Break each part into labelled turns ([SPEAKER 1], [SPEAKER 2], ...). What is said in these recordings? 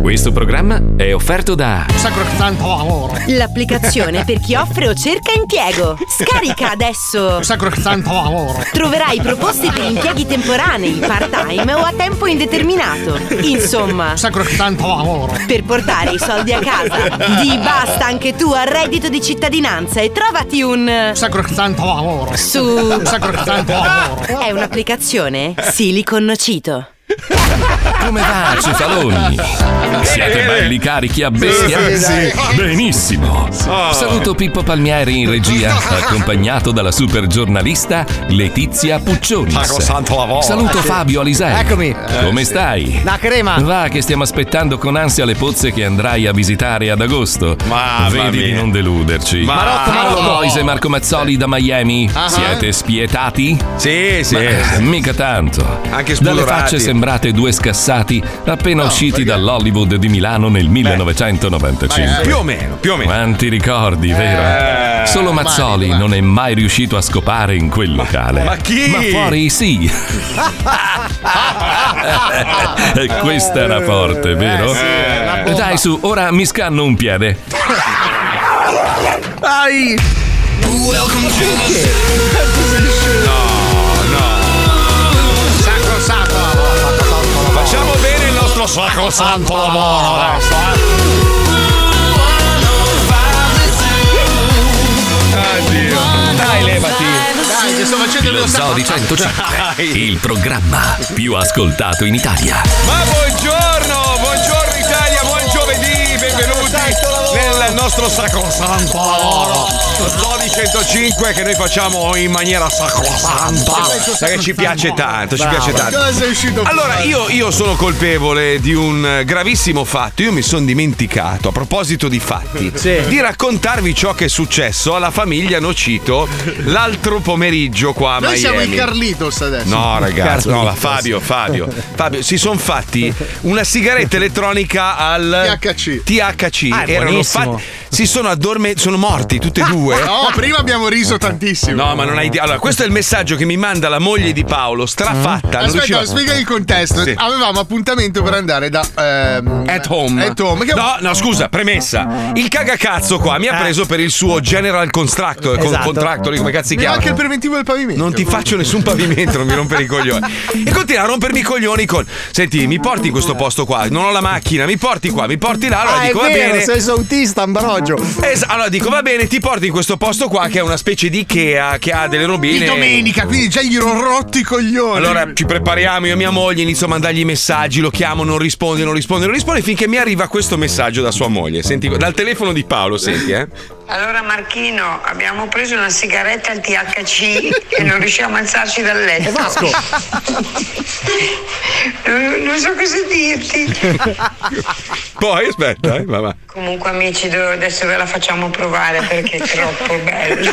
[SPEAKER 1] Questo programma è offerto da
[SPEAKER 2] Sacrosanto lavoro.
[SPEAKER 3] L'applicazione per chi offre o cerca impiego. Scarica adesso.
[SPEAKER 2] Sacrosanto lavoro.
[SPEAKER 3] Troverai proposte per impieghi temporanei, part-time o a tempo indeterminato. Insomma,
[SPEAKER 2] Sacrosanto lavoro.
[SPEAKER 3] per portare i soldi a casa. Di basta anche tu al reddito di cittadinanza e trovati un
[SPEAKER 2] Sacrosanto lavoro.
[SPEAKER 3] su
[SPEAKER 2] Sacrosanto lavoro.
[SPEAKER 3] È un'applicazione Silicon Cito.
[SPEAKER 1] Come va Cefaloni? Siete belli carichi a bestia?
[SPEAKER 4] Sì, sì, sì.
[SPEAKER 1] Benissimo.
[SPEAKER 4] Oh.
[SPEAKER 1] Saluto Pippo Palmieri in regia, accompagnato dalla super giornalista Letizia Puccioni.
[SPEAKER 4] Sacrosanto Ah, lavoro.
[SPEAKER 1] Saluto
[SPEAKER 4] Eh, sì.
[SPEAKER 1] Fabio Alisei.
[SPEAKER 5] Eccomi.
[SPEAKER 1] Come stai?
[SPEAKER 5] La crema.
[SPEAKER 1] Va che stiamo aspettando con ansia le pozze che andrai a visitare ad agosto.
[SPEAKER 4] Mamma
[SPEAKER 1] Vedi di
[SPEAKER 4] mia.
[SPEAKER 1] non deluderci.
[SPEAKER 4] Ma- Marocco,
[SPEAKER 1] Paolo
[SPEAKER 4] Marocco. Ah,
[SPEAKER 1] Moise e Marco Mazzoli da Miami. Siete spietati?
[SPEAKER 4] Sì, sì.
[SPEAKER 1] Eh, mica tanto.
[SPEAKER 4] Anche
[SPEAKER 1] Dalle
[SPEAKER 4] spudorati.
[SPEAKER 1] facce sembrate due scassati appena usciti dall'Hollywood di Milano nel 1995.
[SPEAKER 4] eh, Più o meno, più o meno.
[SPEAKER 1] Quanti ricordi, vero?
[SPEAKER 4] Eh,
[SPEAKER 1] Solo Mazzoli non è mai riuscito a scopare in quel locale.
[SPEAKER 4] ma chi?
[SPEAKER 1] Ma fuori sì. E Eh, Questa era forte, vero? Dai su, ora mi scanno un piede.
[SPEAKER 5] Ai!
[SPEAKER 2] Sacrosanto lavoro.
[SPEAKER 4] Facciamo bene il nostro sacrosanto lavoro. adesso, eh. Oddio. Dai, levati.
[SPEAKER 2] Dai, che sto facendo il
[SPEAKER 1] Lo
[SPEAKER 2] mio
[SPEAKER 1] Zoo di 105, il programma più ascoltato in Italia.
[SPEAKER 4] Ma buongiorno, buongiorno Italia, buon giovedì, benvenuti nel nostro sacrosanto lavoro. Lo Zoo di 105 che noi facciamo in maniera sacrosanta. Perché ci piace tanto, ci piace tanto.
[SPEAKER 2] Cosa è uscito
[SPEAKER 4] Allora, io, io sono colpevole di un eh, gravissimo fatto. Io mi sono dimenticato, a proposito di fatti, di raccontarvi ciò che è successo alla famiglia Nocito l'altro pomeriggio qua a
[SPEAKER 2] Noi
[SPEAKER 4] Miami.
[SPEAKER 2] siamo i Carlitos adesso.
[SPEAKER 4] No, ragazzi, no, la Fabio, Fabio, Fabio, si sono fatti una sigaretta elettronica al
[SPEAKER 2] THC.
[SPEAKER 4] THC.
[SPEAKER 5] Ah, è
[SPEAKER 4] Erano
[SPEAKER 5] buonissimo.
[SPEAKER 4] fatti, si sono addormentati, sono morti tutti e due.
[SPEAKER 2] Ah, No, prima abbiamo riso tantissimo.
[SPEAKER 4] No, ma non hai idea. Allora, questo è il messaggio che mi manda la moglie di Paolo, strafatta. non
[SPEAKER 2] Mm. Aspetta,
[SPEAKER 4] riusciva-
[SPEAKER 2] spiega il contesto.
[SPEAKER 4] Sì.
[SPEAKER 2] Avevamo appuntamento per andare da. ehm,
[SPEAKER 4] At home.
[SPEAKER 2] At home. Che- Eh.
[SPEAKER 4] No, no, scusa, premessa. Il cagacazzo qua mi ha preso per il suo general contractor, con-
[SPEAKER 5] Esatto.
[SPEAKER 4] contractor, come cazzo si
[SPEAKER 2] Abbiamo anche
[SPEAKER 4] chiama?
[SPEAKER 2] il preventivo del pavimento.
[SPEAKER 4] Non ti faccio nessun pavimento, non mi rompere i coglioni. E continua a rompermi i coglioni con. Senti, mi porti in questo posto qua, non ho la macchina, mi porti qua, mi porti là, allora
[SPEAKER 5] Ah, è
[SPEAKER 4] dico va
[SPEAKER 5] vero,
[SPEAKER 4] bene.
[SPEAKER 5] sei autista, Ambrogio.
[SPEAKER 4] Es- allora dico va bene, ti porti in questo posto qua che è una specie di Ikea che ha delle
[SPEAKER 2] Di
[SPEAKER 4] robine.
[SPEAKER 2] domenica, quindi già gli ho rotti i coglioni.
[SPEAKER 5] cioè-
[SPEAKER 4] Allora ci prepariamo, io e mia moglie inizio a mandargli i messaggi, lo chiamo, non risponde, non risponde, non risponde, finché mi arriva questo messaggio da sua moglie. Senti, dal telefono di Paolo, senti, eh.
[SPEAKER 6] Allora Marchino, abbiamo preso una sigaretta al THC e non riusciamo a alzarci dal letto. non, non so cosa dirti.
[SPEAKER 4] Poi aspetta, eh, va, va.
[SPEAKER 6] Comunque amici, do- adesso ve la facciamo provare perché è troppo bello.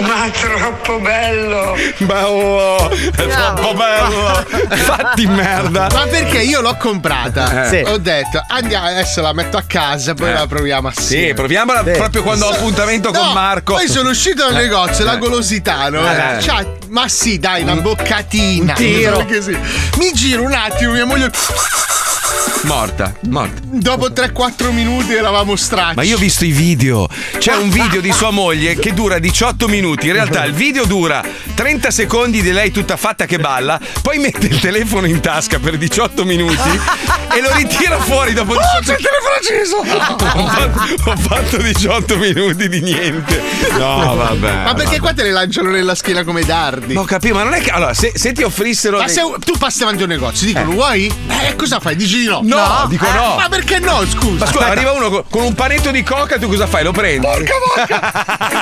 [SPEAKER 6] Ma troppo bello.
[SPEAKER 7] oh.
[SPEAKER 4] Bello! È troppo bello! Fatti merda!
[SPEAKER 2] Ma perché io l'ho comprata?
[SPEAKER 5] Eh. Sì.
[SPEAKER 2] Ho detto, andiamo, adesso la metto a casa, poi
[SPEAKER 4] Eh.
[SPEAKER 2] la proviamo
[SPEAKER 4] Sì,
[SPEAKER 2] assieme.
[SPEAKER 4] proviamola proprio quando ho appuntamento con
[SPEAKER 2] No,
[SPEAKER 4] Marco.
[SPEAKER 2] Poi sono uscito dal negozio, la golositano.
[SPEAKER 4] Eh.
[SPEAKER 2] Cioè, ma sì, dai, una boccatina.
[SPEAKER 4] Un tiro.
[SPEAKER 2] Che sì. Mi giro un attimo, mia moglie.
[SPEAKER 4] Morta, morta.
[SPEAKER 2] Dopo 3-4 minuti eravamo stracci.
[SPEAKER 4] Ma io ho visto i video. C'è un video di sua moglie che dura 18 minuti. In realtà il video dura 30 secondi di lei tutta fatta che balla, poi mette il telefono in tasca per 18 minuti e lo ritira fuori dopo 18 minuti. il telefono acceso! ho, fatto 18 minuti di niente. No, Ah, vabbè.
[SPEAKER 2] Ma perché qua te le lanciano nella schiena come dardi?
[SPEAKER 4] No, capivo, ma non è che. Allora, se, se ti offrissero.
[SPEAKER 2] Ma
[SPEAKER 4] dei-
[SPEAKER 2] se tu passi davanti a un negozio, dicono vuoi? Eh, cosa fai? Dici di no.
[SPEAKER 4] No, dico
[SPEAKER 2] Eh,
[SPEAKER 4] no.
[SPEAKER 2] Ma perché no? Scusa.
[SPEAKER 4] Ma scusa, arriva uno con, con un panetto di coca, tu cosa fai? Lo prendi?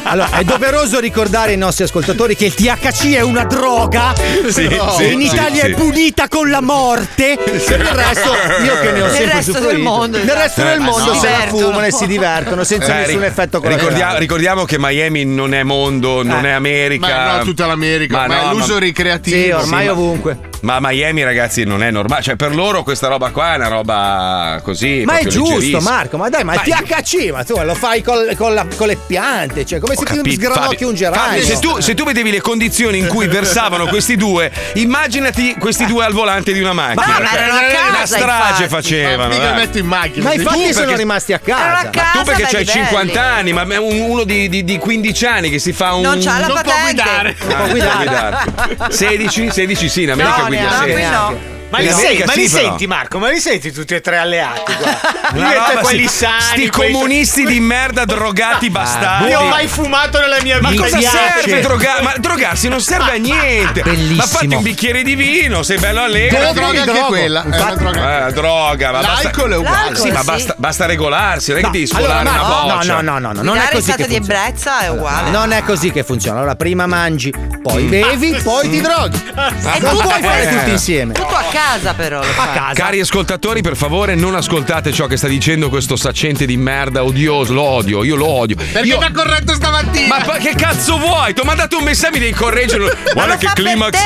[SPEAKER 5] Allora, è doveroso ricordare ai nostri ascoltatori che il THC è una droga.
[SPEAKER 4] Sì,
[SPEAKER 5] che in Italia è punita con la morte. E Del resto, io che ne ho
[SPEAKER 3] Nel
[SPEAKER 5] sempre
[SPEAKER 3] resto del
[SPEAKER 5] usufruito,
[SPEAKER 3] mondo, esatto.
[SPEAKER 5] Nel resto del
[SPEAKER 4] eh,
[SPEAKER 5] mondo
[SPEAKER 3] si
[SPEAKER 5] se la
[SPEAKER 3] divertono.
[SPEAKER 5] fumano e si divertono senza
[SPEAKER 4] Eh,
[SPEAKER 5] nessun
[SPEAKER 4] ri-
[SPEAKER 5] effetto
[SPEAKER 4] ricordia- ricordiamo,
[SPEAKER 5] collaterale.
[SPEAKER 4] che Miami non è mondo, non
[SPEAKER 5] Eh.
[SPEAKER 4] è America.
[SPEAKER 2] Ma no, tutta l'America, ma,
[SPEAKER 4] no,
[SPEAKER 2] è l'uso
[SPEAKER 4] ma-
[SPEAKER 2] ricreativo.
[SPEAKER 5] Sì,
[SPEAKER 2] Sì,
[SPEAKER 5] ormai ovunque.
[SPEAKER 4] Ma a Miami, ragazzi, non è normale. Cioè, per loro questa roba qua è una roba così.
[SPEAKER 5] Ma è
[SPEAKER 4] proprio
[SPEAKER 5] giusto,
[SPEAKER 4] leggerissima.
[SPEAKER 5] Marco, ma dai, ma il THC, ma tu lo fai col- con, la- con le piante, cioè come se ti
[SPEAKER 4] Capito,
[SPEAKER 5] sgranocchi
[SPEAKER 4] Fabio.
[SPEAKER 5] un geraio.
[SPEAKER 4] Fabio, se,
[SPEAKER 2] Eh.
[SPEAKER 4] tu, se tu vedevi le condizioni in cui versavano questi due, immaginati questi due al volante di una macchina.
[SPEAKER 2] Ma- ma
[SPEAKER 4] Cioè,
[SPEAKER 2] erano a
[SPEAKER 4] la
[SPEAKER 2] casa,
[SPEAKER 4] strage
[SPEAKER 2] infatti.
[SPEAKER 4] facevano. eh.
[SPEAKER 2] Ma Eh, mica
[SPEAKER 4] dai.
[SPEAKER 2] li metto in macchina.
[SPEAKER 5] Ma
[SPEAKER 4] Tu
[SPEAKER 5] infatti sono
[SPEAKER 4] perché-
[SPEAKER 5] rimasti a
[SPEAKER 4] Ma
[SPEAKER 5] casa.
[SPEAKER 4] tu perché c'hai 50 anni, ma un- uno di, di- di 15 anni che si fa un.
[SPEAKER 8] Non c'ha la
[SPEAKER 4] Non può
[SPEAKER 8] patente.
[SPEAKER 4] guidare.
[SPEAKER 8] Non può
[SPEAKER 4] Ah,
[SPEAKER 8] guidare.
[SPEAKER 4] può guidare. 16? 16 sì, in America
[SPEAKER 9] No,
[SPEAKER 4] guida
[SPEAKER 9] neanche,
[SPEAKER 4] 16.
[SPEAKER 9] no. Ma
[SPEAKER 4] In
[SPEAKER 9] li,
[SPEAKER 4] America
[SPEAKER 9] sei- ma
[SPEAKER 4] sì,
[SPEAKER 9] li
[SPEAKER 4] però.
[SPEAKER 9] senti Marco, ma li senti tutti e tre alleati qua?
[SPEAKER 4] Una
[SPEAKER 9] Li metto
[SPEAKER 4] roba,
[SPEAKER 9] quelli
[SPEAKER 4] sti-
[SPEAKER 9] sani,
[SPEAKER 4] sti
[SPEAKER 9] quelli-
[SPEAKER 4] comunisti di merda
[SPEAKER 5] Ah,
[SPEAKER 4] drogati bastardi.
[SPEAKER 9] Non ho mai fumato nella mia
[SPEAKER 4] Ma
[SPEAKER 9] vita.
[SPEAKER 4] cosa
[SPEAKER 9] Mi piace.
[SPEAKER 4] serve droga- ma drogarsi? Non
[SPEAKER 5] Ah,
[SPEAKER 4] serve a niente.
[SPEAKER 9] Bellissimo.
[SPEAKER 4] Ma fatti un bicchiere di vino, sei bello allegro.
[SPEAKER 2] È una droga anche quella, è una
[SPEAKER 4] Infatti-
[SPEAKER 2] droga anche
[SPEAKER 4] Eh, droga, ma basta-
[SPEAKER 2] L'alcol è uguale. L'alcol,
[SPEAKER 4] Sì, ma
[SPEAKER 2] sì.
[SPEAKER 4] basta, basta regolarsi, non è che devi
[SPEAKER 5] Allora,
[SPEAKER 4] sfolare
[SPEAKER 5] Marco,
[SPEAKER 4] una
[SPEAKER 5] no,
[SPEAKER 4] boccia.
[SPEAKER 5] no, no, no, no, non è
[SPEAKER 8] Guidare in
[SPEAKER 5] così
[SPEAKER 8] stato
[SPEAKER 5] che
[SPEAKER 8] di
[SPEAKER 5] funziona.
[SPEAKER 8] ebbrezza è uguale.
[SPEAKER 5] Non è così che funziona. Allora, prima mangi, poi
[SPEAKER 8] Mm.
[SPEAKER 5] bevi,
[SPEAKER 4] Ah.
[SPEAKER 5] poi ti
[SPEAKER 8] Mm.
[SPEAKER 5] droghi.
[SPEAKER 8] È
[SPEAKER 5] non
[SPEAKER 8] tutto-
[SPEAKER 4] Eh.
[SPEAKER 5] puoi fare tutti insieme.
[SPEAKER 8] Tutto a casa però. A
[SPEAKER 4] Cari ascoltatori, per favore, non ascoltate ciò che sta dicendo questo saccente di merda odioso. Lo odio, io lo odio.
[SPEAKER 2] Perché
[SPEAKER 4] Io-
[SPEAKER 2] mi ha corretto stamattina?
[SPEAKER 4] Ma poi che cazzo vuoi? Ti ho mandato un messaggio, mi devi correggere. Guarda che climax.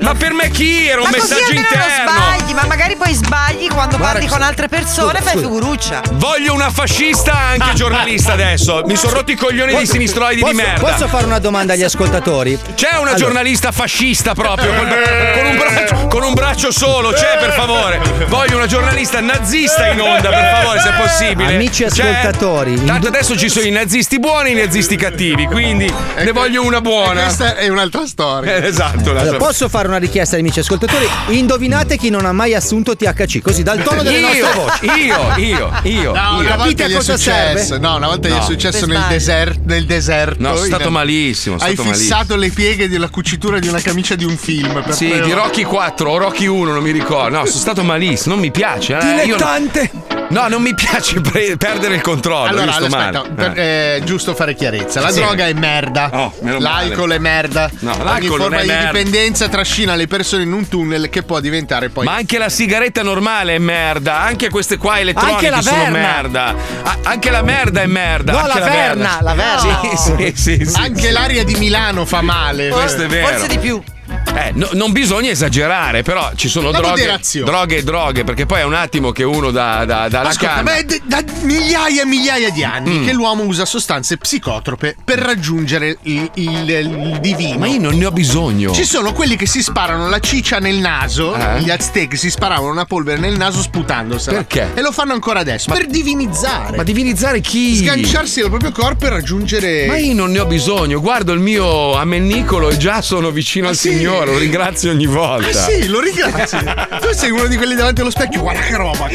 [SPEAKER 4] Ma per me chi? Era un
[SPEAKER 8] ma
[SPEAKER 4] messaggio
[SPEAKER 8] così almeno
[SPEAKER 4] interno.
[SPEAKER 8] non sbagli, ma magari poi sbagli quando
[SPEAKER 4] Guarda
[SPEAKER 8] parli
[SPEAKER 4] che
[SPEAKER 8] con
[SPEAKER 4] so-
[SPEAKER 8] altre persone,
[SPEAKER 4] Scusa,
[SPEAKER 8] fai
[SPEAKER 4] scusa.
[SPEAKER 8] figuruccia.
[SPEAKER 4] Voglio una fascista
[SPEAKER 8] Ah,
[SPEAKER 4] anche giornalista adesso. Mi sono rotti i coglioni di
[SPEAKER 5] Posso-
[SPEAKER 4] sinistroidi di
[SPEAKER 5] posso-
[SPEAKER 4] merda.
[SPEAKER 5] Posso fare una domanda agli ascoltatori?
[SPEAKER 4] C'è una
[SPEAKER 5] Allora.
[SPEAKER 4] giornalista fascista proprio col- con, un braccio, con un braccio solo, c'è per favore. Voglio una giornalista nazista in onda, per favore, se possibile.
[SPEAKER 5] Amici
[SPEAKER 4] C'è?
[SPEAKER 5] ascoltatori, in
[SPEAKER 4] Tanto adesso ci sono i nazisti buoni e i nazisti cattivi, quindi ne voglio una buona.
[SPEAKER 2] Questa è un'altra storia.
[SPEAKER 4] Eh, esatto,
[SPEAKER 5] Allora,
[SPEAKER 4] un'altra-
[SPEAKER 5] posso fare una richiesta agli amici ascoltatori? Indovinate chi non ha mai assunto THC, così dal tono delle
[SPEAKER 2] Io,
[SPEAKER 5] nostre voci.
[SPEAKER 2] io, io,
[SPEAKER 4] io.
[SPEAKER 2] No, una volta
[SPEAKER 5] Capite
[SPEAKER 2] gli è
[SPEAKER 5] cosa serve?
[SPEAKER 2] successo. No, una volta gli
[SPEAKER 4] No.
[SPEAKER 2] è successo
[SPEAKER 4] Per
[SPEAKER 2] nel,
[SPEAKER 4] sbaglio.
[SPEAKER 2] deser- nel deserto.
[SPEAKER 4] No, sono stato
[SPEAKER 2] In-
[SPEAKER 4] malissimo, sono
[SPEAKER 2] Hai
[SPEAKER 4] stato
[SPEAKER 2] fissato le pieghe della cucitura di una camicia di un film. Per
[SPEAKER 4] Sì,
[SPEAKER 2] quello-
[SPEAKER 4] di Rocky 4 o Rocky 1, non mi ricordo. No, sono stato malissimo, non mi piace. Eh, io-
[SPEAKER 5] Dilettante.
[SPEAKER 4] No, non mi piace pre- perdere il controllo.
[SPEAKER 2] Allora,
[SPEAKER 4] io sto
[SPEAKER 2] aspetta,
[SPEAKER 4] male.
[SPEAKER 2] per-
[SPEAKER 4] Eh.
[SPEAKER 2] eh, giusto fare chiarezza. La
[SPEAKER 4] Sì. Oh,
[SPEAKER 2] droga è merda.
[SPEAKER 4] meno male.
[SPEAKER 2] l'alcol è merda.
[SPEAKER 4] No,
[SPEAKER 2] Ogni
[SPEAKER 4] l'alcol non
[SPEAKER 2] forma
[SPEAKER 4] è
[SPEAKER 2] di
[SPEAKER 4] merda.
[SPEAKER 2] dipendenza trascina le persone in un tunnel che può diventare poi.
[SPEAKER 4] Ma anche la sigaretta normale è merda, anche queste qua elettroniche
[SPEAKER 2] Anche la
[SPEAKER 4] sono
[SPEAKER 2] verna.
[SPEAKER 4] merda. A- anche la merda è merda.
[SPEAKER 2] No,
[SPEAKER 4] anche
[SPEAKER 2] la verna, la verna.
[SPEAKER 4] Sì, sì, sì, sì.
[SPEAKER 2] Anche l'aria di Milano fa male.
[SPEAKER 4] Questo è vero.
[SPEAKER 8] più.
[SPEAKER 4] Eh, no- non bisogna esagerare, però ci sono
[SPEAKER 2] La
[SPEAKER 4] droghe,
[SPEAKER 2] moderazione.
[SPEAKER 4] droghe e droghe, perché poi è un attimo che uno da, da, dalla
[SPEAKER 2] Ascolta,
[SPEAKER 4] canna- Mm.
[SPEAKER 2] ma è d- da migliaia e migliaia di anni che l'uomo usa sostanze psicotrope per raggiungere il, il- il divino.
[SPEAKER 4] Ma io non ne ho bisogno.
[SPEAKER 2] Ci sono quelli che si sparano la ciccia nel naso,
[SPEAKER 4] Eh?
[SPEAKER 2] gli aztechi si sparavano una polvere nel naso sputandosela.
[SPEAKER 4] Perché?
[SPEAKER 2] E lo fanno ancora adesso, per divinizzare.
[SPEAKER 4] Ma divinizzare chi?
[SPEAKER 2] Sganciarsi dal proprio corpo e raggiungere...
[SPEAKER 4] Ma io non ne ho bisogno, guardo il mio amennicolo e già sono vicino al Signore, lo ringrazio ogni volta.
[SPEAKER 2] Ah sì, lo ringrazio. tu sei uno di quelli davanti allo specchio, guarda che roba.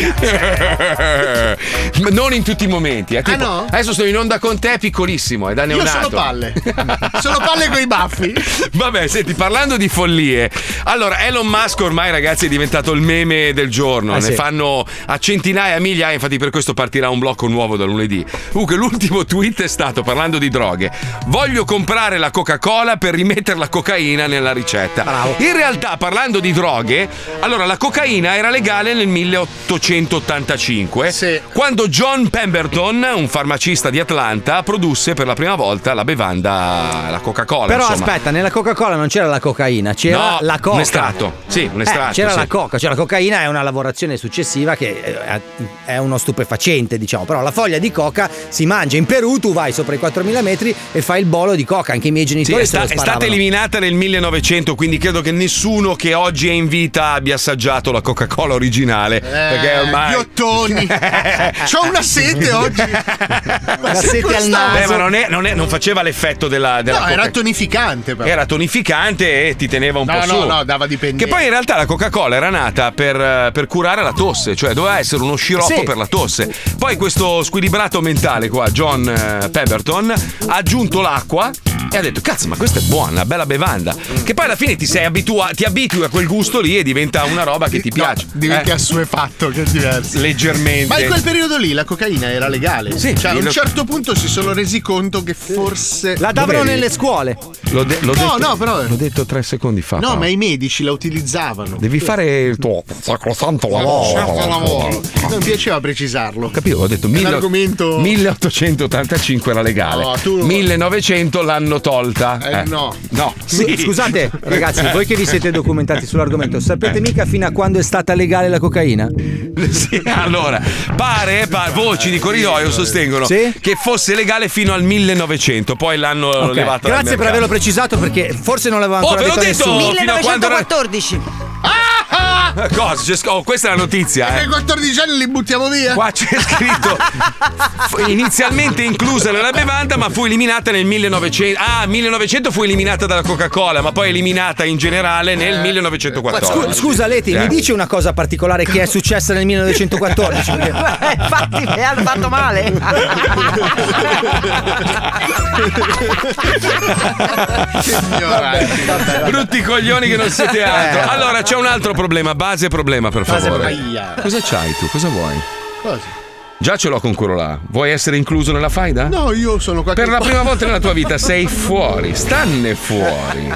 [SPEAKER 4] Ma non in tutti i momenti. eh, tipo,
[SPEAKER 2] Ah, no?
[SPEAKER 4] Adesso sono in onda con te, piccolissimo, è da
[SPEAKER 2] Io
[SPEAKER 4] neonato.
[SPEAKER 2] sono palle. sono palle coi baffi.
[SPEAKER 4] Vabbè, senti, parlando di follie, allora Elon Musk ormai, ragazzi, è diventato il meme del giorno.
[SPEAKER 10] Ah,
[SPEAKER 4] ne
[SPEAKER 10] sì.
[SPEAKER 4] fanno a centinaia, a migliaia, infatti, per questo partirà un blocco nuovo da lunedì. Comunque, l'ultimo tweet è stato parlando di droghe. Voglio comprare la Coca-Cola per rimettere la cocaina nella ricetta. In realtà, parlando di droghe, allora la cocaina era legale nel 1885, quando John Pemberton, un farmacista di Atlanta, produsse per la prima volta la bevanda, la Coca-Cola.
[SPEAKER 5] Però
[SPEAKER 4] insomma.
[SPEAKER 5] aspetta, nella Coca-Cola non c'era la cocaina, c'era
[SPEAKER 4] No,
[SPEAKER 5] la coca.
[SPEAKER 4] un estratto. Sì, un
[SPEAKER 5] Eh,
[SPEAKER 4] estratto,
[SPEAKER 5] c'era
[SPEAKER 4] sì.
[SPEAKER 5] la coca, cioè la cocaina è una lavorazione successiva che eh, è uno stupefacente, diciamo. Però la foglia di coca si mangia. In Perù tu vai sopra i 4000 metri e fai il bolo di coca. Anche i miei
[SPEAKER 4] Sì,
[SPEAKER 5] genitori
[SPEAKER 4] è,
[SPEAKER 5] se
[SPEAKER 4] sta-
[SPEAKER 5] lo
[SPEAKER 4] è stata
[SPEAKER 5] sparavano.
[SPEAKER 4] eliminata nel 1900, quindi credo che nessuno che oggi è in vita abbia assaggiato la Coca-Cola
[SPEAKER 2] Eh.
[SPEAKER 4] originale. perché ormai.
[SPEAKER 2] Ghiottoni. C'ho una sete oggi.
[SPEAKER 5] La
[SPEAKER 2] se
[SPEAKER 5] sete al
[SPEAKER 2] questa-
[SPEAKER 5] naso.
[SPEAKER 4] Beh, ma non, è- non è- non faceva l'effetto della, della
[SPEAKER 2] No, era
[SPEAKER 4] Coca-
[SPEAKER 2] tonificante però.
[SPEAKER 4] era tonificante e ti teneva un
[SPEAKER 2] No,
[SPEAKER 4] po'
[SPEAKER 2] no,
[SPEAKER 4] su.
[SPEAKER 2] no, dava dipendenza.
[SPEAKER 4] Che poi in realtà la Coca-Cola era nata per, eh, per curare la tosse, cioè doveva essere uno sciroppo
[SPEAKER 10] Sì.
[SPEAKER 4] per la tosse. Poi questo squilibrato mentale qua, John eh, Pemberton, ha aggiunto l'acqua e ha detto cazzo ma questa è buona, bella bevanda. Che poi alla fine ti sei abitua- ti abitui a quel gusto lì e diventa una roba che ti piace.
[SPEAKER 2] Diventi
[SPEAKER 4] Eh?
[SPEAKER 2] assuefatto, che è diverso.
[SPEAKER 4] Leggermente.
[SPEAKER 2] Ma in quel periodo lì la cocaina era legale.
[SPEAKER 4] Sì,
[SPEAKER 2] cioè, a un
[SPEAKER 4] lo-
[SPEAKER 2] certo punto si sono resi conto che forse.
[SPEAKER 5] La davano nelle scuole.
[SPEAKER 4] L'ho, de- l'ho
[SPEAKER 2] No,
[SPEAKER 4] detto,
[SPEAKER 2] no, però-
[SPEAKER 4] l'ho detto tre secondi fa.
[SPEAKER 2] No,
[SPEAKER 4] però.
[SPEAKER 2] ma i medici la utilizzavano.
[SPEAKER 4] Devi fare il tuo sacrosanto
[SPEAKER 2] Sacrosanto lavoro.
[SPEAKER 4] lavoro.
[SPEAKER 2] Non piaceva precisarlo.
[SPEAKER 4] Capivo, ho detto
[SPEAKER 2] È
[SPEAKER 4] mille-
[SPEAKER 2] un argomento-
[SPEAKER 4] 1885 era legale.
[SPEAKER 2] No, tu-
[SPEAKER 4] 1900 l'hanno tolta.
[SPEAKER 2] Eh, no.
[SPEAKER 4] No.
[SPEAKER 5] Scu-
[SPEAKER 4] sì.
[SPEAKER 5] Scusate, ragazzi, voi che vi siete documentati sull'argomento,
[SPEAKER 4] Eh.
[SPEAKER 5] sapete mica fino a quando è stata legale la cocaina?
[SPEAKER 4] Sì, allora, pare, pa- voci di corridoio sostengono
[SPEAKER 5] Sì?
[SPEAKER 4] che fosse legale fino al 1900, poi l'hanno
[SPEAKER 5] Ok,
[SPEAKER 4] levata
[SPEAKER 5] Grazie
[SPEAKER 4] dal
[SPEAKER 5] per
[SPEAKER 4] mercato.
[SPEAKER 5] averlo precisato perché forse non l'avevo
[SPEAKER 4] Oh,
[SPEAKER 5] ancora
[SPEAKER 4] ve l'ho
[SPEAKER 5] detto a
[SPEAKER 4] detto!
[SPEAKER 5] nessuno.
[SPEAKER 4] fino a quando era-
[SPEAKER 8] 1914.
[SPEAKER 2] Ah,
[SPEAKER 4] Cosa? C'è sc- oh, questa è la notizia,
[SPEAKER 2] Perché
[SPEAKER 4] eh.
[SPEAKER 2] 14 anni li buttiamo via?
[SPEAKER 4] Qua c'è scritto fu inizialmente inclusa nella bevanda, ma fu eliminata nel 1900. Ah, 1900 fu eliminata dalla Coca-Cola, ma poi eliminata in generale
[SPEAKER 2] Eh,
[SPEAKER 4] nel
[SPEAKER 5] Ma
[SPEAKER 4] 1914.
[SPEAKER 5] scu- scusa Leti,
[SPEAKER 4] Eh.
[SPEAKER 5] mi dici una cosa particolare che è successa nel 1914? Perché-
[SPEAKER 8] Eh, Infatti, mi hanno fatto male.
[SPEAKER 2] Ignoranti.
[SPEAKER 4] Brutti coglioni che non siete altro.
[SPEAKER 5] Eh.
[SPEAKER 4] Allora c'è un altro problema, base problema per
[SPEAKER 2] Base
[SPEAKER 4] favore.
[SPEAKER 2] problema.
[SPEAKER 4] Cosa c'hai tu? Cosa vuoi?
[SPEAKER 2] Cosa?
[SPEAKER 4] Già ce l'ho con quello là. Vuoi essere incluso nella faida?
[SPEAKER 2] No, io sono qua
[SPEAKER 4] Per
[SPEAKER 2] che-
[SPEAKER 4] la prima volta nella tua vita sei fuori, stanne fuori.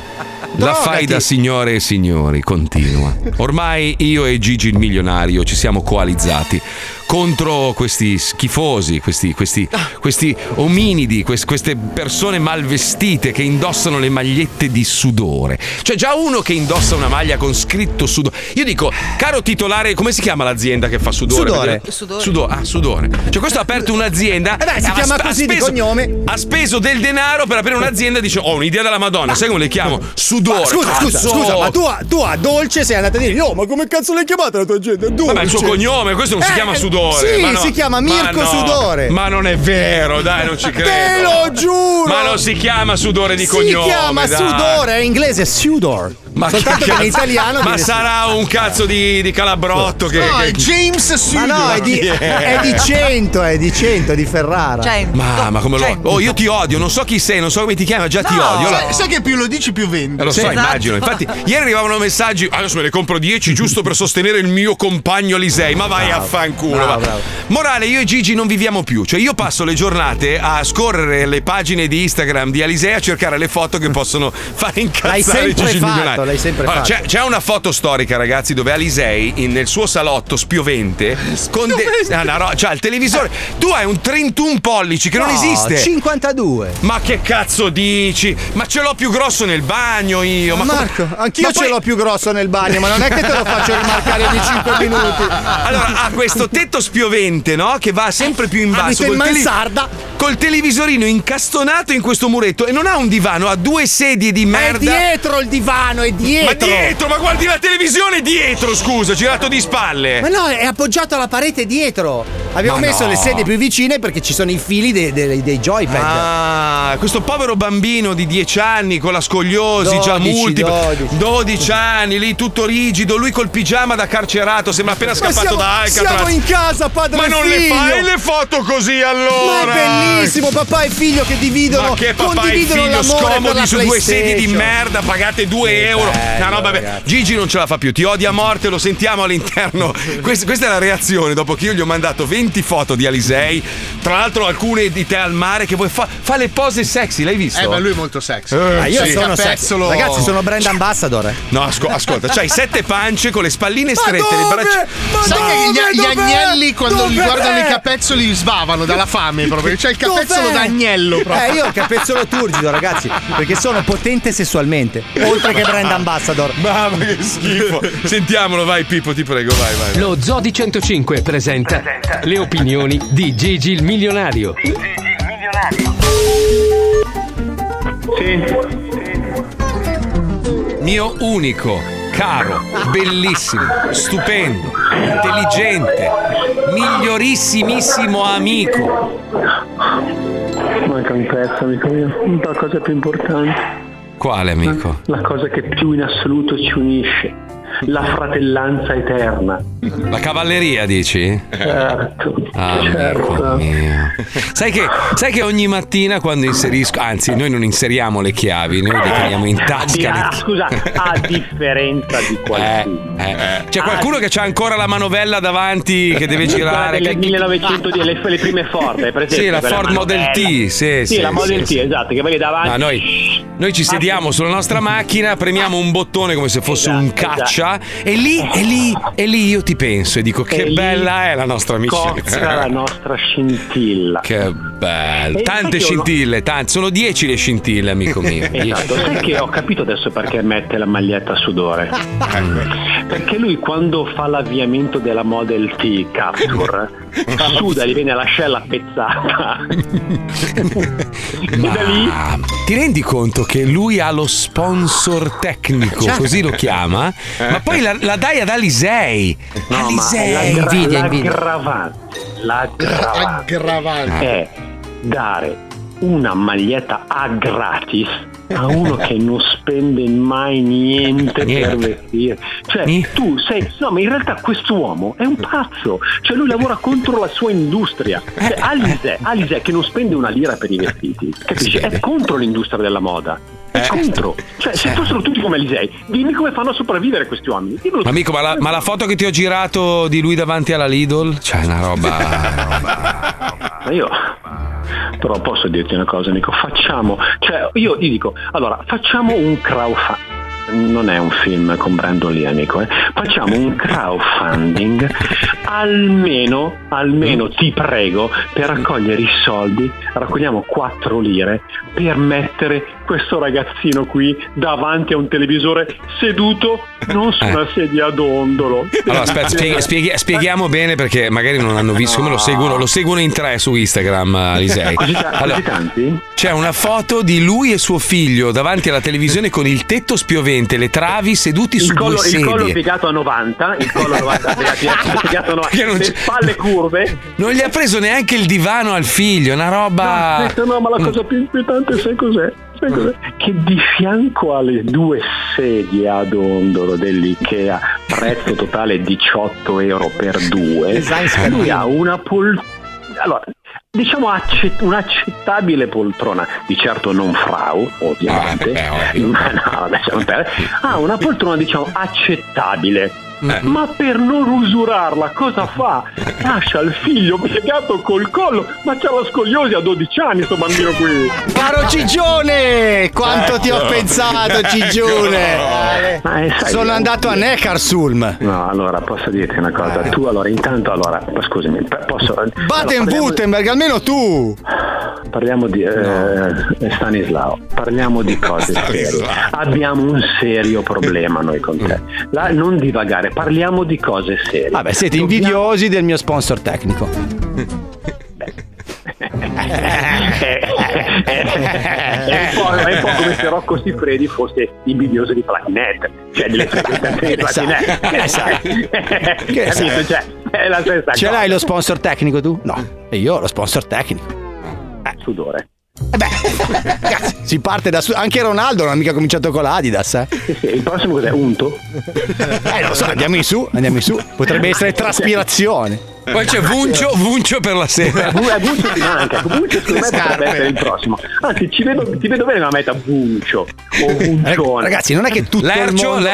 [SPEAKER 4] La faida, signore e signori, continua. Ormai io e Gigi il milionario ci siamo coalizzati contro questi schifosi, questi, questi- questi ominidi, quest- queste persone malvestite che indossano le magliette di sudore. Cioè, già uno che indossa una maglia con scritto sudore. Io dico, caro titolare, come si chiama l'azienda che fa sudore?
[SPEAKER 5] Sudore.
[SPEAKER 4] Perché- Sudore. Ah, sudore. Cioè, questo ha aperto un'azienda.
[SPEAKER 5] Eh beh, si
[SPEAKER 4] ha-
[SPEAKER 5] chiama
[SPEAKER 4] ha
[SPEAKER 5] così di
[SPEAKER 4] speso-
[SPEAKER 5] cognome.
[SPEAKER 4] ha speso del denaro per aprire un'azienda e dice: Ho un'idea della Madonna, sai come le chiamo? Sudore.
[SPEAKER 5] Ma scusa, scusa,
[SPEAKER 4] Cazzo!
[SPEAKER 5] scusa, ma tu a, tu a Dolce sei andata a dire, oh, ma come cazzo l'hai chiamata la tua gente? Dolce.
[SPEAKER 4] Vabbè, il suo cognome, questo non si
[SPEAKER 5] Eh,
[SPEAKER 4] chiama Sudore.
[SPEAKER 5] sì,
[SPEAKER 4] ma no.
[SPEAKER 5] si chiama
[SPEAKER 4] Ma
[SPEAKER 5] Mirko
[SPEAKER 4] no.
[SPEAKER 5] Sudore.
[SPEAKER 4] Ma non è vero, dai, non ci credo.
[SPEAKER 5] Te lo giuro!
[SPEAKER 4] Ma non si chiama Sudore di
[SPEAKER 5] si
[SPEAKER 4] cognome.
[SPEAKER 5] chiama
[SPEAKER 4] dai.
[SPEAKER 5] sudore, è in inglese è sudor.
[SPEAKER 4] Ma
[SPEAKER 5] Soltanto che in
[SPEAKER 4] cazzo-
[SPEAKER 5] italiano
[SPEAKER 4] Ma
[SPEAKER 5] viene-
[SPEAKER 4] sarà un cazzo di, di calabrotto che.
[SPEAKER 2] No, è
[SPEAKER 4] che-
[SPEAKER 2] James
[SPEAKER 5] Ma
[SPEAKER 2] Sudor.
[SPEAKER 5] no, è di, è di Cento, è di Cento, è di Ferrara.
[SPEAKER 8] Cioè,
[SPEAKER 4] Ma, ma come
[SPEAKER 8] cioè,
[SPEAKER 4] lo. Oh, io ti odio, non so chi sei, non so come ti chiami, ma già ti
[SPEAKER 8] No.
[SPEAKER 5] cioè,
[SPEAKER 4] odio.
[SPEAKER 2] Sai, sai che più lo dici più vendi.
[SPEAKER 4] Eh, lo so,
[SPEAKER 8] Esatto.
[SPEAKER 4] immagino. Infatti, ieri arrivavano messaggi. Adesso me ne compro 10 giusto per sostenere il mio compagno Lisei. Ma vai a fanculo. va. Morale, io e Gigi non viviamo più. Cioè, io passo le giornate a scorrere le pagine di Instagram di Alisei a cercare le foto che possono far incazzare
[SPEAKER 5] L'hai sempre
[SPEAKER 4] Gigi
[SPEAKER 5] fatto,
[SPEAKER 4] Milionario.
[SPEAKER 5] l'hai sempre
[SPEAKER 4] Allora,
[SPEAKER 5] fatto.
[SPEAKER 4] C'è, c'è una foto storica, ragazzi, dove Alisei in- nel suo salotto spiovente, con de- Ah, una ro- c'ha il televisore. Tu hai un 31 pollici che non
[SPEAKER 5] No,
[SPEAKER 4] esiste.
[SPEAKER 5] 52.
[SPEAKER 4] Ma che cazzo dici? Ma ce l'ho più grosso nel bagno io. Ma come-
[SPEAKER 5] Marco, anch'io
[SPEAKER 4] Ma
[SPEAKER 5] ce
[SPEAKER 4] poi-
[SPEAKER 5] l'ho più grosso nel bagno, ma non è che te lo faccio rimarcare di 5 minuti.
[SPEAKER 4] Allora, ha questo tetto spiovente, no? Che va sempre più in basso.
[SPEAKER 5] Abito in
[SPEAKER 4] col tele-
[SPEAKER 5] Ah, mansarda.
[SPEAKER 4] Col televisorino incastonato in questo muretto e non ha un divano, ha due sedie di
[SPEAKER 5] È
[SPEAKER 4] merda.
[SPEAKER 5] dietro il divano, è
[SPEAKER 4] Ma
[SPEAKER 5] dietro.
[SPEAKER 4] dietro, ma guardi la televisione dietro, scusa, girato di spalle.
[SPEAKER 5] Ma no, è appoggiato alla parete dietro. Abbiamo
[SPEAKER 4] Ma
[SPEAKER 5] messo
[SPEAKER 4] no.
[SPEAKER 5] le sedie più vicine perché ci sono i fili dei, dei, dei joypad.
[SPEAKER 4] Ah, questo povero bambino di 10 anni con la scogliosi già
[SPEAKER 5] 12,
[SPEAKER 4] multipla 12.
[SPEAKER 5] 12.
[SPEAKER 4] anni lì tutto rigido, lui col pigiama da carcerato, sembra appena
[SPEAKER 5] Ma
[SPEAKER 4] scappato
[SPEAKER 5] siamo,
[SPEAKER 4] da Alcatraz.
[SPEAKER 5] siamo in casa, padre
[SPEAKER 4] ma
[SPEAKER 5] e
[SPEAKER 4] non le
[SPEAKER 5] figlio.
[SPEAKER 4] fai le foto così allora?
[SPEAKER 5] Ma è bellissimo, papà e figlio che dividono,
[SPEAKER 4] Ma che papà e
[SPEAKER 5] condividono
[SPEAKER 4] figlio
[SPEAKER 5] l'amore per la
[SPEAKER 4] scomodi su due sedie di
[SPEAKER 5] PlayStation.
[SPEAKER 4] merda, pagate 2 euro. no, no, vabbè. Gigi non ce la fa più, ti odia a morte, lo sentiamo all'interno. Questa, questa è la reazione dopo che io gli ho mandato 20 foto di Alisei, tra l'altro alcune di te al mare che vuoi fa, fa le pose sexy, l'hai visto? Cioè,
[SPEAKER 2] Eh, ma lui è molto sexy.
[SPEAKER 4] Eh,
[SPEAKER 2] Ah,
[SPEAKER 5] Ma Ah, io
[SPEAKER 2] Sì.
[SPEAKER 5] sono
[SPEAKER 2] Capezzolo.
[SPEAKER 5] sexy. Ragazzi, sono brand ambassador. eh.
[SPEAKER 4] No, asco- ascolta, c'hai sette pance con le spalline strette, le braccia.
[SPEAKER 2] Sai che gli, gli agnelli quando li guardano i capezzoli sbavano dalla fame proprio. C'è il capezzolo
[SPEAKER 5] Dov'è?
[SPEAKER 2] d'agnello proprio.
[SPEAKER 5] Eh, io ho il capezzolo turgido, ragazzi, perché sono potente sessualmente, oltre che brand ambassador.
[SPEAKER 4] Mamma che schifo. Sentiamolo, vai Pippo, ti prego, vai, vai.
[SPEAKER 10] Lo Zodi 105 presenta, le opinioni di Gigi il milionario.
[SPEAKER 4] mio unico, caro, bellissimo, stupendo, intelligente, migliorissimissimo amico.
[SPEAKER 11] Manca un pezzo, amico mio. La cosa più importante,
[SPEAKER 4] Quale amico?
[SPEAKER 11] la cosa che più in assoluto ci unisce, la fratellanza eterna.
[SPEAKER 4] La cavalleria dici? Ah,
[SPEAKER 11] Certo,
[SPEAKER 4] Amico
[SPEAKER 11] certo.
[SPEAKER 4] mio. Sai che, sai che ogni mattina quando inserisco, anzi noi non inseriamo le chiavi, noi le teniamo in tasca. le
[SPEAKER 11] Ah,
[SPEAKER 4] chi-
[SPEAKER 11] scusa, a differenza di
[SPEAKER 4] Eh,
[SPEAKER 11] qualcuno. Ah,
[SPEAKER 4] eh. C'è qualcuno che ha ancora la manovella davanti che deve
[SPEAKER 11] Quella
[SPEAKER 4] girare.
[SPEAKER 11] del
[SPEAKER 4] Che-
[SPEAKER 11] 1900 di le, le prime Ford, hai presente?
[SPEAKER 4] Sì, la
[SPEAKER 11] Quella
[SPEAKER 4] Ford Model T,
[SPEAKER 11] manovella.
[SPEAKER 4] sì,
[SPEAKER 11] Sì,
[SPEAKER 4] sì,
[SPEAKER 11] la Model
[SPEAKER 4] sì,
[SPEAKER 11] T,
[SPEAKER 4] sì.
[SPEAKER 11] esatto, che vedi davanti.
[SPEAKER 4] Ma noi, noi ci sediamo sulla nostra macchina, premiamo un bottone come se fosse un
[SPEAKER 11] Esatto,
[SPEAKER 4] caccia fa e lì, e lì, e lì io ti penso e dico che
[SPEAKER 11] lì
[SPEAKER 4] bella è la nostra
[SPEAKER 11] Cozza la
[SPEAKER 4] amicizia.
[SPEAKER 11] nostra scintilla.
[SPEAKER 4] Che bello,
[SPEAKER 11] E
[SPEAKER 4] tante
[SPEAKER 11] infatti ho-
[SPEAKER 4] scintille, tante. sono dieci le scintille, amico mio.
[SPEAKER 11] Esatto, sai che ho capito adesso perché mette la maglietta a sudore.
[SPEAKER 4] Ecco.
[SPEAKER 11] Perché lui quando fa l'avviamento della Model T Capture suda, gli viene l'ascella pezzata.
[SPEAKER 4] Ma ti rendi conto che lui ha lo sponsor tecnico,
[SPEAKER 11] Certo.
[SPEAKER 4] così lo chiama, ma poi la, la dai ad Alisei.
[SPEAKER 11] No, ma è
[SPEAKER 4] Alisei,
[SPEAKER 11] l'aggra- l'aggravante, l'aggravante
[SPEAKER 2] Aggravante.
[SPEAKER 11] è dare una maglietta a gratis a uno che non spende mai niente,
[SPEAKER 4] Niente.
[SPEAKER 11] per vestirsi. Cioè, tu sei. No, ma in realtà quest'uomo è un pazzo. Cioè, lui lavora contro la sua industria.
[SPEAKER 4] Eh.
[SPEAKER 11] Cioè, Alice, Alice che non spende una lira per i vestiti, capisci? È contro l'industria della moda.
[SPEAKER 4] Eh.
[SPEAKER 11] È contro. Cioè, se fossero tutti come Alisei, dimmi come fanno a sopravvivere questi uomini. Dimmelo
[SPEAKER 4] Ma
[SPEAKER 11] tu.
[SPEAKER 4] amico, ma la, ma la foto che ti ho girato di lui davanti alla Lidl? Cioè, è una roba.
[SPEAKER 11] Ma io però posso dirti una cosa, Nico, facciamo, cioè io ti dico, allora facciamo un crowdfunding. Non è un film con Brandon Lee, amico. eh. Facciamo un crowdfunding almeno, almeno ti prego, per raccogliere i soldi. Raccogliamo 4 lire per mettere questo ragazzino qui davanti a un televisore seduto, non su una sedia a dondolo.
[SPEAKER 4] Eh. Allora, aspetta, spieghi- spieghi- spieghiamo bene perché magari non hanno visto. Come lo seguono? Lo seguono in tre su Instagram, Alisei.
[SPEAKER 11] Così ta- così tanti?
[SPEAKER 4] c'è una foto di lui e suo figlio davanti alla televisione con il tetto spiovente, le travi seduti su
[SPEAKER 11] il collo,
[SPEAKER 4] due
[SPEAKER 11] il
[SPEAKER 4] sedie.
[SPEAKER 11] collo piegato a 90, il collo a 90 piegato- piegato a 90,
[SPEAKER 4] Perché non
[SPEAKER 11] le
[SPEAKER 4] c'è-
[SPEAKER 11] spalle curve.
[SPEAKER 4] Non gli ha preso neanche il divano al figlio, una
[SPEAKER 11] No, eh,
[SPEAKER 4] roba.
[SPEAKER 11] aspetta, no, ma la cosa più inquietante sai cos'è? Sai cos'è? Che di fianco alle due sedie ad ondolo dell'IKEA, prezzo totale 18 euro per due, lui ha una poltrona. Allora, diciamo accett- un'accettabile poltrona, di certo non frau,
[SPEAKER 4] Ah,
[SPEAKER 11] ovviamente, ma no, lasciamo perdere. ha una poltrona diciamo accettabile. Ma per non usurarla cosa fa? Lascia il figlio piegato col collo, ma c'ha la scogliosi a 12 anni sto bambino qui.
[SPEAKER 5] Caro Cigione, quanto ti ho
[SPEAKER 11] Ecco.
[SPEAKER 5] pensato,
[SPEAKER 11] Ecco. Ma, eh,
[SPEAKER 5] Cigione.
[SPEAKER 11] sai-
[SPEAKER 5] Sono andato a Eh. Neckarsulm.
[SPEAKER 11] No, allora posso dirti una cosa, tu allora intanto allora, ma scusami, p- posso...
[SPEAKER 5] Baden-Württemberg, almeno tu.
[SPEAKER 11] Parliamo di eh, Stanislao, parliamo di cose serie. Abbiamo un serio problema noi con te. La- non divagare, parliamo di cose serie.
[SPEAKER 5] Mm. Vabbè, siete invidiosi del mio sponsor tecnico.
[SPEAKER 11] è, un po', è un po' come se Rocco Siffredi fosse invidioso di Platinette, cioè delle presentazioni di
[SPEAKER 5] Che ne sa?
[SPEAKER 11] Platinette.
[SPEAKER 5] Che ne sa? Esatto, Che ne sa?
[SPEAKER 11] Capito? Cioè, è la stessa
[SPEAKER 5] Ce
[SPEAKER 11] cosa.
[SPEAKER 5] l'hai lo sponsor tecnico tu? No. E io ho lo sponsor tecnico.
[SPEAKER 11] Eh,
[SPEAKER 5] Eh
[SPEAKER 11] Sudore.
[SPEAKER 5] Si parte da su. Anche Ronaldo non ha mica cominciato con l'Adidas. Eh.
[SPEAKER 11] Sì, sì, il prossimo cos'è? Unto?
[SPEAKER 5] Eh, non so, andiamo in su, andiamo in su. Potrebbe essere traspirazione.
[SPEAKER 4] Poi c'è Vuncio, Vuncio per la sera.
[SPEAKER 11] Bu- eh, Buccio ti manca, Buccio secondo me potrebbe essere il prossimo. Anzi, ci vedo, ti vedo bene una meta Buccio o Buncione.
[SPEAKER 5] Ecco, Ragazzi, non è che tutto il mondo, non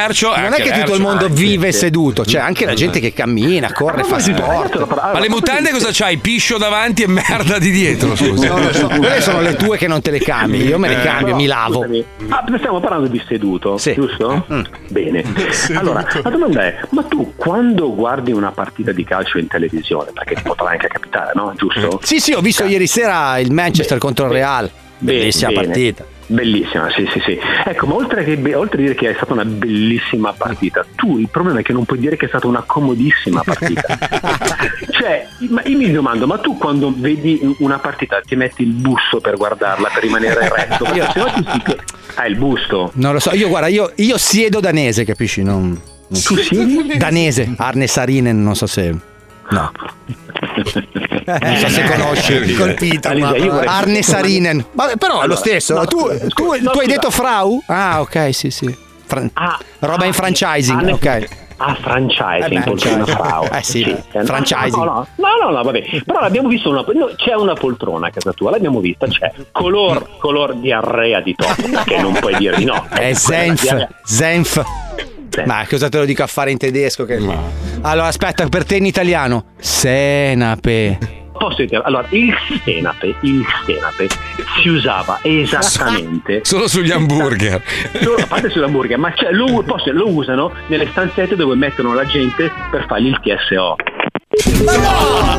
[SPEAKER 5] è che tutto il mondo vive seduto, c'è anche la gente che cammina, corre, fa sport.
[SPEAKER 4] Ma le mutande cosa c'hai? Piscio davanti e merda di dietro, scusa.
[SPEAKER 5] No, lo so,
[SPEAKER 11] Eh,
[SPEAKER 5] quelle sono le tue che non te le cambi, io me le cambio,
[SPEAKER 11] Però,
[SPEAKER 5] mi lavo.
[SPEAKER 11] scusami, Ah, ma stiamo parlando di seduto, giusto?
[SPEAKER 5] Mm.
[SPEAKER 11] Bene. Allora, la domanda è: ma tu quando guardi una partita di calcio in televisione, perché ti potrà anche capitare, no? Giusto?
[SPEAKER 5] Mm, Sì, sì, ho visto ieri sera il Manchester contro il Real. Bellissima
[SPEAKER 11] Bene.
[SPEAKER 5] partita.
[SPEAKER 11] Bellissima, sì, sì, sì. Ecco, ma oltre, che be- oltre a dire che è stata una bellissima partita, tu il problema è che non puoi dire che è stata una comodissima partita. cioè, ma io mi domando, ma tu quando vedi una partita ti metti il busto per guardarla, per rimanere eretto? Perché se no ti si pie- Ah, il busto.
[SPEAKER 5] Non lo so, io guarda, io, io siedo danese, capisci? Non, non so. Danese, Arne Sarinen, non so se... No. Non so se conosci.
[SPEAKER 11] Colpita, Alice, io vorrei-
[SPEAKER 5] Arne Sarinen. Vabbè, però è lo
[SPEAKER 11] Allora,
[SPEAKER 5] stesso.
[SPEAKER 11] no,
[SPEAKER 5] tu,
[SPEAKER 11] scusa,
[SPEAKER 5] tu-
[SPEAKER 11] no,
[SPEAKER 5] tu hai
[SPEAKER 11] scusa.
[SPEAKER 5] detto Frau? Ah, ok, sì, sì. Fran-
[SPEAKER 11] Ah,
[SPEAKER 5] roba in franchising,
[SPEAKER 11] Arne-
[SPEAKER 5] ok.
[SPEAKER 11] Ah,
[SPEAKER 5] Eh beh,
[SPEAKER 11] franchising, poltrona
[SPEAKER 5] franchising.
[SPEAKER 11] frau.
[SPEAKER 5] Eh sì,
[SPEAKER 11] no,
[SPEAKER 5] franchising.
[SPEAKER 11] No no, no, no, no, vabbè. Però l'abbiamo visto, una, no, c'è una poltrona a casa tua, l'abbiamo vista, c'è color, color diarrea di top, che non puoi dire di no.
[SPEAKER 5] È Eh, Zenf.
[SPEAKER 11] Diarrea-
[SPEAKER 5] Zenf. Ma cosa te lo dico a fare in tedesco? Che... Allora, aspetta, per te in italiano. Senape.
[SPEAKER 11] posso dire, allora il senape, il senape si usava esattamente
[SPEAKER 4] Solo sugli hamburger.
[SPEAKER 11] Solo- a parte sull'hamburger, ma cioè, lo, posso- lo usano nelle stanzette dove mettono la gente per fargli il TSO.
[SPEAKER 4] No,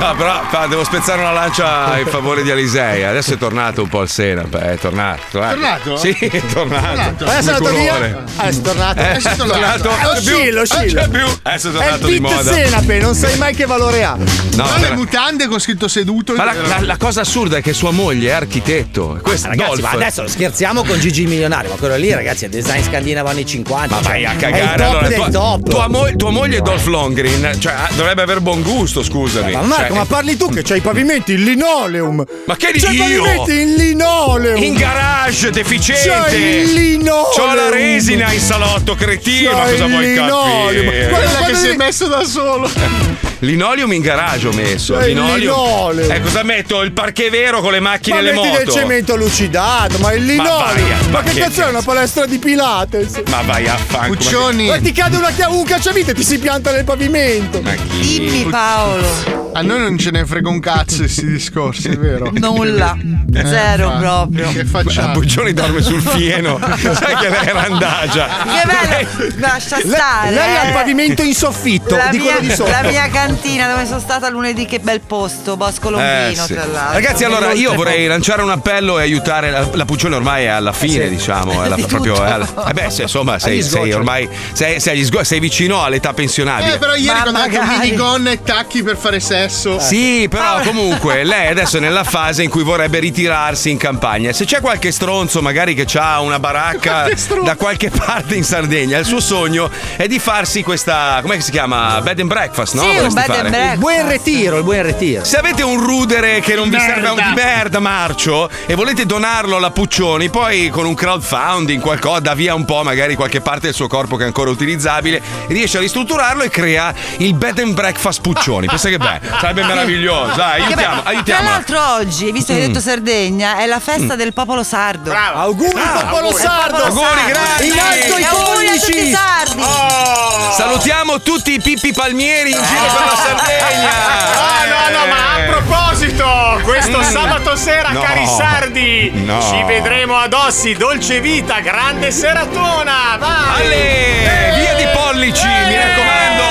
[SPEAKER 4] Ah, però fa- devo spezzare una lancia in favore di Alisei. Adesso è tornato un po' il Senape. È tornato. tornato.
[SPEAKER 2] Tornato?
[SPEAKER 4] Sì, è tornato.
[SPEAKER 2] Adesso è
[SPEAKER 4] Come
[SPEAKER 2] andato
[SPEAKER 4] colore.
[SPEAKER 2] via. Ah, è tornato.
[SPEAKER 4] Eh,
[SPEAKER 2] Adesso è tornato.
[SPEAKER 12] Ah,
[SPEAKER 4] tornato.
[SPEAKER 2] Eh,
[SPEAKER 4] Oscilla, oscilla.
[SPEAKER 2] eh, c'è più.
[SPEAKER 4] Adesso Ah, è
[SPEAKER 2] È
[SPEAKER 4] tornato di moda.
[SPEAKER 2] non sai mai che valore ha. No,
[SPEAKER 4] vabbè.
[SPEAKER 2] le mutande con scritto seduto.
[SPEAKER 4] Ma la, la- la cosa assurda è che sua moglie è architetto. Questo
[SPEAKER 5] Ma Ah, ragazzi, ma
[SPEAKER 4] Dolph.
[SPEAKER 5] adesso scherziamo con Gigi Milionario, ma quello lì, ragazzi, è design scandinavo anni 50.
[SPEAKER 4] Ma
[SPEAKER 5] cioè,
[SPEAKER 4] vai a
[SPEAKER 5] È il
[SPEAKER 4] cagare.
[SPEAKER 5] top
[SPEAKER 4] allora,
[SPEAKER 5] del
[SPEAKER 4] tua,
[SPEAKER 5] top.
[SPEAKER 4] tua mo- tua moglie è Dolph Longrin, cioè ah, dovrebbe aver buon gusto, scusami.
[SPEAKER 12] Ma Marco,
[SPEAKER 4] Cioè,
[SPEAKER 12] ma parli tu che c'hai i pavimenti in linoleum!
[SPEAKER 4] Ma che
[SPEAKER 12] C'hai i
[SPEAKER 4] dici io?
[SPEAKER 12] pavimenti in linoleum!
[SPEAKER 4] In garage, deficiente!
[SPEAKER 5] Cioè,
[SPEAKER 12] C'hai il linoleum!
[SPEAKER 4] C'ho la resina in salotto, cretino! Ma
[SPEAKER 12] C'hai
[SPEAKER 4] cosa
[SPEAKER 12] il
[SPEAKER 4] vuoi
[SPEAKER 12] linoleum!
[SPEAKER 4] capire?
[SPEAKER 12] Guarda
[SPEAKER 2] Quella che si è messo da solo.
[SPEAKER 4] Linoleum in garage ho messo.
[SPEAKER 12] Eh, il
[SPEAKER 4] Linoleum.
[SPEAKER 12] linoleum.
[SPEAKER 4] Eh, cosa metto? Il parquet vero con le macchine
[SPEAKER 12] Ma
[SPEAKER 4] e le
[SPEAKER 12] metti
[SPEAKER 4] moto.
[SPEAKER 12] del cemento lucidato, ma il
[SPEAKER 4] Ma vai
[SPEAKER 12] linoleum!
[SPEAKER 4] a-
[SPEAKER 12] Ma,
[SPEAKER 4] ma
[SPEAKER 12] che
[SPEAKER 4] che
[SPEAKER 12] cazzo è
[SPEAKER 4] cazzo?
[SPEAKER 12] una palestra di Pilates?
[SPEAKER 4] Ma Ah, vai a fanculo.
[SPEAKER 12] Ma ti cade una chia- un cacciavite e ti si pianta nel pavimento!
[SPEAKER 2] Dimmi Paolo. A noi non ce ne frega un cazzo questi discorsi, è vero? Eh,
[SPEAKER 8] Nulla. Zero
[SPEAKER 2] infatti.
[SPEAKER 8] proprio.
[SPEAKER 2] Che facciamo?
[SPEAKER 4] La Buccioni dorme sul fieno. Sai che lei è randagia.
[SPEAKER 8] Che bello! Lascia
[SPEAKER 12] Lei-
[SPEAKER 8] stare.
[SPEAKER 12] lei ha il
[SPEAKER 8] eh.
[SPEAKER 12] pavimento in soffitto,
[SPEAKER 8] La
[SPEAKER 12] di
[SPEAKER 8] mia,
[SPEAKER 12] quello di sopra.
[SPEAKER 8] la mia cantina dove sono stata lunedì, che bel posto, Bosco Lombino,
[SPEAKER 4] Eh, sì.
[SPEAKER 8] tra l'altro.
[SPEAKER 4] Ragazzi, allora io
[SPEAKER 8] Oltre-
[SPEAKER 4] vorrei lanciare un appello e aiutare. La, la Puccioni ormai è alla fine, diciamo. È alla-
[SPEAKER 8] Eh, Di
[SPEAKER 4] proprio,
[SPEAKER 8] tutto.
[SPEAKER 4] è alla- eh beh, sì, insomma, sei,
[SPEAKER 2] Agli sgoccioli.
[SPEAKER 4] sei ormai sei, sei agli sgo- sei vicino all'età pensionabile.
[SPEAKER 2] Eh, però ieri
[SPEAKER 8] Ma
[SPEAKER 2] quando ho dato
[SPEAKER 8] magari.
[SPEAKER 2] minigonna e tacchi per fare sesso.
[SPEAKER 8] Eh.
[SPEAKER 4] Sì,
[SPEAKER 8] Ah.
[SPEAKER 4] però comunque lei adesso è nella fase in cui vorrebbe ritirarsi in campagna. Se c'è qualche stronzo, magari che ha una baracca
[SPEAKER 2] Qualche stronzo.
[SPEAKER 4] da qualche parte in Sardegna, il suo sogno è di farsi questa. com'è che si chiama? Bed and breakfast, no?
[SPEAKER 8] Sì, un
[SPEAKER 4] Vorresti
[SPEAKER 8] bed
[SPEAKER 4] fare.
[SPEAKER 8] and breakfast.
[SPEAKER 5] Buon ritiro, il buon ritiro.
[SPEAKER 4] Se avete un rudere che non vi
[SPEAKER 5] Merda.
[SPEAKER 4] serve a un di merda marcio e volete donarlo alla Puccioni, poi con un crowdfunding, qualcosa, dà via un po' magari qualche parte del suo corpo che è ancora utilizzabile, riesce a ristrutturarlo e crea il bed and breakfast Puccioni. Pensa che bello, sarebbe meraviglioso. Dai,
[SPEAKER 8] Che
[SPEAKER 4] aiutiamo,
[SPEAKER 8] bello. Tra
[SPEAKER 4] aiutiamo. Mm.
[SPEAKER 8] l'altro oggi, visto che hai detto Sardegna, è la festa del popolo sardo. Ah, Bravo.
[SPEAKER 12] Auguri popolo sardo.
[SPEAKER 4] Ah, Auguri, grandi.
[SPEAKER 12] In alto i
[SPEAKER 8] Auguri a tutti i
[SPEAKER 12] pollici.
[SPEAKER 8] sardi.
[SPEAKER 4] Salutiamo tutti i Pippi Palmieri in giro per Oh, la Eh. Sardegna.
[SPEAKER 9] No, no, ma a proposito, questo sabato sera,
[SPEAKER 4] Mm. No.
[SPEAKER 9] cari sardi,
[SPEAKER 4] No.
[SPEAKER 9] ci vedremo ad Ossi, Dolce Vita, grande seratona, vai! Eh!
[SPEAKER 4] Alle, via di pollici, mi raccomando.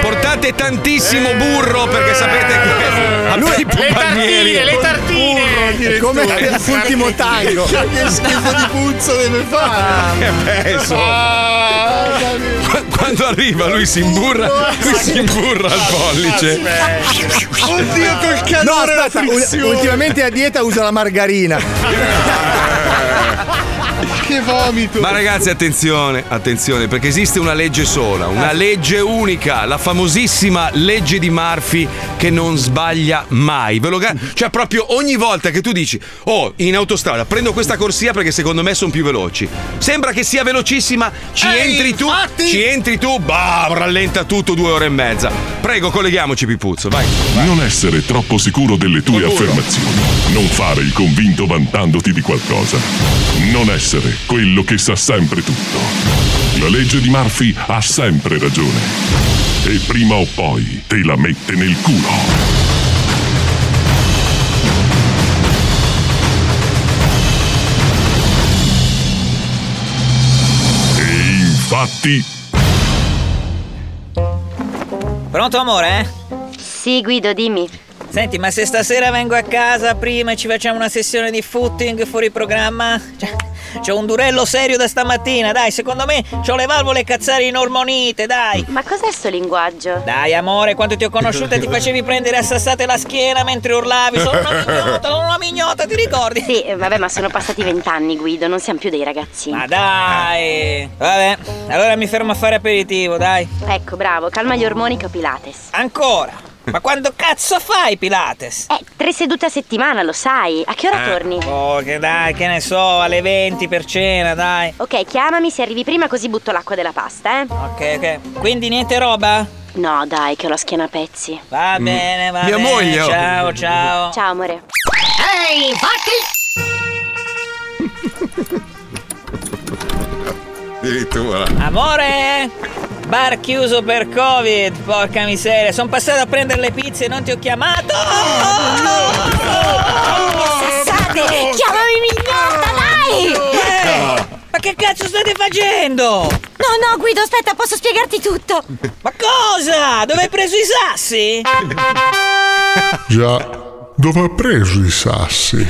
[SPEAKER 4] Portate tantissimo burro perché sapete che a
[SPEAKER 12] Lui-
[SPEAKER 4] Pippo
[SPEAKER 12] le
[SPEAKER 4] Palmieri-
[SPEAKER 9] tartine, le tartine.
[SPEAKER 12] È come il ultimo tango.
[SPEAKER 2] eh. Che schifo di puzzo deve fare.
[SPEAKER 4] Che peso.
[SPEAKER 2] Ah,
[SPEAKER 4] Qu- Quando arriva lui si imburra, lui si imburra al pollice.
[SPEAKER 2] Oddio col
[SPEAKER 12] No,
[SPEAKER 2] calore la
[SPEAKER 12] aspetta, ul-
[SPEAKER 2] frizione.
[SPEAKER 12] ultimamente a dieta usa la margarina.
[SPEAKER 2] Che vomito.
[SPEAKER 4] Ma ragazzi, attenzione, attenzione, perché esiste una legge sola, una legge unica, la famosissima legge di Murphy che non sbaglia mai. Ve lo gar- cioè, proprio ogni volta che tu dici, oh, in autostrada prendo questa corsia perché secondo me sono più veloci. Sembra che sia velocissima, ci
[SPEAKER 2] Eh,
[SPEAKER 4] entri tu,
[SPEAKER 2] infatti.
[SPEAKER 4] ci entri tu, bah, rallenta tutto due ore e mezza. Prego, colleghiamoci, Pipuzzo, vai.
[SPEAKER 13] Non essere troppo sicuro delle tue affermazioni. Non fare il convinto vantandoti di qualcosa. Non essere quello che sa sempre tutto. La legge di Murphy ha sempre ragione. E prima o poi te la mette nel culo. E infatti
[SPEAKER 14] Pronto amore?
[SPEAKER 15] Sì, Guido, dimmi.
[SPEAKER 14] Senti, ma se stasera vengo a casa prima e ci facciamo una sessione di footing fuori programma? Cioè, c'ho un durello serio da stamattina, dai, secondo me c'ho le valvole cazzare inormonite, dai!
[SPEAKER 15] Ma cos'è sto linguaggio?
[SPEAKER 14] Dai amore, quando ti ho conosciuta ti facevi prendere a sassate la schiena mentre urlavi Sono una mignota, sono una mignota, ti ricordi?
[SPEAKER 15] Sì, eh, vabbè, ma sono passati vent'anni, Guido, non siamo più dei ragazzini.
[SPEAKER 14] Ma dai! Vabbè, allora mi fermo a fare aperitivo, dai!
[SPEAKER 15] Ecco, bravo, calma gli ormoni che ho Pilates.
[SPEAKER 14] Ancora! Ma quando cazzo fai Pilates?
[SPEAKER 15] Eh, tre sedute a settimana, lo sai. A che ora
[SPEAKER 14] Eh,
[SPEAKER 15] torni?
[SPEAKER 14] Oh, che dai, che ne so, alle 20 per cena, dai.
[SPEAKER 15] Ok, chiamami se arrivi prima così butto l'acqua della pasta, eh.
[SPEAKER 14] Ok, ok. Quindi niente roba?
[SPEAKER 15] No, dai, che ho la schiena a pezzi.
[SPEAKER 14] Va bene, va
[SPEAKER 15] Mm. Mia
[SPEAKER 14] bene.
[SPEAKER 15] moglie. oh.
[SPEAKER 14] Ciao, ciao.
[SPEAKER 15] Ciao, amore.
[SPEAKER 16] Ehi, infatti!
[SPEAKER 4] Addirittura.
[SPEAKER 14] Amore! Bar chiuso per Covid, porca miseria. Sono passato a prendere le pizze e non ti ho chiamato.
[SPEAKER 16] Sassate, chiamami Mignetta, dai!
[SPEAKER 14] Oh, eh, Ma che cazzo state facendo?
[SPEAKER 16] No, no, Guido, aspetta, posso spiegarti tutto.
[SPEAKER 14] Ma cosa? Dove hai preso i sassi?
[SPEAKER 17] Già, dove ha preso i sassi?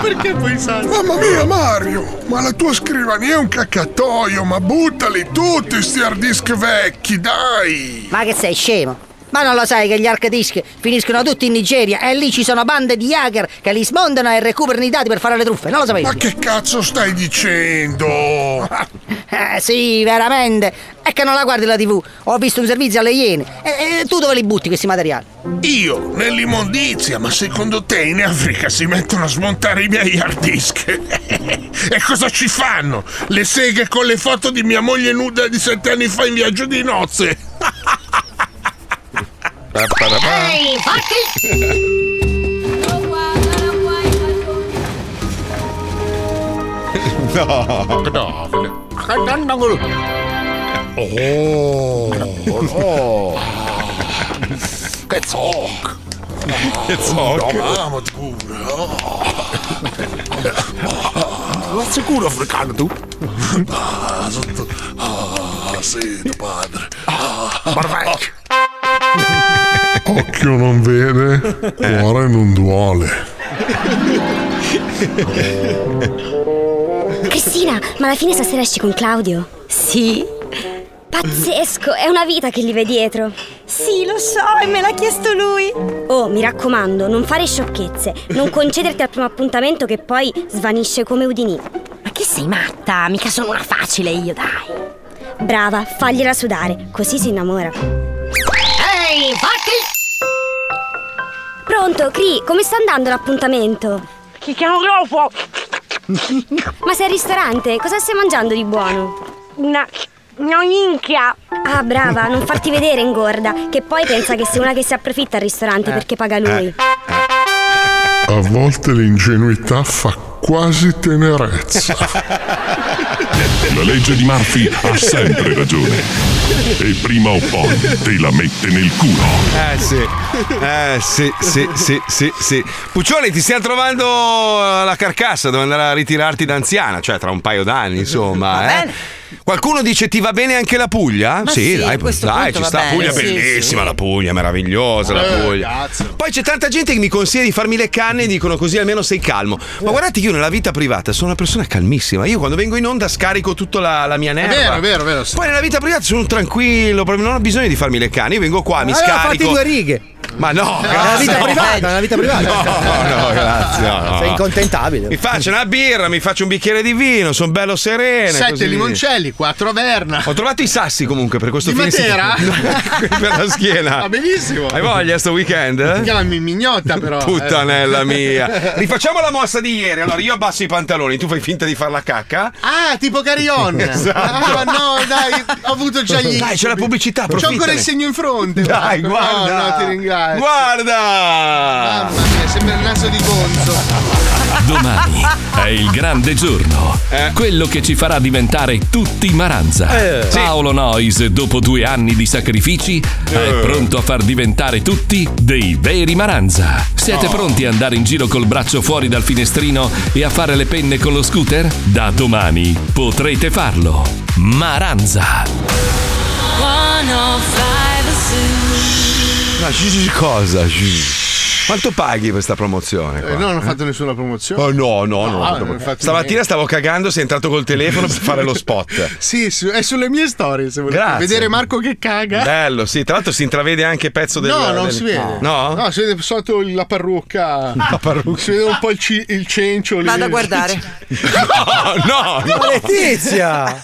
[SPEAKER 2] Perché poi sa?
[SPEAKER 17] Mamma mia Mario, ma la tua scrivania è un caccatoio, ma buttali tutti sti hard disk vecchi, dai!
[SPEAKER 18] Ma che sei scemo? Ma non lo sai che gli hard disk finiscono tutti in Nigeria e lì ci sono bande di hacker che li smondano e recuperano i dati per fare le truffe, non lo sapevi?
[SPEAKER 17] Ma che cazzo stai dicendo?
[SPEAKER 18] Eh sì, veramente. È che non la guardi la TV. Ho visto un servizio alle Iene. E, e tu dove li butti questi materiali?
[SPEAKER 17] Io nell'immondizia, ma secondo te in Africa si mettono a smontare i miei hard disk? e cosa ci fanno? Le seghe con le foto di mia moglie nuda di sette anni fa in viaggio di nozze?
[SPEAKER 16] Ehi, fatti!
[SPEAKER 17] No, no. Oh, no. Che zoc. Che zoc. No, mamma, tu. La sicuro africano tu? Ah, sotto. Ah, sì, tuo padre. Ah, Barbec. Occhio non vede, cuore non duole.
[SPEAKER 16] Cristina, ma alla fine stasera esci con Claudio? Sì. Pazzesco, è una vita che gli ve dietro. Sì, lo so, e me l'ha chiesto lui. Oh, mi raccomando, non fare sciocchezze. Non concederti al primo appuntamento che poi svanisce come Udinì. Ma che sei matta? Mica sono una facile io, dai. Brava, fagliela sudare, così si innamora.
[SPEAKER 6] Ehi, fatti!
[SPEAKER 16] Pronto, Cri, come sta andando l'appuntamento? Ti chiamo Rofo! Ma sei al ristorante? Cosa stai mangiando di buono? Una. una minchia! Ah, brava, non farti vedere ingorda, che poi pensa che sei una che si approfitta al ristorante
[SPEAKER 17] Eh.
[SPEAKER 16] perché paga lui.
[SPEAKER 17] A volte l'ingenuità fa quasi tenerezza.
[SPEAKER 13] La legge di Murphy ha sempre ragione. E prima o poi te la mette nel culo.
[SPEAKER 4] Eh sì, eh sì, sì, sì, sì, sì. Puccioli, ti stiamo trovando eh, la carcassa dove andare a ritirarti da anziana, cioè tra un paio d'anni, insomma. eh. Qualcuno dice ti va bene anche la Puglia?
[SPEAKER 8] Ma sì, a
[SPEAKER 4] dai,
[SPEAKER 8] questo
[SPEAKER 4] dai,
[SPEAKER 8] punto
[SPEAKER 4] ci
[SPEAKER 8] va
[SPEAKER 4] sta.
[SPEAKER 8] bene,
[SPEAKER 4] Puglia
[SPEAKER 8] sì,
[SPEAKER 4] bellissima, la Puglia, meravigliosa la
[SPEAKER 8] Eh,
[SPEAKER 4] Puglia. Poi c'è tanta gente che mi consiglia di farmi le canne e dicono così almeno sei calmo.
[SPEAKER 8] Eh.
[SPEAKER 4] Ma guardate che io nella vita privata sono una persona calmissima. Io quando vengo in onda scarico tutta la, la mia nerva.
[SPEAKER 2] vero, è vero, è vero,
[SPEAKER 4] Poi nella vita privata sono tranquillo, proprio non ho bisogno di farmi le canne. Io vengo qua, mi
[SPEAKER 5] allora
[SPEAKER 4] scarico.
[SPEAKER 5] fatti due righe.
[SPEAKER 4] Ma no,
[SPEAKER 5] Nella
[SPEAKER 4] grazie,
[SPEAKER 5] vita
[SPEAKER 4] no.
[SPEAKER 5] privata, nella vita privata.
[SPEAKER 4] No, no, grazie. no, no.
[SPEAKER 5] Sei incontentabile.
[SPEAKER 4] Mi faccio una birra, mi faccio un bicchiere di vino, sono bello sereno.
[SPEAKER 2] Sette
[SPEAKER 4] così.
[SPEAKER 2] limoncelli, quattro verna.
[SPEAKER 4] Ho trovato i sassi comunque per questo
[SPEAKER 2] Di
[SPEAKER 4] fine
[SPEAKER 2] Matera?
[SPEAKER 4] settimana. per la schiena.
[SPEAKER 2] Va benissimo.
[SPEAKER 4] Hai voglia sto weekend? eh?
[SPEAKER 2] Si chiama Mignotta però.
[SPEAKER 4] Puttanella
[SPEAKER 2] eh.
[SPEAKER 4] mia. Rifacciamo la mossa di ieri. Allora, io abbasso i pantaloni, tu fai finta di far la cacca.
[SPEAKER 2] Ah, tipo Carion.
[SPEAKER 4] Esatto.
[SPEAKER 2] Ah, ma no, dai, ho avuto già gli.
[SPEAKER 4] Dai, c'è la pubblicità,
[SPEAKER 2] C'ho ancora
[SPEAKER 4] approfittane.
[SPEAKER 2] il segno in fronte. Ah,
[SPEAKER 4] Dai,
[SPEAKER 2] No,
[SPEAKER 4] guarda.
[SPEAKER 2] No, ti ringrazio.
[SPEAKER 4] Guarda.
[SPEAKER 2] Mamma mia, sembra il naso di Gonzo.
[SPEAKER 1] Domani è il grande giorno, quello che ci farà diventare tutti Maranza.
[SPEAKER 4] Eh. Sì.
[SPEAKER 1] Paolo Nois, dopo due anni di sacrifici,
[SPEAKER 4] Eh.
[SPEAKER 1] è pronto a far diventare tutti dei veri Maranza. Siete
[SPEAKER 13] Oh.
[SPEAKER 1] pronti ad andare in giro col braccio fuori dal finestrino e a fare le penne con lo scooter? Da domani potrete farlo. Maranza.
[SPEAKER 4] No, sh- sh- cosa? Sh- Quanto paghi per sta promozione? Qua?
[SPEAKER 2] Eh, no, non ho fatto nessuna promozione.
[SPEAKER 4] Oh, no, no, no.
[SPEAKER 2] Ah, non ho fatto
[SPEAKER 4] Stamattina stavo cagando, sei entrato col telefono per fare lo spot.
[SPEAKER 2] Sì, su- è sulle mie storie. Se volete
[SPEAKER 4] Grazie.
[SPEAKER 2] vedere Marco che caga.
[SPEAKER 4] Bello, sì. Tra l'altro si intravede anche pezzo del.
[SPEAKER 2] No, non
[SPEAKER 4] del-
[SPEAKER 2] si vede.
[SPEAKER 4] No?
[SPEAKER 2] No, si vede sotto la parrucca.
[SPEAKER 4] La parrucca.
[SPEAKER 2] Si vede un po' il, ci- il cencio lì.
[SPEAKER 8] Vado a guardare.
[SPEAKER 4] No, no, no.
[SPEAKER 5] Letizia!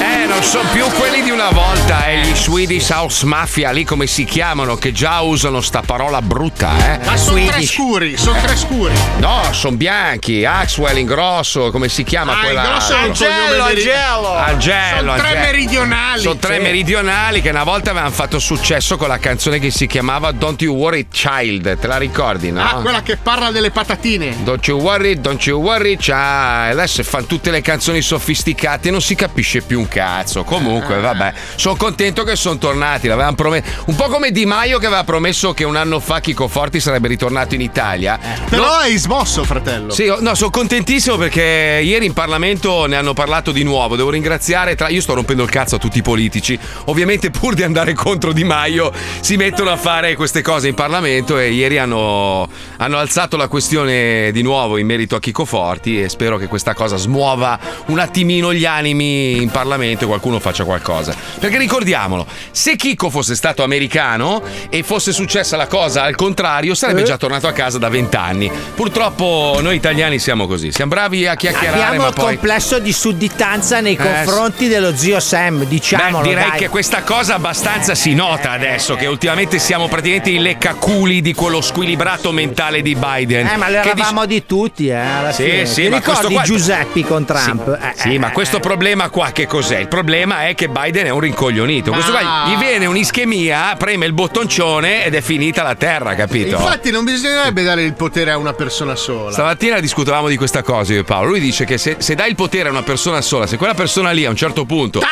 [SPEAKER 7] Eh, non sono più quelli di una volta, eh, gli Swedish House Mafia, lì come si chiamano, che già usano sta parola brutta, eh.
[SPEAKER 2] Ma sono tre scuri, sono tre scuri.
[SPEAKER 7] No, sono bianchi, Axwell Ingrosso, come si chiama
[SPEAKER 2] Ah,
[SPEAKER 7] quella?
[SPEAKER 2] Ingrosso è un cognome Angelo, meri- Angelo.
[SPEAKER 7] Angelo,
[SPEAKER 2] Sono tre
[SPEAKER 7] Angelo.
[SPEAKER 2] meridionali.
[SPEAKER 7] Sono tre
[SPEAKER 2] Sì.
[SPEAKER 7] meridionali che una volta avevano fatto successo con la canzone che si chiamava Don't You Worry Child, te la ricordi, no?
[SPEAKER 2] Ah, quella che parla delle patatine.
[SPEAKER 7] Don't you worry, don't you worry, ciao. Adesso fanno tutte le canzoni sofisticate e non si capisce più un
[SPEAKER 4] cazzo.
[SPEAKER 2] Ah.
[SPEAKER 4] Comunque, vabbè, sono contento che sono tornati. L'avevano promesso. Un po' come Di Maio che aveva promesso che un anno fa Chico Forti sarebbe ritornato in Italia.
[SPEAKER 2] Eh. Però hai smosso, fratello.
[SPEAKER 4] Sì, oh, no, sono contentissimo perché ieri in Parlamento ne hanno parlato di nuovo. Devo ringraziare. Tra... Io sto rompendo il cazzo a tutti i politici. Ovviamente, pur di andare contro Di Maio, si mettono a fare queste cose in Parlamento. E ieri hanno, hanno alzato la questione di nuovo in merito a Chico Forti. E spero che questa cosa smuova un attimino gli animi in Parlamento e qualcuno faccia qualcosa. Perché ricordiamolo, se Chico fosse stato americano e fosse successa la cosa al contrario,
[SPEAKER 5] Eh?
[SPEAKER 4] sarebbe già tornato a casa da vent'anni. Purtroppo noi italiani siamo così. Siamo bravi a chiacchierare,
[SPEAKER 5] Abbiamo
[SPEAKER 4] ma
[SPEAKER 5] il
[SPEAKER 4] poi.
[SPEAKER 5] complesso di sudditanza nei
[SPEAKER 4] Eh,
[SPEAKER 5] confronti dello zio Sam, diciamolo.
[SPEAKER 4] Beh, direi
[SPEAKER 5] dai.
[SPEAKER 4] che questa cosa abbastanza si nota adesso, che ultimamente siamo praticamente i leccaculi di quello squilibrato mentale di Biden.
[SPEAKER 5] Eh, ma lo
[SPEAKER 4] Che dice-
[SPEAKER 5] eravamo di tutti, eh, alla
[SPEAKER 4] Sì,
[SPEAKER 5] fine.
[SPEAKER 4] sì,
[SPEAKER 5] Ti
[SPEAKER 4] ma questo
[SPEAKER 5] ricordi
[SPEAKER 4] qua-
[SPEAKER 5] Giuseppi con Trump? Eh,
[SPEAKER 4] Sì, ma questo problema qua che cos'è? Il problema è che Biden è un rincoglionito. Questo
[SPEAKER 2] Ah.
[SPEAKER 4] qua gli viene un'ischemia, preme il bottoncione ed è finita la terra, capito?
[SPEAKER 2] Infatti, non bisognerebbe dare il potere a una persona sola.
[SPEAKER 4] Stamattina discutevamo di questa cosa io e Paolo. Lui dice che se, se dai il potere a una persona sola, se quella persona lì a un certo punto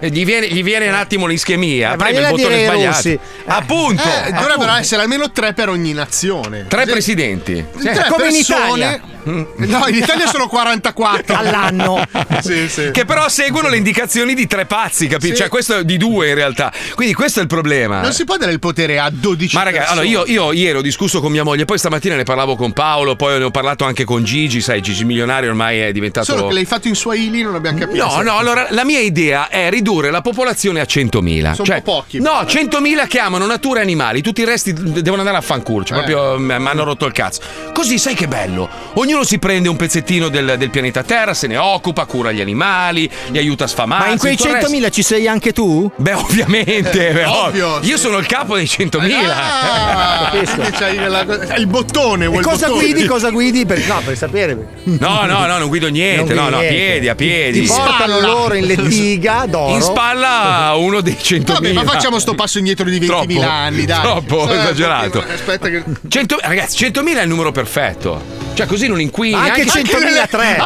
[SPEAKER 4] eh, gli, viene, gli viene un attimo
[SPEAKER 5] Eh,
[SPEAKER 4] l'ischemia, preme il
[SPEAKER 2] gliela
[SPEAKER 4] bottone
[SPEAKER 2] direi ai
[SPEAKER 4] sbagliato.
[SPEAKER 2] russi.
[SPEAKER 4] Appunto!
[SPEAKER 2] Eh, dovrebbero
[SPEAKER 4] Appunto.
[SPEAKER 2] essere almeno tre per ogni nazione.
[SPEAKER 4] Tre presidenti. Cioè,
[SPEAKER 2] Tre persone. Mm. No, in Italia sono 44
[SPEAKER 4] All'anno.
[SPEAKER 2] Sì, sì.
[SPEAKER 4] Che però seguono le indicazioni di tre pazzi, capito?
[SPEAKER 2] Sì.
[SPEAKER 4] Cioè, questo è di due in realtà. Quindi questo è il problema.
[SPEAKER 2] Non si può dare il potere a 12
[SPEAKER 4] Ma raga, allora
[SPEAKER 2] persone.
[SPEAKER 4] io, io ieri ho discusso con mia moglie, poi stamattina ne parlavo con Paolo, poi ne ho parlato anche con Gigi, sai, Gigi Milionario ormai è diventato.
[SPEAKER 2] Solo che l'hai fatto in Swahili non abbiamo capito.
[SPEAKER 4] No, no, allora la mia idea è ridurre la popolazione a 100.000.
[SPEAKER 2] Sono
[SPEAKER 4] Cioè,
[SPEAKER 2] un po' pochi.
[SPEAKER 4] No, 100.000 che amano natura e animali, tutti i resti devono andare a fanculo, cioè
[SPEAKER 2] Eh.
[SPEAKER 4] proprio mi hanno rotto il cazzo. Così sai che bello? Ognuno si prende un pezzettino del, del pianeta Terra, se ne occupa, cura gli animali, li aiuta a sfamarsi.
[SPEAKER 5] Ma in quei
[SPEAKER 4] tutto il resto.
[SPEAKER 5] 100.000 ci sei anche tu?
[SPEAKER 4] Beh, ovviamente,
[SPEAKER 5] Eh,
[SPEAKER 4] beh,
[SPEAKER 5] ovvio,
[SPEAKER 4] ovvio. io sono il capo dei 100.000.
[SPEAKER 2] Ah, quindi c'hai la co- il bottone, vuoi
[SPEAKER 5] E
[SPEAKER 2] il
[SPEAKER 5] cosa
[SPEAKER 2] bottone?
[SPEAKER 5] guidi, cosa guidi? Per, no, per sapere.
[SPEAKER 4] No, no, no, non guido niente,
[SPEAKER 5] Non guidi
[SPEAKER 4] no, no, a
[SPEAKER 5] niente.
[SPEAKER 4] piedi, a piedi.
[SPEAKER 5] Ti portano loro in lettiga d'oro.
[SPEAKER 4] In spalla uno dei 100.000.
[SPEAKER 2] Vabbè, ma facciamo sto passo indietro di 20.000
[SPEAKER 4] Troppo.
[SPEAKER 2] anni, dai.
[SPEAKER 4] Troppo
[SPEAKER 2] Eh,
[SPEAKER 4] esagerato.
[SPEAKER 2] Aspetta che
[SPEAKER 4] 100 ragazzi, 100.000 è il numero perfetto. Cioè, così non inquini.
[SPEAKER 2] Anche 100.000 tre.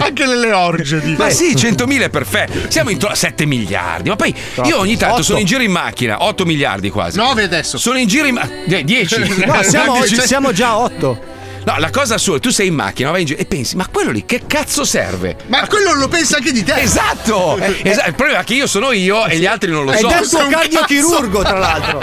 [SPEAKER 4] Anche, nelle orge. Ma sì, 100.000 è perfetto. Siamo in 7 miliardi. Ma poi io ogni tanto
[SPEAKER 2] Otto.
[SPEAKER 4] sono in giro in macchina. 8 miliardi quasi.
[SPEAKER 2] 9 adesso.
[SPEAKER 4] Sono in giro in macchina. 10.
[SPEAKER 5] No, siamo,
[SPEAKER 4] Guardi,
[SPEAKER 5] oggi,
[SPEAKER 4] cioè-
[SPEAKER 5] siamo già a 8.
[SPEAKER 4] No, la cosa assurda, tu sei in macchina, vai in giro e pensi, ma quello lì che cazzo serve?
[SPEAKER 2] Ma quello lo pensa anche di te.
[SPEAKER 4] Esatto! Esatto, il problema è che io sono io e gli altri non lo
[SPEAKER 5] Ed
[SPEAKER 4] so.
[SPEAKER 5] è un tuo cardiochirurgo, tra l'altro.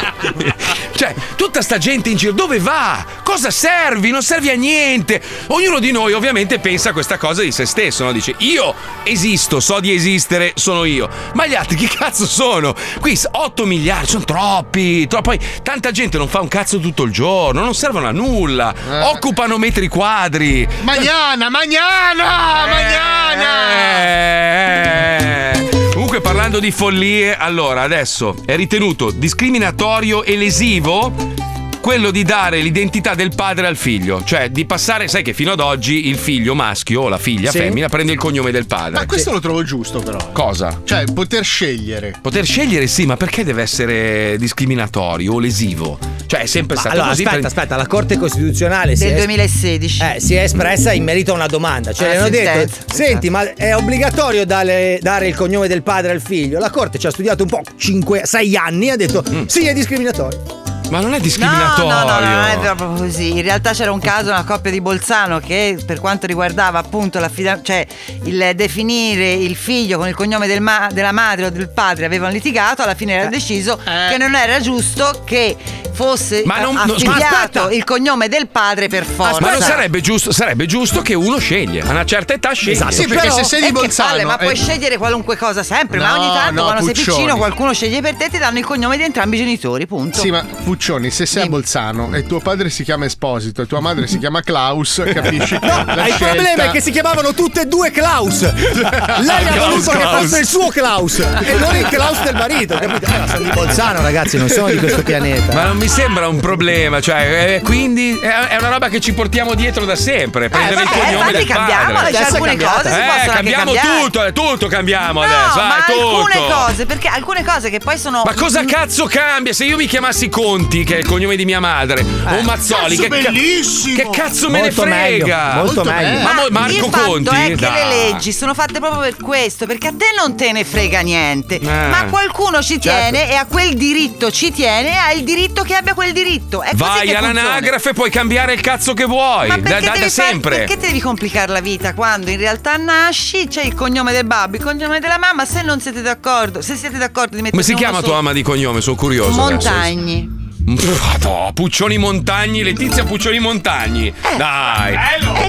[SPEAKER 4] cioè, tutta sta gente in giro, dove va? Cosa servi? Non servi a niente. Ognuno di noi ovviamente pensa a questa cosa di se stesso, no? Dice, io esisto, so di esistere, sono io. Ma gli altri chi cazzo sono? Qui s- 8 miliardi, sono troppi, troppo. Poi tanta gente non fa un cazzo tutto il giorno, non servono a nulla, occupano metri quadri.
[SPEAKER 2] Magnana, magnana,
[SPEAKER 4] Eh, Comunque parlando di follie, allora adesso è ritenuto discriminatorio e lesivo quello di dare l'identità del padre al figlio, cioè di passare, sai che fino ad oggi il figlio maschio o la figlia
[SPEAKER 2] Sì.
[SPEAKER 4] femmina prende il cognome del padre.
[SPEAKER 2] Ma questo lo trovo giusto però.
[SPEAKER 4] Cosa?
[SPEAKER 2] Cioè, poter scegliere.
[SPEAKER 4] Poter scegliere sì, ma perché deve essere discriminatorio o lesivo? Cioè è sempre
[SPEAKER 5] Ma
[SPEAKER 4] stato
[SPEAKER 5] allora,
[SPEAKER 4] così.
[SPEAKER 5] aspetta,
[SPEAKER 4] per-
[SPEAKER 5] aspetta, la Corte Costituzionale si
[SPEAKER 8] Del
[SPEAKER 5] è,
[SPEAKER 8] 2016.
[SPEAKER 5] eh, si è espressa in merito a una domanda. Cioè,
[SPEAKER 8] Ah, esatto."
[SPEAKER 5] le hanno detto:
[SPEAKER 8] sentenza.
[SPEAKER 5] Senti, ma è obbligatorio dare, dare il cognome del padre al figlio? La Corte ci ha studiato un po', 5-6 anni, e ha detto: Sì, è discriminatorio.
[SPEAKER 4] Ma non è
[SPEAKER 8] No, no, no, no, non è
[SPEAKER 5] discriminatorio.
[SPEAKER 8] proprio così. In realtà c'era un caso, una coppia di Bolzano che per quanto riguardava appunto l'affida- cioè il definire il figlio con il cognome del ma- della madre o del padre avevano litigato, alla fine
[SPEAKER 4] Eh.
[SPEAKER 8] era deciso che non era giusto che fosse
[SPEAKER 4] Ma non- no, ma
[SPEAKER 8] affiliato
[SPEAKER 4] aspetta.
[SPEAKER 8] il cognome del padre per forza.
[SPEAKER 4] Ma non sarebbe giusto, sarebbe giusto che uno sceglie. A una certa età sceglie.
[SPEAKER 5] Esatto.
[SPEAKER 2] Sì, perché se sei di
[SPEAKER 8] E che
[SPEAKER 2] Bolzano,
[SPEAKER 8] palle, ma
[SPEAKER 2] eh,
[SPEAKER 8] puoi scegliere qualunque cosa sempre, ma
[SPEAKER 2] No,
[SPEAKER 8] ogni tanto
[SPEAKER 2] Ah, no,
[SPEAKER 8] quando sei
[SPEAKER 2] Puccioni.
[SPEAKER 8] piccino qualcuno sceglie per te e ti danno il cognome di entrambi i genitori, punto.
[SPEAKER 2] Sì, ma Puccioni, se sei a Bolzano e tuo padre si chiama Esposito e tua madre si chiama Klaus, capisci? che
[SPEAKER 5] No,
[SPEAKER 2] la
[SPEAKER 5] il
[SPEAKER 2] scelta-
[SPEAKER 5] problema è che si chiamavano tutte e due Klaus. Lei ha
[SPEAKER 2] Klaus,
[SPEAKER 5] voluto che
[SPEAKER 2] Klaus.
[SPEAKER 5] fosse il suo Klaus e non il Klaus del marito, capito? Eh, ma sono di Bolzano, ragazzi, non sono di questo pianeta.
[SPEAKER 4] Ma non mi sembra un problema, cioè, eh, quindi è, è una roba che ci portiamo dietro da sempre. Prendere
[SPEAKER 8] Eh, vabbè,
[SPEAKER 4] il cognome
[SPEAKER 8] infatti
[SPEAKER 4] del
[SPEAKER 8] cambiamola,
[SPEAKER 4] padre.
[SPEAKER 8] c'è Adesso è alcune cambiata. cose si
[SPEAKER 4] Eh,
[SPEAKER 8] possono anche
[SPEAKER 4] cambiamo
[SPEAKER 8] cambiare.
[SPEAKER 4] tutto, eh, tutto cambiamo
[SPEAKER 8] No,
[SPEAKER 4] adesso. Vai,
[SPEAKER 8] ma alcune
[SPEAKER 4] tutto.
[SPEAKER 8] cose, perché alcune cose che poi sono.
[SPEAKER 4] Ma cosa cazzo cambia? Se io mi chiamassi Conti, che è il cognome di mia madre,
[SPEAKER 8] Eh.
[SPEAKER 4] o Mazzoli,
[SPEAKER 8] cazzo
[SPEAKER 4] che, ca-
[SPEAKER 8] bellissimo!
[SPEAKER 4] che cazzo me
[SPEAKER 19] Molto
[SPEAKER 4] ne frega?
[SPEAKER 19] meglio, molto Molto meglio. meglio.
[SPEAKER 4] Ma mo- Marco
[SPEAKER 8] il fatto
[SPEAKER 4] Conti?
[SPEAKER 8] è che le
[SPEAKER 4] Dai.
[SPEAKER 8] leggi sono fatte proprio per questo, perché a te non te ne frega niente, ma qualcuno ci
[SPEAKER 4] Eh. Certo.
[SPEAKER 8] tiene e a quel diritto ci tiene e ha il diritto che abbia quel diritto. È così
[SPEAKER 4] Vai
[SPEAKER 8] che funziona.
[SPEAKER 4] all'anagrafe, puoi cambiare il cazzo che vuoi.
[SPEAKER 8] Ma
[SPEAKER 4] Da-
[SPEAKER 8] perché
[SPEAKER 4] da, da
[SPEAKER 8] devi fare-
[SPEAKER 4] sempre.
[SPEAKER 8] perché ti devi complicare la vita quando in realtà nasci, c'è il cognome del babbo, il cognome della mamma, se non siete d'accordo, se siete d'accordo di mettere
[SPEAKER 4] Come si chiama tua mamma di cognome? Sono curioso. adesso.
[SPEAKER 8] Montagni.
[SPEAKER 4] Pff, no, Puccioni Montagni, Letizia Puccioni Montagni.
[SPEAKER 2] Eh.
[SPEAKER 4] Dai.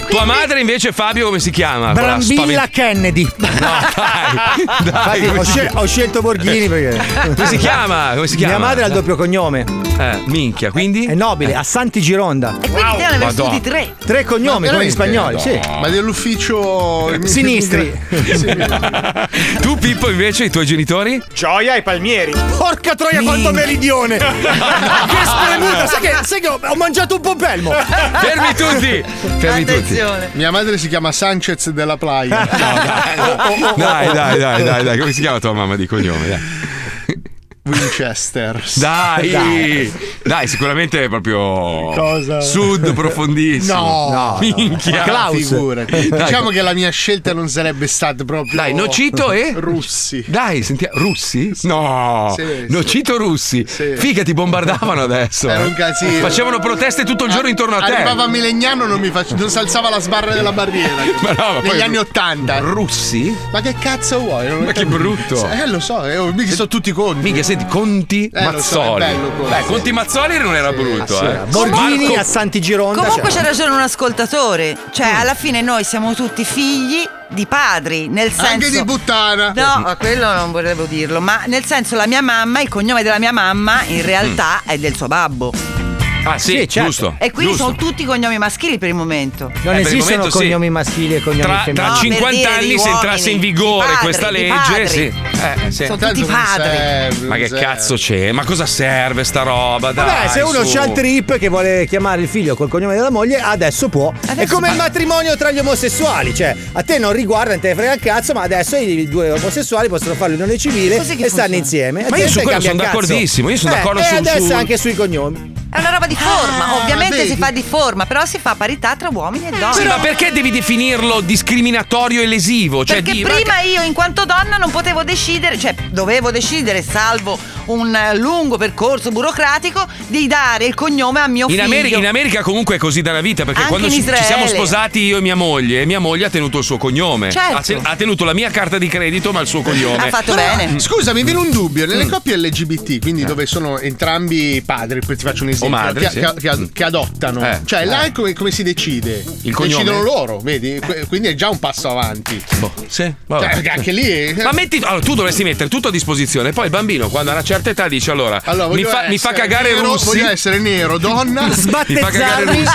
[SPEAKER 4] Tua madre invece Fabio come si chiama? Quella
[SPEAKER 5] Brambilla
[SPEAKER 4] spavent-
[SPEAKER 5] Kennedy.
[SPEAKER 4] dai, dai,
[SPEAKER 5] Infatti,
[SPEAKER 4] come
[SPEAKER 5] ho,
[SPEAKER 4] si
[SPEAKER 5] scel-
[SPEAKER 4] chiama?
[SPEAKER 5] ho scelto Borghini perché.
[SPEAKER 4] Come si chiama? Come si chiama?
[SPEAKER 5] Mia madre ha il doppio cognome.
[SPEAKER 4] Eh, minchia, quindi? Eh.
[SPEAKER 5] È nobile, a Santi Gironda. E
[SPEAKER 8] quindi te ne avresti
[SPEAKER 5] Madonna.
[SPEAKER 8] tutti tre.
[SPEAKER 5] Tre cognomi,
[SPEAKER 2] Ma
[SPEAKER 5] come gli spagnoli,
[SPEAKER 2] veramente?
[SPEAKER 5] sì.
[SPEAKER 2] Ma dell'ufficio
[SPEAKER 5] Sinistri.
[SPEAKER 4] tu Pippo invece i tuoi genitori?
[SPEAKER 20] Gioia e Palmieri.
[SPEAKER 7] Porca troia, quanto meridione! che spremuta! Sai che, sai che ho ho mangiato un pompelmo!
[SPEAKER 4] Fermi tutti! Fermi tutti.
[SPEAKER 2] Mia madre si chiama Sanchez della Playa.
[SPEAKER 4] Dai, dai, dai, dai, dai, come si chiama tua mamma di cognome? Dai.
[SPEAKER 2] Winchester.
[SPEAKER 4] Dai,
[SPEAKER 2] Dai.
[SPEAKER 4] dai, sicuramente è proprio
[SPEAKER 2] Cosa?
[SPEAKER 4] sud profondissimo.
[SPEAKER 2] No, no.
[SPEAKER 4] minchia.
[SPEAKER 2] Klaus.
[SPEAKER 4] Dai.
[SPEAKER 2] Diciamo che la mia scelta non sarebbe stata proprio.
[SPEAKER 4] Dai, Nocito e?
[SPEAKER 2] Russi.
[SPEAKER 4] Dai, sentiamo. Russi? No,
[SPEAKER 2] Sì,
[SPEAKER 4] Nocito Russi. Figa, ti bombardavano adesso.
[SPEAKER 2] Era
[SPEAKER 4] eh.
[SPEAKER 2] un casino.
[SPEAKER 4] Facevano proteste tutto il giorno intorno a te.
[SPEAKER 2] Arrivava Milegnano non mi face- non si alzava la sbarra della barriera.
[SPEAKER 4] Ma no, ma
[SPEAKER 2] Negli
[SPEAKER 4] poi-
[SPEAKER 2] anni Ottanta.
[SPEAKER 4] Russi?
[SPEAKER 2] Ma che cazzo vuoi? Non
[SPEAKER 4] Ma che
[SPEAKER 2] capisco.
[SPEAKER 4] brutto.
[SPEAKER 2] Eh, lo so, eh, mica sono tutti conti.
[SPEAKER 4] Mica, senti, Conti
[SPEAKER 2] Eh, lo so, è
[SPEAKER 4] Mazzoli.
[SPEAKER 2] bello quello,
[SPEAKER 4] Beh,
[SPEAKER 2] sì.
[SPEAKER 4] Conti Mazzoli non era brutto, eh.
[SPEAKER 5] Ah, Borghini
[SPEAKER 4] Marco-
[SPEAKER 5] a Santi Gironda.
[SPEAKER 8] Comunque
[SPEAKER 5] cioè.
[SPEAKER 8] c'è ragione un ascoltatore, cioè
[SPEAKER 4] Mm.
[SPEAKER 8] alla fine noi siamo tutti figli di padri, nel senso
[SPEAKER 2] Anche di
[SPEAKER 8] buttana. No, ma quello non volevo dirlo, ma nel senso la mia mamma, il cognome della mia mamma in realtà è del suo babbo.
[SPEAKER 4] Ah, Mm. sì,
[SPEAKER 5] Sì, certo.
[SPEAKER 4] giusto.
[SPEAKER 8] E quindi
[SPEAKER 4] giusto.
[SPEAKER 8] sono tutti cognomi maschili per il
[SPEAKER 5] Non
[SPEAKER 8] momento.
[SPEAKER 4] Eh, per il
[SPEAKER 5] esistono
[SPEAKER 4] momento sì.
[SPEAKER 5] cognomi maschili e cognomi
[SPEAKER 4] Tra,
[SPEAKER 5] femminili.
[SPEAKER 4] Ah, tra
[SPEAKER 8] No, per
[SPEAKER 4] 50
[SPEAKER 8] dire di
[SPEAKER 4] anni, se
[SPEAKER 8] uomini,
[SPEAKER 4] entrasse in
[SPEAKER 8] di
[SPEAKER 4] vigore
[SPEAKER 8] padri,
[SPEAKER 4] questa
[SPEAKER 8] di
[SPEAKER 4] legge,
[SPEAKER 8] padri.
[SPEAKER 4] sì. Eh, sì.
[SPEAKER 8] Sono tutti
[SPEAKER 2] Tanto non
[SPEAKER 8] padri.
[SPEAKER 2] serve,
[SPEAKER 4] Ma
[SPEAKER 2] non
[SPEAKER 4] che
[SPEAKER 2] serve.
[SPEAKER 4] cazzo c'è? Ma cosa serve sta roba? Dai,
[SPEAKER 5] Vabbè, se uno
[SPEAKER 4] su.
[SPEAKER 5] c'ha il trip che vuole chiamare il figlio col cognome della moglie, adesso può. è come il matrimonio tra gli omosessuali, cioè a te non riguarda, non te ne frega un cazzo, ma adesso i due omosessuali possono fare l'unione civile e stanno insieme.
[SPEAKER 4] Ma
[SPEAKER 5] E
[SPEAKER 4] io
[SPEAKER 5] te
[SPEAKER 4] su
[SPEAKER 5] te
[SPEAKER 4] quello
[SPEAKER 5] cambia
[SPEAKER 4] sono
[SPEAKER 5] il cazzo.
[SPEAKER 4] d'accordissimo, io sono
[SPEAKER 5] Eh,
[SPEAKER 4] d'accordo
[SPEAKER 5] e
[SPEAKER 4] su-
[SPEAKER 5] adesso
[SPEAKER 4] su-
[SPEAKER 5] anche sui cognomi.
[SPEAKER 8] È una roba di forma,
[SPEAKER 4] Ah,
[SPEAKER 8] ovviamente
[SPEAKER 5] vedi?
[SPEAKER 8] si fa di forma, però si fa parità tra uomini e donne.
[SPEAKER 4] Eh, Sì, ma perché devi definirlo discriminatorio e lesivo? Cioè,
[SPEAKER 8] Perché
[SPEAKER 4] di- ma
[SPEAKER 8] prima io in quanto donna non potevo decidere, cioè dovevo decidere, salvo un eh, lungo percorso burocratico, di dare il cognome a mio
[SPEAKER 4] In
[SPEAKER 8] figlio.
[SPEAKER 4] America, in America comunque è così da una vita perché
[SPEAKER 8] Anche
[SPEAKER 4] quando
[SPEAKER 8] in
[SPEAKER 4] ci, ci
[SPEAKER 8] Israele.
[SPEAKER 4] siamo sposati io e mia moglie, mia moglie ha tenuto il suo cognome,
[SPEAKER 2] Certo.
[SPEAKER 4] ha, te- ha tenuto la mia carta di credito ma il suo cognome.
[SPEAKER 2] Però, Scusa, mi viene un dubbio. Nelle
[SPEAKER 4] Mm. Eh.
[SPEAKER 2] coppie LGBT, quindi dove sono entrambi padri, poi ti faccio un esempio,
[SPEAKER 4] madri,
[SPEAKER 2] che,
[SPEAKER 4] sì.
[SPEAKER 2] che- che- che adottano.
[SPEAKER 4] Eh.
[SPEAKER 2] Cioè, là
[SPEAKER 4] Eh.
[SPEAKER 2] è come, come si decide?
[SPEAKER 4] Il cognome? Boh,
[SPEAKER 2] Decidono loro, vedi? Que- Quindi è già un passo avanti.
[SPEAKER 4] Sì, vabbè.
[SPEAKER 2] Cioè, anche lì è-
[SPEAKER 4] Ma metti, allora, tu dovresti mettere tutto a disposizione. Poi il bambino, quando ha una certa età, dice: Allora,
[SPEAKER 2] Allora,
[SPEAKER 4] mi,
[SPEAKER 2] voglio
[SPEAKER 4] fa, mi fa
[SPEAKER 2] essere
[SPEAKER 4] cagare
[SPEAKER 2] nero,
[SPEAKER 4] Russi.
[SPEAKER 2] Voglio essere nero, donna.
[SPEAKER 4] Mi fa cagare Russi.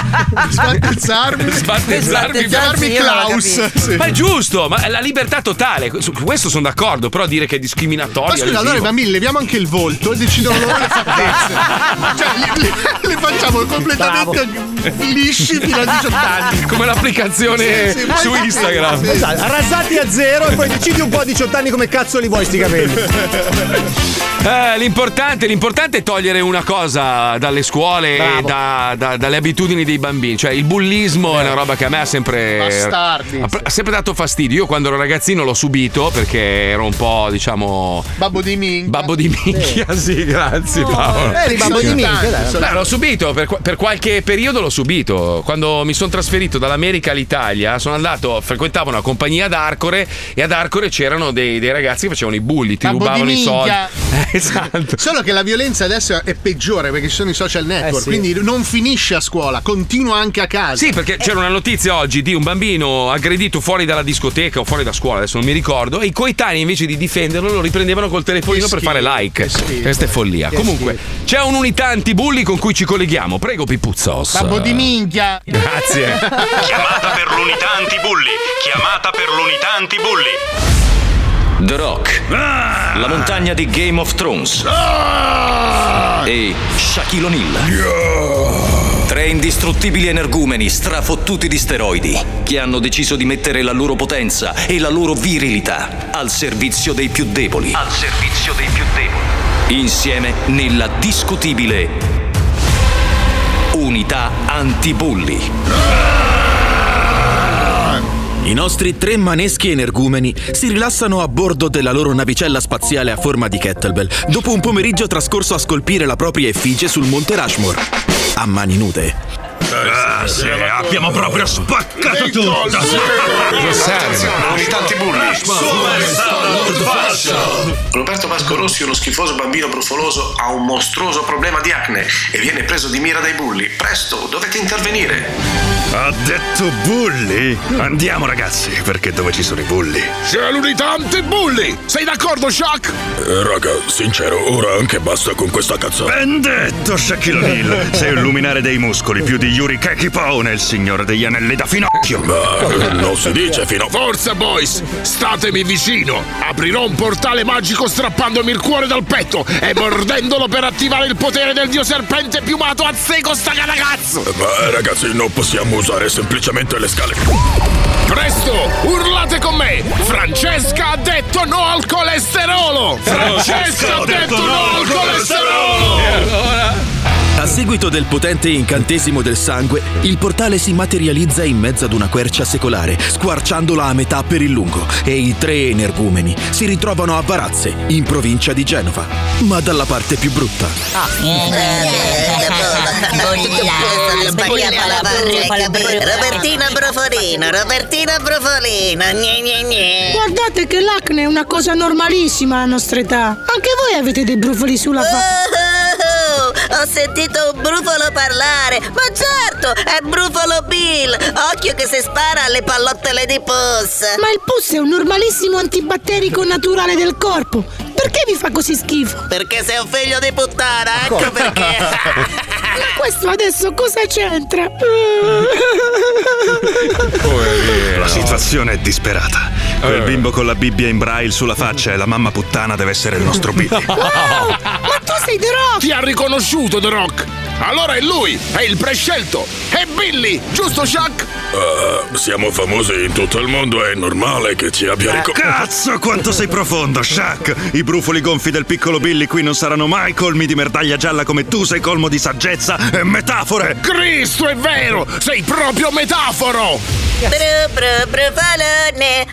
[SPEAKER 2] sbattezzarmi.
[SPEAKER 4] Sbattezzarmi,
[SPEAKER 2] Chiamarmi Klaus. Sì.
[SPEAKER 4] Ma è giusto, ma è la libertà totale. Su questo sono d'accordo, però dire che è discriminatorio.
[SPEAKER 2] Ma scusa,
[SPEAKER 4] è
[SPEAKER 2] allora i
[SPEAKER 4] lesivo.
[SPEAKER 2] bambini leviamo anche il volto e decidono loro le fattezze. cioè, le, le- le facciamo completamente lisci fino a 18 anni.
[SPEAKER 4] Come l'applicazione
[SPEAKER 2] Sì, sì,
[SPEAKER 4] su
[SPEAKER 2] poi-
[SPEAKER 4] Instagram.
[SPEAKER 2] Sì.
[SPEAKER 5] Esatto, arrasati a zero e poi decidi un po' a 18 anni come cazzo li vuoi sti capelli.
[SPEAKER 4] Eh, l'importante, l'importante è togliere una cosa dalle scuole e da- da- dalle abitudini dei bambini. Cioè, il bullismo è una roba che a me ha sempre.
[SPEAKER 2] Bastardi.
[SPEAKER 4] Ha, pre- ha sempre dato fastidio. Io quando ero ragazzino l'ho subito perché ero un po', diciamo.
[SPEAKER 2] Babbo di minchia.
[SPEAKER 4] Babbo di minchia, sì, grazie Paolo.
[SPEAKER 2] eri babbo di minchia, dai.
[SPEAKER 4] Beh, l'ho subito, per, per qualche periodo l'ho subito. Quando mi sono trasferito dall'America all'Italia, sono andato, frequentavo una compagnia ad Arcore e ad Arcore c'erano dei, dei ragazzi che facevano i bulli, ti
[SPEAKER 2] Babbo di
[SPEAKER 4] rubavano i soldi.
[SPEAKER 2] minchia.
[SPEAKER 4] Esatto. Eh,
[SPEAKER 2] Solo che la violenza adesso è peggiore perché ci sono i social network,
[SPEAKER 4] sì.
[SPEAKER 2] quindi non finisce a scuola, continua anche a casa.
[SPEAKER 4] Sì,
[SPEAKER 5] Eh.
[SPEAKER 4] perché c'era una notizia oggi di un bambino aggredito fuori dalla discoteca o fuori da scuola, adesso non mi ricordo, e i coetanei invece di difenderlo lo riprendevano col telefonino
[SPEAKER 2] Che
[SPEAKER 4] per fare like. Questa è
[SPEAKER 5] eh.
[SPEAKER 4] follia.
[SPEAKER 2] Che
[SPEAKER 4] Comunque, c'è un'unità antibulli con cui ci colleghiamo. Prego Pippuzzos.
[SPEAKER 2] Babbo di minchia.
[SPEAKER 4] Grazie.
[SPEAKER 21] Chiamata per l'unità antibulli. Chiamata per l'unità antibulli.
[SPEAKER 22] The Rock, la montagna di Game of Thrones
[SPEAKER 2] Ah!
[SPEAKER 22] e Shaquille O'Neal. Tre indistruttibili energumeni strafottuti di steroidi che hanno deciso di mettere la loro potenza e la loro virilità al servizio dei più deboli.
[SPEAKER 23] Al servizio dei più deboli.
[SPEAKER 22] Insieme nella discutibile unità antibulli.
[SPEAKER 24] I nostri tre maneschi energumeni si rilassano a bordo della loro navicella spaziale a forma di kettlebell dopo un pomeriggio trascorso a scolpire la propria effigie sul monte Rushmore. A mani nude.
[SPEAKER 17] Ah, sì, abbiamo proprio spaccato tutto!
[SPEAKER 21] Unità antibulli.
[SPEAKER 25] Roberto Vasco Rossi, uno schifoso bambino brufoloso, ha un mostruoso problema di acne e viene preso di mira dai bulli. Presto, dovete intervenire.
[SPEAKER 21] Ha detto bulli? Andiamo ragazzi, perché dove ci sono i bulli?
[SPEAKER 17] C'è l'unità antibulli! Sei d'accordo, Shaq?
[SPEAKER 21] Eh, raga, sincero, ora anche basta con questa cazzata. Ben detto, Shaquille O'Neal. Sei un luminare dei muscoli, più di Yuri Kekipone, il signore degli anelli da finocchio. Ma non si dice finocchio.
[SPEAKER 17] Forza, boys! Statemi vicino! Aprirò un portale magico strappandomi il cuore dal petto e mordendolo per attivare il potere del dio serpente piumato a seco stacanacazzo!
[SPEAKER 21] Ma ragazzi, non possiamo usare semplicemente le scale.
[SPEAKER 17] Presto, urlate con me! Francesca ha detto no al colesterolo! Francesca ha detto no al colesterolo!
[SPEAKER 24] A seguito del potente incantesimo del sangue, il portale si materializza in mezzo ad una quercia secolare, squarciandola a metà per il lungo, e i tre energumeni si ritrovano a Varazze, in provincia di Genova, ma dalla parte più brutta.
[SPEAKER 26] Robertina Brofolino, Robertina Brofolino, gne gne gne.
[SPEAKER 27] Guardate che l'acne è una cosa normalissima alla nostra età. Anche voi avete dei brufoli sulla
[SPEAKER 26] Eh,
[SPEAKER 27] faccia.
[SPEAKER 26] Oh, ho sentito un brufolo parlare, ma certo, è Brufolo Bill, occhio che si spara alle pallottole di pus.
[SPEAKER 27] Ma il pus è un normalissimo antibatterico naturale del corpo. Perché vi fa così schifo?
[SPEAKER 26] Perché sei un figlio di puttana, ecco perché.
[SPEAKER 27] Ma questo adesso cosa c'entra?
[SPEAKER 21] La situazione è disperata. Quel bimbo con la Bibbia in braille sulla faccia e la mamma puttana deve essere il nostro bimbo.
[SPEAKER 17] Ma tu sei The Rock! Ti ha riconosciuto The Rock! Allora è lui, è il prescelto! È Billy, giusto Shaq?
[SPEAKER 21] Eh, siamo famosi in tutto il mondo, è normale che ci abbia
[SPEAKER 17] Eh,
[SPEAKER 21] ricordato. Cazzo, quanto sei profondo, Shaq! I brufoli gonfi del piccolo Billy qui non saranno mai colmi di merdaglia gialla come tu sei colmo di saggezza e metafore!
[SPEAKER 17] Cristo, è vero! Sei proprio metaforo!
[SPEAKER 26] Bru bru brufolone,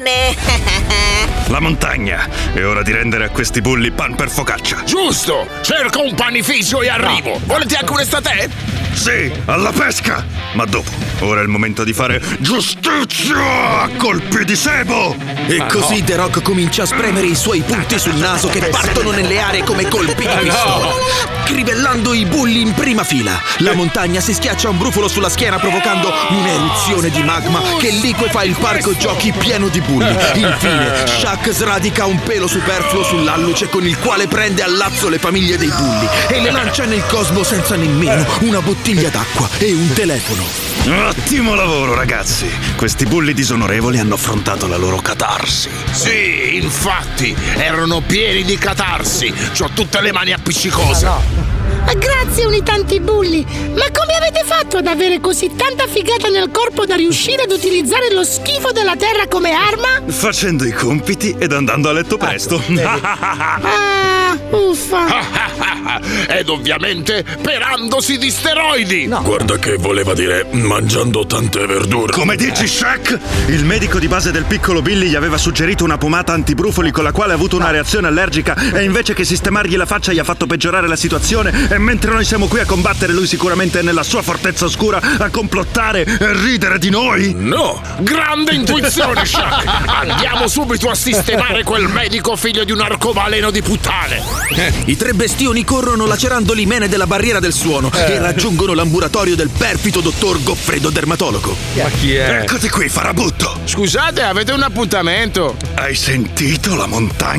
[SPEAKER 26] brufolone.
[SPEAKER 21] La montagna! È ora di rendere a questi bulli pan per focaccia!
[SPEAKER 17] Giusto! Cerco un panificio e arrivo! Volete anche un'estate?
[SPEAKER 21] Sì, alla pesca! Ma dopo, ora è il momento di fare giustizia a colpi di sebo!
[SPEAKER 24] E così The Rock comincia a spremere i suoi punti sul naso che partono nelle aree come colpi di pistola, crivellando i bulli in prima fila. La montagna si schiaccia un brufolo sulla schiena provocando un'eruzione di magma che liquefà il parco giochi pieno di bulli. Infine, Shaq sradica un pelo superfluo sull'alluce con il quale prende a lazzo le famiglie dei bulli e le lancia nel cosmo senza nemmeno una bottiglia d'acqua e un telefono.
[SPEAKER 21] Ottimo lavoro, ragazzi! Questi bulli disonorevoli hanno affrontato la loro catarsi.
[SPEAKER 17] Sì, infatti, erano pieni di catarsi. C'ho tutte le mani appiccicose.
[SPEAKER 27] Ah, Grazie unità bulli Ma come avete fatto ad avere così tanta figata nel corpo da riuscire ad utilizzare lo schifo della terra come arma?
[SPEAKER 21] Facendo i compiti ed andando a letto presto.
[SPEAKER 17] Ecco,
[SPEAKER 27] Ah, uffa.
[SPEAKER 17] Ed ovviamente perandosi di steroidi.
[SPEAKER 21] Guarda che voleva dire mangiando tante verdure. Come
[SPEAKER 17] Eh,
[SPEAKER 21] dici, Shaq? Il medico di base del piccolo Billy gli aveva suggerito una pomata antibrufoli con la quale ha avuto
[SPEAKER 17] Ah.
[SPEAKER 21] una reazione allergica e invece che sistemargli la faccia gli ha fatto peggiorare la situazione e mentre noi siamo qui a combattere lui sicuramente è nella sua fortezza oscura a complottare e ridere di noi? No!
[SPEAKER 17] Grande intuizione, Shaq! Andiamo subito a sistemare quel medico figlio di un arcobaleno di puttane!
[SPEAKER 24] I tre bestioni corrono lacerando l'imene della barriera del suono
[SPEAKER 17] Eh.
[SPEAKER 24] e raggiungono l'ambulatorio del perfido dottor Goffredo dermatologo.
[SPEAKER 21] Ma chi
[SPEAKER 24] è?
[SPEAKER 21] Eccoti qui, farabutto!
[SPEAKER 17] Scusate, avete un appuntamento?
[SPEAKER 21] Hai sentito la montagna?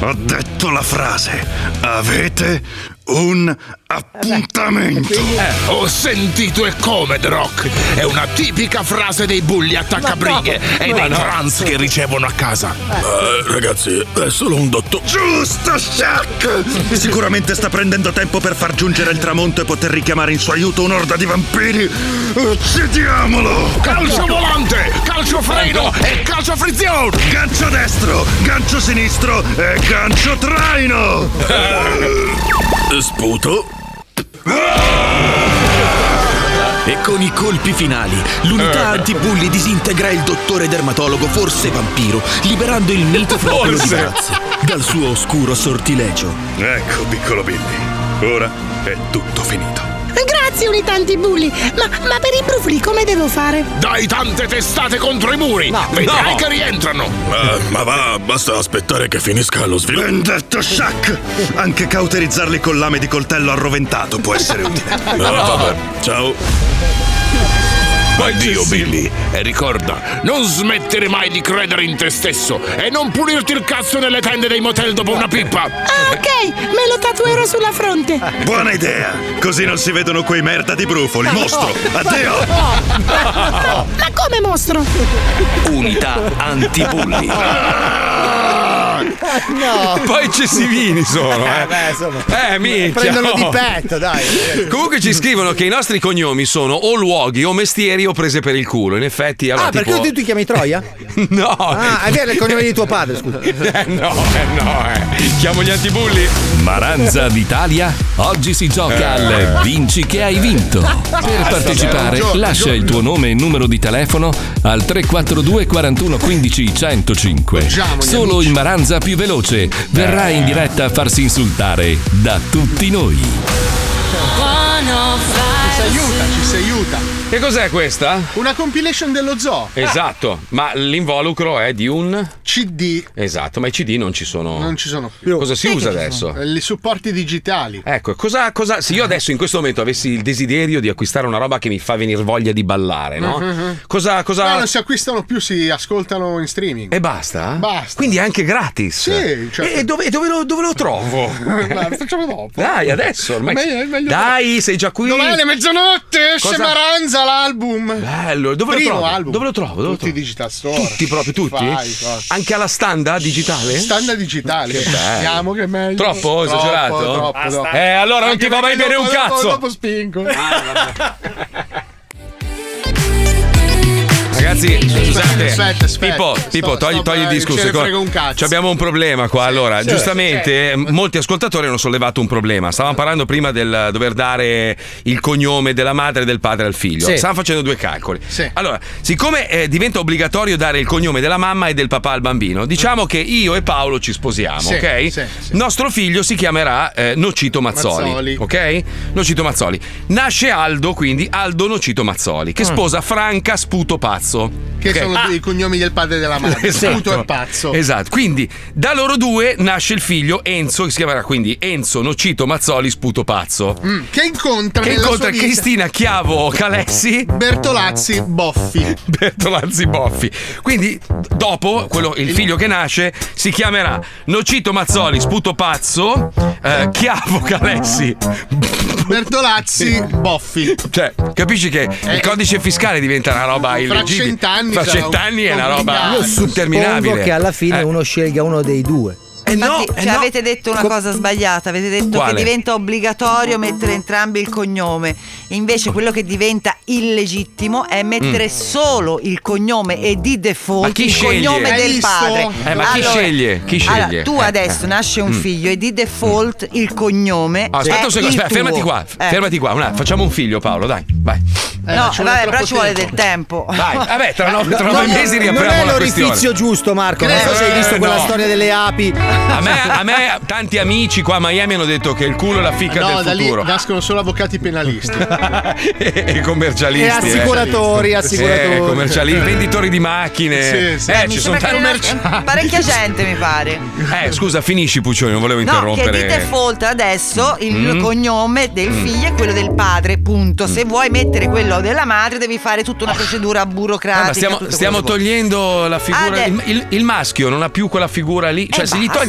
[SPEAKER 21] Ho detto la frase. Avete un appuntamento.
[SPEAKER 17] Eh, ho sentito e come, The Rock. È una tipica frase dei bulli attaccabrighe e
[SPEAKER 21] Ma
[SPEAKER 17] dei
[SPEAKER 21] no.
[SPEAKER 17] trans che ricevono a casa.
[SPEAKER 21] Eh, ragazzi, è solo un dotto. Giusto, Shaq! Sicuramente sta prendendo tempo per far giungere il tramonto e poter richiamare in suo aiuto un'orda di vampiri. Uccidiamolo!
[SPEAKER 17] Calcio volante, calcio freno e calcio a frizione.
[SPEAKER 21] Gancio destro, gancio sinistro e gancio traino!
[SPEAKER 17] Eh.
[SPEAKER 23] Sputo.
[SPEAKER 24] E con i colpi finali, l'unità
[SPEAKER 17] Eh.
[SPEAKER 24] antibulli disintegra il dottore dermatologo, forse vampiro, liberando il mito fratello di
[SPEAKER 21] Forse.
[SPEAKER 24] Grazzi dal suo oscuro sortilegio.
[SPEAKER 21] Ecco, piccolo Billy, ora è tutto finito.
[SPEAKER 27] Grazie, unità antibulli. Ma, ma per i brufoli come devo fare?
[SPEAKER 17] Dai tante testate contro i muri. Vedrai
[SPEAKER 21] no.
[SPEAKER 17] che rientrano.
[SPEAKER 21] Ma, va, basta aspettare che finisca lo sviluppo. Vendetto Shaq! Anche cauterizzarli con lame di coltello arroventato può essere utile.
[SPEAKER 17] No, Eh, vabbè.
[SPEAKER 21] Ciao.
[SPEAKER 17] Addio Billy e ricorda, non smettere mai di credere in te stesso e non pulirti il cazzo nelle tende dei motel dopo una pippa.
[SPEAKER 27] Ah, ok, me lo tatuerò sulla fronte.
[SPEAKER 21] Buona idea! Così non si vedono quei merda di brufoli. Mostro! Addio!
[SPEAKER 27] Ma, Ah. ma come mostro?
[SPEAKER 22] Unità antibulli.
[SPEAKER 5] No.
[SPEAKER 4] Poi eccessivini sono, eh.
[SPEAKER 5] beh, insomma.
[SPEAKER 4] Eh, minchia.
[SPEAKER 5] Prendono di
[SPEAKER 4] oh.
[SPEAKER 5] petto, dai.
[SPEAKER 4] Comunque ci scrivono che i nostri cognomi sono o luoghi o mestieri o prese per il culo. In effetti, allora,
[SPEAKER 5] ah, perché
[SPEAKER 4] tipo-
[SPEAKER 5] tu ti chiami Troia?
[SPEAKER 4] No.
[SPEAKER 5] Ah, è vero, è il cognome di tuo padre, scusa.
[SPEAKER 4] Eh no, eh no, eh. Chiamo gli antibulli. Eh.
[SPEAKER 1] Maranza d'Italia, oggi si gioca al Vinci che hai vinto.
[SPEAKER 4] Ah,
[SPEAKER 1] Per partecipare, lascia il tuo nome e numero di telefono al 342 41 15 105. Solo il Maranza più veloce verrà
[SPEAKER 4] Eh.
[SPEAKER 1] in diretta a farsi insultare da tutti noi.
[SPEAKER 2] Ci si aiuta, ci si aiuta.
[SPEAKER 4] Che cos'è questa?
[SPEAKER 2] Una compilation dello zoo.
[SPEAKER 4] Esatto, ma l'involucro è di un
[SPEAKER 2] CD.
[SPEAKER 4] Esatto, ma i CD non ci sono.
[SPEAKER 2] Non ci sono più.
[SPEAKER 4] Cosa si
[SPEAKER 2] Sì che
[SPEAKER 4] usa
[SPEAKER 2] ci
[SPEAKER 4] adesso?
[SPEAKER 2] sono. Eh, I supporti digitali.
[SPEAKER 4] Ecco, cosa, cosa- se io adesso in questo momento avessi il desiderio di acquistare una roba che mi fa venire voglia di ballare, Eh, no?
[SPEAKER 2] Mhm.
[SPEAKER 4] Cosa, cosa-
[SPEAKER 2] No, non si acquistano più, si ascoltano in streaming.
[SPEAKER 4] E basta?
[SPEAKER 2] Basta.
[SPEAKER 4] Quindi è anche gratis.
[SPEAKER 2] Sì, certo.
[SPEAKER 4] E dove, dove lo, dove lo trovo?
[SPEAKER 2] Ma facciamo dopo.
[SPEAKER 4] Dai, adesso ormai.
[SPEAKER 2] Meglio- è meglio-
[SPEAKER 4] Dai, sei già qui.
[SPEAKER 2] Domani alle mezzanotte esce
[SPEAKER 4] Cosa-
[SPEAKER 2] Maranza l'album.
[SPEAKER 4] Bello, dove
[SPEAKER 2] Primo
[SPEAKER 4] lo trovo?
[SPEAKER 2] album.
[SPEAKER 4] Dove lo trovo? Dove lo
[SPEAKER 2] Tutti
[SPEAKER 4] trovo?
[SPEAKER 2] digital store.
[SPEAKER 4] Tutti, proprio tutti?
[SPEAKER 2] Fai, cosa.
[SPEAKER 4] Anche alla standa digitale?
[SPEAKER 2] Standa digitale.
[SPEAKER 4] Che
[SPEAKER 2] Che
[SPEAKER 4] bello.
[SPEAKER 2] Andiamo, che è meglio.
[SPEAKER 4] Troppo esagerato?
[SPEAKER 2] Troppo, troppo,
[SPEAKER 4] Basta.
[SPEAKER 2] troppo.
[SPEAKER 4] Eh, allora non
[SPEAKER 2] Anche
[SPEAKER 4] ti va mai
[SPEAKER 2] perché
[SPEAKER 4] bene
[SPEAKER 2] dopo-
[SPEAKER 4] un
[SPEAKER 2] dopo-
[SPEAKER 4] cazzo. Ah,
[SPEAKER 2] Dopo spingo.
[SPEAKER 4] Ragazzi, scusate,
[SPEAKER 2] aspetta, aspetta.
[SPEAKER 4] Pippo,
[SPEAKER 2] Sto-
[SPEAKER 4] Pippo, togli,
[SPEAKER 2] sto-
[SPEAKER 4] togli il
[SPEAKER 2] eh,
[SPEAKER 4] disco.
[SPEAKER 2] ce ne
[SPEAKER 4] secondo-
[SPEAKER 2] frega un cazzo.
[SPEAKER 4] Ci abbiamo un problema qua. Allora,
[SPEAKER 2] sì,
[SPEAKER 4] giustamente, eh, molti ascoltatori hanno sollevato un problema. Stavamo parlando prima del dover dare il cognome della madre e del padre al figlio.
[SPEAKER 7] Sì.
[SPEAKER 4] Stavamo facendo due calcoli.
[SPEAKER 7] Sì.
[SPEAKER 4] Allora, siccome eh, diventa obbligatorio dare il cognome della mamma e del papà al bambino,
[SPEAKER 2] Mm.
[SPEAKER 4] diciamo che io e Paolo ci sposiamo,
[SPEAKER 7] Sì,
[SPEAKER 4] ok?
[SPEAKER 7] sì,
[SPEAKER 4] Nostro figlio si chiamerà eh, Nocito Mazzoli,
[SPEAKER 7] Mazzoli.
[SPEAKER 4] ok? Nocito Mazzoli. Nasce Aldo, quindi Aldo Nocito Mazzoli, che
[SPEAKER 2] Mm.
[SPEAKER 4] sposa Franca Sputo Pazzo.
[SPEAKER 2] Che
[SPEAKER 4] ok?
[SPEAKER 2] sono
[SPEAKER 4] Ah,
[SPEAKER 2] i cognomi del padre e della madre.
[SPEAKER 4] Esatto.
[SPEAKER 2] Sputo e pazzo.
[SPEAKER 4] Esatto, quindi da loro due nasce il figlio Enzo, che si chiamerà quindi Enzo Nocito Mazzoli Sputo Pazzo.
[SPEAKER 2] Mm, Che incontra
[SPEAKER 4] Che
[SPEAKER 2] nella
[SPEAKER 4] incontra
[SPEAKER 2] sua vita
[SPEAKER 4] Cristina Chiavo Calessi
[SPEAKER 2] Bertolazzi Boffi.
[SPEAKER 4] Bertolazzi Boffi. Quindi, dopo quello- il figlio che nasce si chiamerà Nocito Mazzoli Sputo Pazzo, eh, Chiavo Calessi.
[SPEAKER 2] Bertolazzi Boffi. Eh.
[SPEAKER 4] Cioè, capisci che il codice fiscale diventa una roba illegibile.
[SPEAKER 2] cent'anni
[SPEAKER 4] Fra
[SPEAKER 5] Cioè,
[SPEAKER 2] sarà un-
[SPEAKER 4] cent'anni è una roba
[SPEAKER 5] Io suppongo
[SPEAKER 4] interminabile.
[SPEAKER 5] che alla fine
[SPEAKER 4] Eh.
[SPEAKER 5] uno scelga uno dei due.
[SPEAKER 8] Infatti, cioè, avete detto una cosa sbagliata, avete detto
[SPEAKER 5] Quale?
[SPEAKER 8] che diventa obbligatorio mettere entrambi il cognome. Invece quello che diventa illegittimo è mettere
[SPEAKER 4] Mm.
[SPEAKER 8] solo il cognome e di default
[SPEAKER 4] Ma chi
[SPEAKER 8] il
[SPEAKER 4] sceglie?
[SPEAKER 8] cognome
[SPEAKER 4] Hai
[SPEAKER 8] del
[SPEAKER 4] visto?
[SPEAKER 8] padre.
[SPEAKER 4] Eh, ma chi sceglie? Chi
[SPEAKER 8] allora,
[SPEAKER 4] sceglie?
[SPEAKER 8] tu
[SPEAKER 4] Eh,
[SPEAKER 8] adesso
[SPEAKER 4] eh.
[SPEAKER 8] nasce un
[SPEAKER 4] Mm.
[SPEAKER 8] figlio e di default il
[SPEAKER 5] Eh,
[SPEAKER 8] cognome
[SPEAKER 4] Eh. Aspetta
[SPEAKER 8] è
[SPEAKER 4] un secondo,
[SPEAKER 8] il
[SPEAKER 4] aspetta,
[SPEAKER 8] tuo.
[SPEAKER 4] fermati qua.
[SPEAKER 8] Eh.
[SPEAKER 4] Fermati qua, un attimo, facciamo un figlio, Paolo, dai, vai.
[SPEAKER 5] Eh,
[SPEAKER 8] no,
[SPEAKER 2] Eh, ci vuole
[SPEAKER 8] vabbè, però
[SPEAKER 2] troppo
[SPEAKER 8] ci vuole del
[SPEAKER 2] tempo.
[SPEAKER 8] tempo.
[SPEAKER 4] Vai, vabbè, tra no- tra
[SPEAKER 5] No,
[SPEAKER 4] nove
[SPEAKER 5] no,
[SPEAKER 4] mesi
[SPEAKER 5] non
[SPEAKER 4] riapriamo
[SPEAKER 5] è
[SPEAKER 4] la questione.
[SPEAKER 5] l'orifizio giusto, Marco. Non so se hai
[SPEAKER 4] Eh,
[SPEAKER 5] visto quella
[SPEAKER 4] no.
[SPEAKER 5] storia delle api.
[SPEAKER 4] A me, a me tanti amici qua a Miami hanno detto che il culo è la fica
[SPEAKER 2] No, da
[SPEAKER 4] del
[SPEAKER 2] lì
[SPEAKER 4] futuro.
[SPEAKER 2] nascono solo avvocati penalisti.
[SPEAKER 4] e commercialisti.
[SPEAKER 2] E assicuratori,
[SPEAKER 4] eh.
[SPEAKER 2] assicuratori.
[SPEAKER 4] Eh, commerciali- venditori di macchine.
[SPEAKER 8] Sì, sì.
[SPEAKER 4] eh,
[SPEAKER 8] Mi
[SPEAKER 4] ci sono
[SPEAKER 8] sembra che
[SPEAKER 4] tanti.
[SPEAKER 8] non- Parecchia gente mi pare.
[SPEAKER 4] Eh, scusa, finisci Puccioni, non volevo
[SPEAKER 8] No, che
[SPEAKER 4] interrompere.
[SPEAKER 8] di default adesso il
[SPEAKER 4] Mm.
[SPEAKER 8] cognome del
[SPEAKER 4] Mm.
[SPEAKER 8] figlio è quello del padre, punto. Se vuoi mettere quello della madre devi fare tutta una procedura
[SPEAKER 4] Ah,
[SPEAKER 8] burocratica.
[SPEAKER 4] ma stiamo,
[SPEAKER 8] tutto
[SPEAKER 4] stiamo
[SPEAKER 8] quello che
[SPEAKER 4] togliendo la figura.
[SPEAKER 8] Ah, Eh,
[SPEAKER 4] il, il- il maschio non ha più quella figura lì. Cioè, se gli
[SPEAKER 8] basta.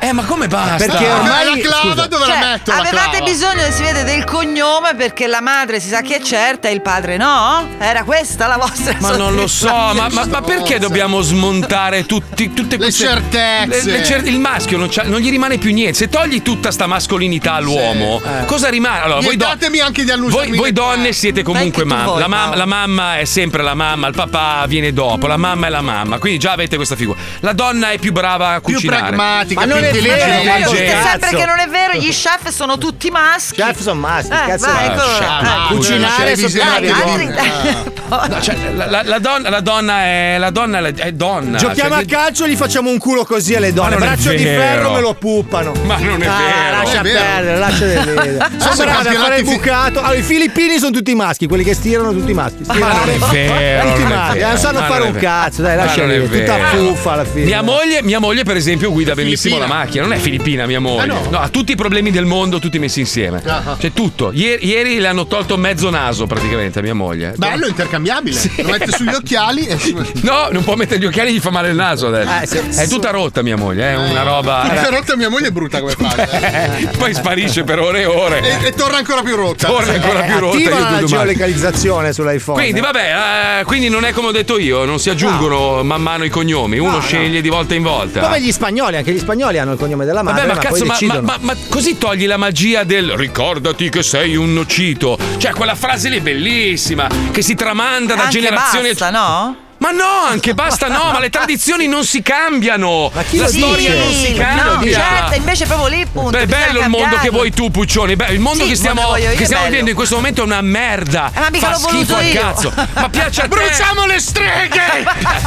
[SPEAKER 4] Eh, ma come basta?
[SPEAKER 5] Perché ormai-
[SPEAKER 2] la clava
[SPEAKER 5] scusa.
[SPEAKER 2] dove la
[SPEAKER 8] Cioè,
[SPEAKER 2] metto? la
[SPEAKER 8] avevate
[SPEAKER 2] clava?
[SPEAKER 8] bisogno, si vede, del cognome perché la madre si sa che è certa e il padre no? Era questa la vostra
[SPEAKER 4] Ma non lo so, ma, ma- ma perché dobbiamo smontare tutti, tutte queste
[SPEAKER 2] certezze.
[SPEAKER 4] le cer- il maschio non, c'ha- non gli rimane più niente. Se togli tutta sta mascolinità all'uomo, cosa rimane? Allora,
[SPEAKER 2] E
[SPEAKER 4] voi, do-
[SPEAKER 2] datemi eh. anche di
[SPEAKER 4] voi-
[SPEAKER 2] allungarmi
[SPEAKER 4] voi
[SPEAKER 2] le-
[SPEAKER 4] donne siete comunque
[SPEAKER 2] Dai che tu
[SPEAKER 4] mamme.
[SPEAKER 2] vuoi,
[SPEAKER 4] La, mam-
[SPEAKER 2] Paolo.
[SPEAKER 4] la mamma è sempre la mamma, il papà viene dopo, la mamma è la mamma. Quindi già avete questa figura. La donna è più brava a cucinare.
[SPEAKER 2] pragmatica,
[SPEAKER 8] Ma non è vero,
[SPEAKER 4] intelligente.
[SPEAKER 8] ma dite sempre che non è vero, gli chef sono tutti maschi. Chef
[SPEAKER 5] sono maschi, Cioè,
[SPEAKER 4] cazzo
[SPEAKER 8] vai, ecco, eh,
[SPEAKER 4] è?
[SPEAKER 8] eccolo là.
[SPEAKER 4] Chef, cucinare
[SPEAKER 8] Dai,
[SPEAKER 4] sono bravi
[SPEAKER 8] altri-
[SPEAKER 4] Eh, No, cioè, la, la- la donna, la donna è la donna è- è donna.
[SPEAKER 5] Giochiamo
[SPEAKER 4] Cioè,
[SPEAKER 5] a calcio e gli facciamo un culo così alle donne.
[SPEAKER 4] non è
[SPEAKER 5] Braccio di
[SPEAKER 4] vero.
[SPEAKER 5] ferro me lo puppano.
[SPEAKER 4] Ma non è
[SPEAKER 5] Ah,
[SPEAKER 4] vero.
[SPEAKER 5] Lascia
[SPEAKER 4] È vero.
[SPEAKER 5] perdere, lascia vedere. Sono
[SPEAKER 4] Sono
[SPEAKER 5] bravi a fare
[SPEAKER 4] campionati
[SPEAKER 5] il
[SPEAKER 4] fi-
[SPEAKER 5] bucato. Allora, i filippini sono tutti maschi, quelli che stirano tutti maschi.
[SPEAKER 4] Ma non è vero.
[SPEAKER 5] Tutti
[SPEAKER 4] non è
[SPEAKER 5] maschi,
[SPEAKER 4] vero,
[SPEAKER 5] non sanno
[SPEAKER 4] ma
[SPEAKER 5] fare
[SPEAKER 4] è
[SPEAKER 5] un
[SPEAKER 4] vero.
[SPEAKER 5] cazzo, dai,
[SPEAKER 4] Ma
[SPEAKER 5] lascia
[SPEAKER 4] non è
[SPEAKER 5] vedere. Tutta
[SPEAKER 4] vero.
[SPEAKER 5] fuffa alla fine.
[SPEAKER 4] Mia moglie, mia moglie, per esempio, guida benissimo la macchina. Non è filippina, mia
[SPEAKER 5] Ah,
[SPEAKER 4] moglie. no? ha tutti i problemi del mondo, tutti messi insieme.
[SPEAKER 2] Ah, ah.
[SPEAKER 4] Cioè, tutto. Ieri, ieri le hanno tolto mezzo naso, praticamente, a mia moglie.
[SPEAKER 2] Bello, intercambiabile.
[SPEAKER 4] Sì.
[SPEAKER 2] Lo mette sugli occhiali e
[SPEAKER 4] No, non può mettere gli occhiali, gli fa male il naso
[SPEAKER 2] Eh,
[SPEAKER 4] adesso.
[SPEAKER 2] sì.
[SPEAKER 4] È tutta rotta mia moglie, è una roba. eh.
[SPEAKER 2] Tutta rotta mia moglie è brutta come fa.
[SPEAKER 4] Poi sparisce per ore e ore.
[SPEAKER 2] E, e torna ancora più rotta.
[SPEAKER 4] Torna ancora più
[SPEAKER 5] Eh,
[SPEAKER 4] rotta,
[SPEAKER 5] Attiva
[SPEAKER 4] io
[SPEAKER 5] la
[SPEAKER 4] domani.
[SPEAKER 5] geolocalizzazione sull'iPhone.
[SPEAKER 4] Quindi vabbè, eh, quindi non è come ho detto io, non si aggiungono man mano i cognomi, uno sceglie di volta in volta.
[SPEAKER 5] Come gli spagnoli, anche gli spagnoli hanno il cognome della madre,
[SPEAKER 4] Vabbè, ma,
[SPEAKER 5] poi
[SPEAKER 4] cazzo, ma,
[SPEAKER 5] decidono.
[SPEAKER 4] ma- ma- ma così togli la magia del ricordati che sei un nocito. Cioè, quella frase lì è bellissima, che si tramanda da
[SPEAKER 8] Anche
[SPEAKER 4] generazione.
[SPEAKER 8] basta, no?
[SPEAKER 4] Ma no, anche basta, no, ma le tradizioni non si cambiano.
[SPEAKER 8] Chi
[SPEAKER 4] la
[SPEAKER 8] lo
[SPEAKER 4] storia
[SPEAKER 8] dice?
[SPEAKER 4] non si
[SPEAKER 8] No,
[SPEAKER 4] cambia.
[SPEAKER 8] certo, invece proprio lì punto.
[SPEAKER 4] Beh, è
[SPEAKER 8] bisogna
[SPEAKER 4] bello il mondo
[SPEAKER 8] cambiarlo.
[SPEAKER 4] che vuoi tu, Puccioni. Beh, il mondo
[SPEAKER 8] Sì,
[SPEAKER 4] che stiamo,
[SPEAKER 8] mondo che voglio io
[SPEAKER 4] che
[SPEAKER 8] è
[SPEAKER 4] stiamo
[SPEAKER 8] bello.
[SPEAKER 4] vivendo in questo momento è una merda.
[SPEAKER 8] Eh, ma mica
[SPEAKER 4] Fa
[SPEAKER 8] l'ho voluto
[SPEAKER 4] schifo al
[SPEAKER 8] io.
[SPEAKER 4] cazzo. Ma piace a te.
[SPEAKER 2] Bruciamo le streghe!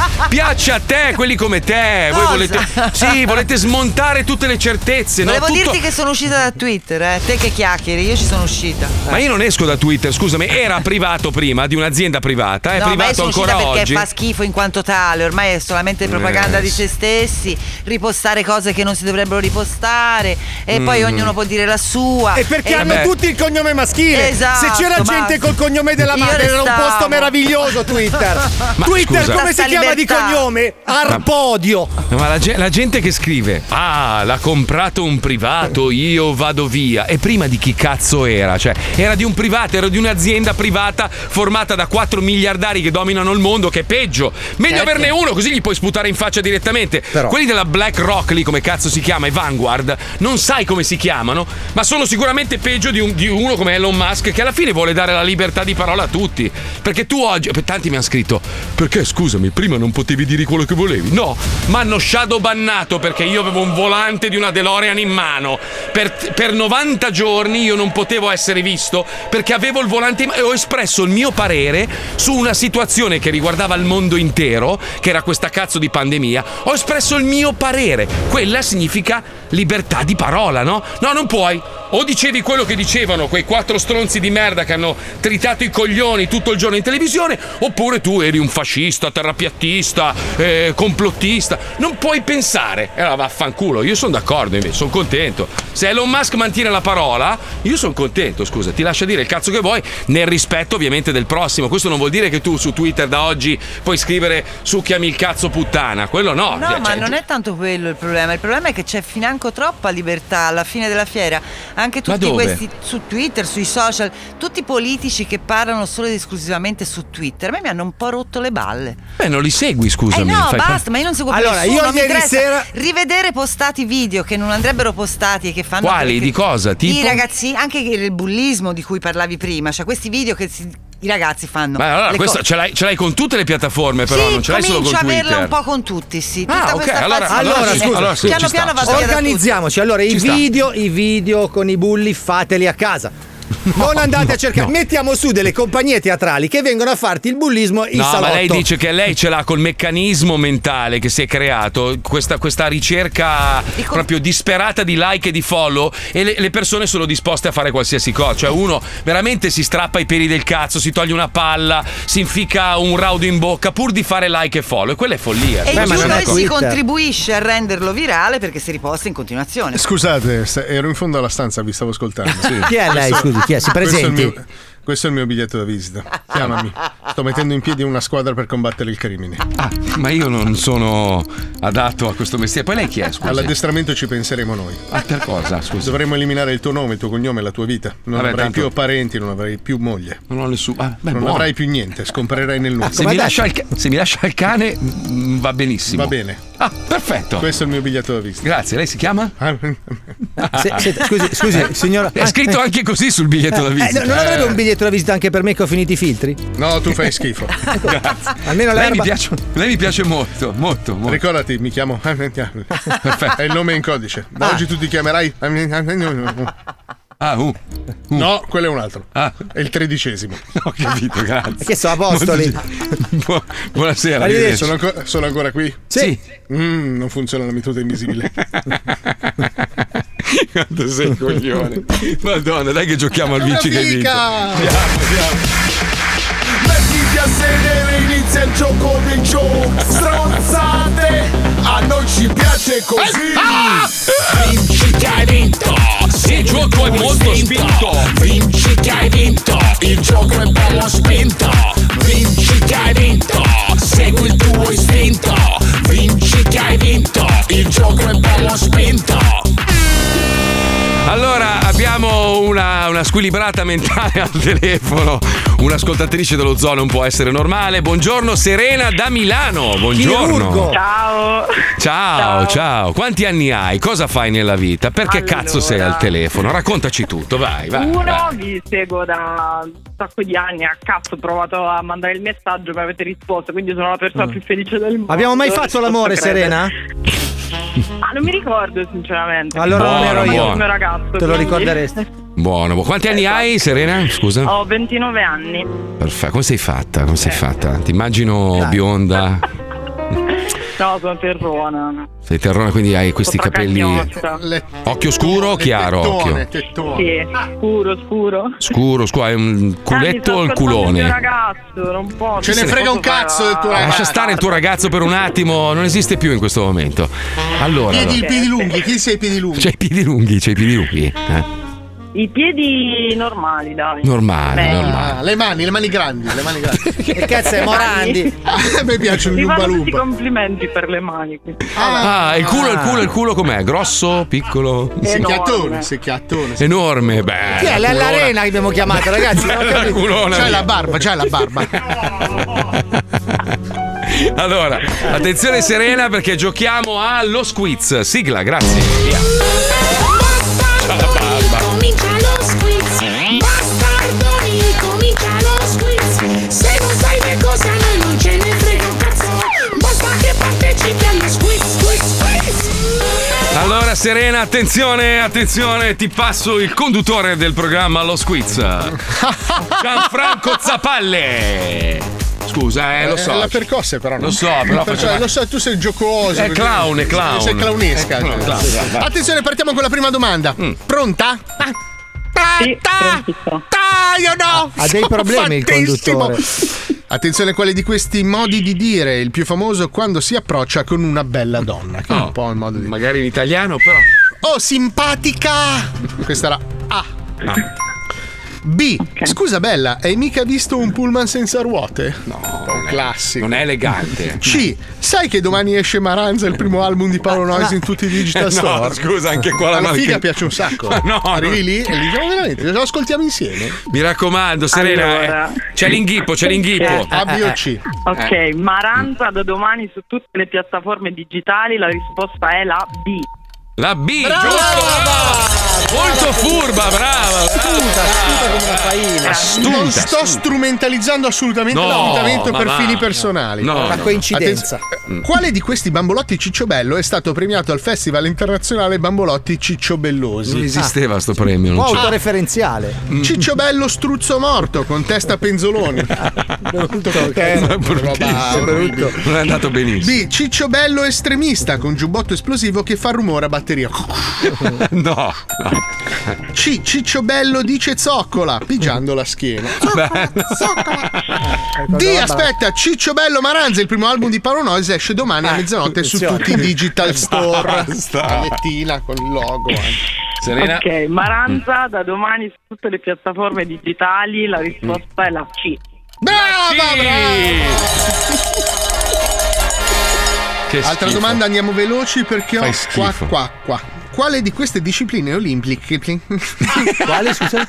[SPEAKER 4] Piace a te, quelli come te. Voi
[SPEAKER 8] Cosa?
[SPEAKER 4] volete. Sì, volete smontare tutte le certezze.
[SPEAKER 8] Volevo
[SPEAKER 4] no? Tutto-
[SPEAKER 8] dirti che sono uscita da Twitter, eh. Te che chiacchieri, io ci sono uscita.
[SPEAKER 4] Ma io non esco da Twitter, scusami, era privato prima di un'azienda privata, Eh, è
[SPEAKER 8] no, ma io
[SPEAKER 4] privato
[SPEAKER 8] sono uscita
[SPEAKER 4] ancora
[SPEAKER 8] perché
[SPEAKER 4] oggi.
[SPEAKER 8] fa schifo in quanto tale, ormai è solamente propaganda
[SPEAKER 4] Eh,
[SPEAKER 8] di se stessi, ripostare cose che non si dovrebbero ripostare e poi
[SPEAKER 5] Mm.
[SPEAKER 8] ognuno può dire la sua.
[SPEAKER 5] E perché
[SPEAKER 8] E-
[SPEAKER 5] hanno tutti il cognome maschile.
[SPEAKER 8] Esatto,
[SPEAKER 5] Se c'era
[SPEAKER 8] basta.
[SPEAKER 5] gente col cognome della
[SPEAKER 8] Io
[SPEAKER 5] madre, era un
[SPEAKER 8] restavo.
[SPEAKER 5] posto meraviglioso Twitter.
[SPEAKER 4] Ma
[SPEAKER 5] Twitter
[SPEAKER 4] scusa.
[SPEAKER 5] come si
[SPEAKER 4] Sta
[SPEAKER 5] chiama di
[SPEAKER 4] libertà.
[SPEAKER 5] cognome? Arpodio.
[SPEAKER 4] Ma la, ge- la gente che scrive, ah, l'ha comprato un privato, io vado via. E prima di chi cazzo era? Cioè, era di un privato, era di un'azienda privata formata da 4 miliardari che dominano il mondo, che è peggio. Meglio
[SPEAKER 7] Certo.
[SPEAKER 4] averne uno, così gli puoi sputare in faccia direttamente. Quelli della Black Rock lì, come cazzo si chiama, e Vanguard, non sai come si chiamano, ma sono sicuramente peggio di, un- di uno come Elon Musk, che alla fine vuole dare la libertà di parola a tutti. Perché tu oggi, tanti mi hanno scritto, perché scusami, prima non potevi dire quello che volevi? No, ma hanno shadow bannato perché io avevo un volante di una DeLorean in mano. Per, per 90 giorni io non potevo essere visto perché avevo il volante in mano e ho espresso il mio parere su una situazione che riguardava il mondo intero, che era questa cazzo di pandemia. Ho espresso il mio parere. Quella significa libertà di parola, no? No, non puoi. O dicevi quello che dicevano quei quattro stronzi di merda che hanno tritato i coglioni tutto il giorno in televisione, oppure tu eri un fascista, terrapiattista, eh, complottista. Non puoi pensare. E allora vaffanculo, io sono d'accordo invece, sono contento. Se Elon Musk mantiene la parola, io sono contento, scusa, ti lascia dire il cazzo che vuoi, nel rispetto ovviamente del prossimo. Questo non vuol dire che tu su Twitter da oggi puoi scrivere succhiami il cazzo puttana, quello no.
[SPEAKER 8] No,
[SPEAKER 4] Cioè,
[SPEAKER 8] ma non è tanto quello il problema. Il problema è che c'è financo troppa libertà alla fine della fiera. Anche
[SPEAKER 4] Ma
[SPEAKER 8] tutti
[SPEAKER 4] dove?
[SPEAKER 8] questi su Twitter, sui social, tutti i politici che parlano solo ed esclusivamente su Twitter. A me mi hanno un po' rotto le balle.
[SPEAKER 4] Beh, non li segui,
[SPEAKER 8] Eh
[SPEAKER 4] scusami.
[SPEAKER 8] no,
[SPEAKER 4] fai-
[SPEAKER 8] basta, ma io non seguo più
[SPEAKER 4] Allora,
[SPEAKER 8] nessuno,
[SPEAKER 4] io
[SPEAKER 8] mi
[SPEAKER 4] ieri
[SPEAKER 8] interessa.
[SPEAKER 4] sera-
[SPEAKER 8] rivedere postati video che non andrebbero postati e che fanno
[SPEAKER 4] Quali?
[SPEAKER 8] perché-
[SPEAKER 4] Di cosa? Tipo?
[SPEAKER 8] I ragazzi, anche il bullismo di cui parlavi prima, cioè questi video che si- i ragazzi fanno.
[SPEAKER 4] Ma allora,
[SPEAKER 8] le
[SPEAKER 4] questa
[SPEAKER 8] co-
[SPEAKER 4] ce l'hai, ce l'hai con tutte le piattaforme, però
[SPEAKER 8] sì,
[SPEAKER 4] non ce l'hai solo con
[SPEAKER 8] comincio a
[SPEAKER 4] Twitter.
[SPEAKER 8] averla un po' con tutti, sì. Tutta
[SPEAKER 4] Ah, ok,
[SPEAKER 8] questa
[SPEAKER 4] allora-
[SPEAKER 8] fazione.
[SPEAKER 4] allora,
[SPEAKER 5] Allora,
[SPEAKER 4] sì,
[SPEAKER 5] scusa,
[SPEAKER 4] allora sì,
[SPEAKER 8] piano
[SPEAKER 4] ci
[SPEAKER 8] piano
[SPEAKER 4] sta,
[SPEAKER 8] va
[SPEAKER 4] ci sta.
[SPEAKER 8] via da
[SPEAKER 5] Organizziamoci. Allora, i
[SPEAKER 4] Ci sta.
[SPEAKER 5] video, i video con i bulli fateli a casa. non andate a cercare. Mettiamo su delle compagnie teatrali che vengono a farti il bullismo in
[SPEAKER 4] No,
[SPEAKER 5] salotto.
[SPEAKER 4] ma lei dice che lei ce l'ha col meccanismo mentale che si è creato, questa, questa ricerca proprio disperata di like e di follow e le, le persone sono disposte a fare qualsiasi cosa. Cioè uno veramente si strappa i peli del cazzo, si toglie una palla, si infica un raudo in bocca pur di fare like e follow e quella è follia.
[SPEAKER 8] E
[SPEAKER 4] Cioè,
[SPEAKER 8] in
[SPEAKER 4] non
[SPEAKER 8] più
[SPEAKER 4] è
[SPEAKER 8] noi
[SPEAKER 4] cosa-
[SPEAKER 8] si contribuisce a renderlo virale perché si riposta in continuazione.
[SPEAKER 2] Scusate, se- ero in fondo alla stanza, vi stavo ascoltando. sì.
[SPEAKER 5] Chi è lei,
[SPEAKER 2] Adesso-
[SPEAKER 5] scusi? chi è? Si
[SPEAKER 2] Questo è il
[SPEAKER 5] presenti.
[SPEAKER 2] mio, questo è il mio biglietto da visita. Chiamami. Sto mettendo in piedi una squadra per combattere il crimine.
[SPEAKER 4] Ah, Ma io non sono adatto a questo mestiere. Poi lei chi è? Scusa.
[SPEAKER 2] All'addestramento ci penseremo noi.
[SPEAKER 4] Ah, per cosa? Scusa.
[SPEAKER 2] Dovremmo eliminare il tuo nome, il tuo cognome e la tua vita. Non
[SPEAKER 4] Vabbè,
[SPEAKER 2] avrai
[SPEAKER 4] tanto-
[SPEAKER 2] più parenti, non avrai più moglie.
[SPEAKER 4] Non ho nessuno.
[SPEAKER 2] non
[SPEAKER 4] buono. Ecco,
[SPEAKER 2] avrai più niente, scomparirai nel nulla.
[SPEAKER 4] se, mi lascia il, ca- se mi lascia il cane mm, va benissimo.
[SPEAKER 2] Va bene.
[SPEAKER 4] Ah, perfetto.
[SPEAKER 2] Questo è il mio biglietto da visita. Ah,
[SPEAKER 4] Grazie, lei si chiama?
[SPEAKER 5] Se- se- scusi, scusi, signora.
[SPEAKER 4] È scritto
[SPEAKER 5] Eh,
[SPEAKER 4] anche così sul biglietto da
[SPEAKER 5] eh,
[SPEAKER 4] visita. Eh,
[SPEAKER 5] no, non avrebbe un biglietto da visita anche per me che ho finito i filtri?
[SPEAKER 2] No, tu fai schifo.
[SPEAKER 4] Grazie.
[SPEAKER 5] Almeno
[SPEAKER 4] lei,
[SPEAKER 5] l'erba-
[SPEAKER 4] mi piace, lei mi piace molto, molto, molto.
[SPEAKER 2] Ricordati, mi chiamo. È il nome in codice. Da
[SPEAKER 4] Ah.
[SPEAKER 2] oggi tu ti chiamerai.
[SPEAKER 4] Ah,
[SPEAKER 2] No, quello è un altro. È il tredicesimo.
[SPEAKER 4] Ho capito, grazie.
[SPEAKER 5] Che so, apostoli.
[SPEAKER 4] Bu- buonasera.
[SPEAKER 2] Arrivederci.
[SPEAKER 4] arrivederci.
[SPEAKER 2] Sono, anco- sono ancora qui?
[SPEAKER 4] Sì.
[SPEAKER 2] Mm, non funziona la mituta invisibile.
[SPEAKER 4] Quanto sei un coglione. Madonna, dai che giochiamo al vinci che vinci.
[SPEAKER 17] Mettiti a sedere, inizia il gioco del gioco Strozzate, a noi ci piace così Eh, ah! Vinci che hai vinto Il gioco è molto spinto Vinci che hai vinto Il gioco è bello spinto Vinci che hai vinto Segui il tuo istinto Vinci che hai vinto Il gioco è bello spinto
[SPEAKER 4] Allora, abbiamo una, una squilibrata mentale al telefono. Un'ascoltatrice dello zoo non può essere normale. Buongiorno, Serena da Milano. Buongiorno.
[SPEAKER 10] Ciao.
[SPEAKER 4] Ciao, ciao, Quanti anni hai? Cosa fai nella vita? Perché cazzo sei al telefono? Raccontaci tutto, vai, vai.
[SPEAKER 10] Uno,
[SPEAKER 4] vai.
[SPEAKER 10] vi seguo da un sacco di anni. A cazzo, ho provato a mandare il messaggio, mi avete risposto. Quindi sono la persona più felice del mondo.
[SPEAKER 5] Abbiamo mai fatto
[SPEAKER 10] Non
[SPEAKER 5] l'amore,
[SPEAKER 10] posso
[SPEAKER 5] Serena?
[SPEAKER 10] credere. Ah, non mi ricordo, sinceramente.
[SPEAKER 5] Allora
[SPEAKER 10] Sono
[SPEAKER 5] non ero
[SPEAKER 10] stato
[SPEAKER 5] io.
[SPEAKER 10] il mio ragazzo,
[SPEAKER 5] Te lo
[SPEAKER 10] quindi-
[SPEAKER 5] ricorderesti.
[SPEAKER 4] Buono, buono. Quanti anni hai, Serena? Scusa.
[SPEAKER 10] Ho 29 anni.
[SPEAKER 4] Perfetto. Come sei fatta? Come sei fatta? Ti immagino bionda.
[SPEAKER 10] No, sono terrona.
[SPEAKER 4] Sei terrona, quindi hai questi
[SPEAKER 10] Potrò
[SPEAKER 4] capelli.
[SPEAKER 10] cagnotta.
[SPEAKER 4] Occhio scuro o chiaro? Occhio.
[SPEAKER 10] Sì, scuro, scuro.
[SPEAKER 4] Scuro, scusa, hai un culetto o il
[SPEAKER 10] Il mio
[SPEAKER 4] culone?
[SPEAKER 10] ragazzo, non posso.
[SPEAKER 2] Ce ne
[SPEAKER 10] non
[SPEAKER 2] frega
[SPEAKER 10] posso
[SPEAKER 2] un cazzo
[SPEAKER 10] fare
[SPEAKER 2] del tuo
[SPEAKER 10] la-
[SPEAKER 4] Ah, Lascia stare il tuo ragazzo per un attimo, non esiste più in questo momento. Allora,
[SPEAKER 2] Piedi,
[SPEAKER 4] allora. Cioè,
[SPEAKER 2] piedi lunghi, chi sei i piedi lunghi?
[SPEAKER 4] c'hai i piedi lunghi, c'hai i piedi lunghi. eh?
[SPEAKER 10] I piedi normali, dai.
[SPEAKER 4] Normali,
[SPEAKER 10] Beh,
[SPEAKER 4] normali.
[SPEAKER 2] Ah, le mani, le mani grandi, le mani grandi.
[SPEAKER 10] Che cazzo è, Morandi?
[SPEAKER 2] A me piace il
[SPEAKER 10] Mi
[SPEAKER 2] lumba
[SPEAKER 10] fanno tutti i
[SPEAKER 2] lumba.
[SPEAKER 10] complimenti per le mani. quindi.
[SPEAKER 4] Ah, il culo, il culo, il culo com'è? Grosso, piccolo?
[SPEAKER 2] Secchiattone, secchiattone.
[SPEAKER 4] Enorme, beh.
[SPEAKER 5] Chi è? L-
[SPEAKER 4] la culona.
[SPEAKER 5] L'Arena che abbiamo chiamato, ragazzi. Non ho
[SPEAKER 4] La
[SPEAKER 5] capito.
[SPEAKER 4] culona
[SPEAKER 2] C'hai
[SPEAKER 4] mia.
[SPEAKER 2] la barba, c'hai la barba.
[SPEAKER 4] Allora, attenzione serena perché giochiamo allo squiz. Sigla, grazie. Via. C'ha la barba.
[SPEAKER 17] Comincia lo squiz, bastardoni, comincia lo squiz. Se non sai che cosa a noi non ce ne frega un cazzo, basta che partecipi allo squiz, squiz, squiz.
[SPEAKER 4] Allora Serena, attenzione, attenzione, ti passo il conduttore del programma allo squiz. Gianfranco Zappalle. Eh, Scusa, eh, lo so.
[SPEAKER 2] Eh, La percosse però. no?
[SPEAKER 4] Lo so, però
[SPEAKER 2] Percosse,
[SPEAKER 4] faccio-
[SPEAKER 2] Lo so, tu sei giocoso.
[SPEAKER 4] È clown, è clown.
[SPEAKER 2] Sei clownesca.
[SPEAKER 4] È clown, clown,
[SPEAKER 2] Sì.
[SPEAKER 4] vai, vai.
[SPEAKER 2] Attenzione, partiamo con la prima domanda.
[SPEAKER 4] Mm.
[SPEAKER 2] Pronta?
[SPEAKER 10] Ah. Sì,
[SPEAKER 2] io no!
[SPEAKER 5] Ha dei problemi il
[SPEAKER 2] Fattissimo.
[SPEAKER 5] conduttore.
[SPEAKER 2] Attenzione a quale di questi modi di dire, il più famoso quando si approccia con una bella donna. Che è un po' il modo di
[SPEAKER 4] Oh, Magari in italiano, però.
[SPEAKER 2] Oh, simpatica! Ah. Questa era A.
[SPEAKER 4] Ah.
[SPEAKER 2] B. Scusa bella, hai mica visto un pullman senza ruote? No. Classico.
[SPEAKER 4] Non è elegante.
[SPEAKER 2] C. Sai che domani esce Maranza il primo album di Paolo
[SPEAKER 5] Ah,
[SPEAKER 2] Noyes in tutti i digital
[SPEAKER 4] Eh, No,
[SPEAKER 2] store?
[SPEAKER 4] scusa, anche qua la
[SPEAKER 2] Alla
[SPEAKER 4] marca-
[SPEAKER 2] figa piace un sacco.
[SPEAKER 4] Ma no,
[SPEAKER 2] Arrivi
[SPEAKER 4] non-
[SPEAKER 2] lì e gli dici, "Ma veramente, lo ascoltiamo insieme.
[SPEAKER 4] Mi raccomando, Serena,
[SPEAKER 10] Allora. Eh,
[SPEAKER 4] eh, c'è l'inghippo, c'è l'inghippo.
[SPEAKER 2] Eh, A, B o C.
[SPEAKER 10] Ok, Maranza da domani su tutte le piattaforme digitali, la risposta è la B.
[SPEAKER 4] La B, giusto? Molto furba, brava.
[SPEAKER 2] Astuta, astuta come una faina.
[SPEAKER 4] Astuta,
[SPEAKER 2] non sto
[SPEAKER 4] astuta.
[SPEAKER 2] strumentalizzando assolutamente
[SPEAKER 4] No,
[SPEAKER 2] l'appuntamento
[SPEAKER 4] ma
[SPEAKER 2] per
[SPEAKER 4] va.
[SPEAKER 2] fini personali.
[SPEAKER 4] No, Una no. coincidenza.
[SPEAKER 2] Attenzione, Quale di questi bambolotti Cicciobello è stato premiato al Festival Internazionale Bambolotti Cicciobellosi?
[SPEAKER 4] Non esisteva sto premio, non
[SPEAKER 5] po'
[SPEAKER 4] c'è.
[SPEAKER 5] autoreferenziale.
[SPEAKER 2] Cicciobello Mm. struzzo morto con testa a penzoloni. Brutto
[SPEAKER 4] Ma è
[SPEAKER 2] roba
[SPEAKER 4] bruttissimo.
[SPEAKER 2] brutto.
[SPEAKER 4] Non è andato benissimo.
[SPEAKER 2] B. Cicciobello estremista con giubbotto esplosivo che fa rumore a batteria.
[SPEAKER 4] No, no.
[SPEAKER 2] C. Cicciobello dice zoccola pigiando la schiena. D. Aspetta, Cicciobello Maranza, il primo album di Paolo Noyes esce domani a mezzanotte su
[SPEAKER 5] attenzione.
[SPEAKER 2] tutti i digital store.
[SPEAKER 5] Basta.
[SPEAKER 2] Pallettina con il Ah, logo. eh.
[SPEAKER 4] Serena?
[SPEAKER 10] Ok, Maranza da domani su tutte le piattaforme digitali la risposta è la C.
[SPEAKER 2] Brava, Altra domanda, andiamo veloci perché ho
[SPEAKER 7] Fai
[SPEAKER 2] qua,
[SPEAKER 7] schifo.
[SPEAKER 2] qua, qua. Quale di queste discipline olimpiche? Quale, scusa?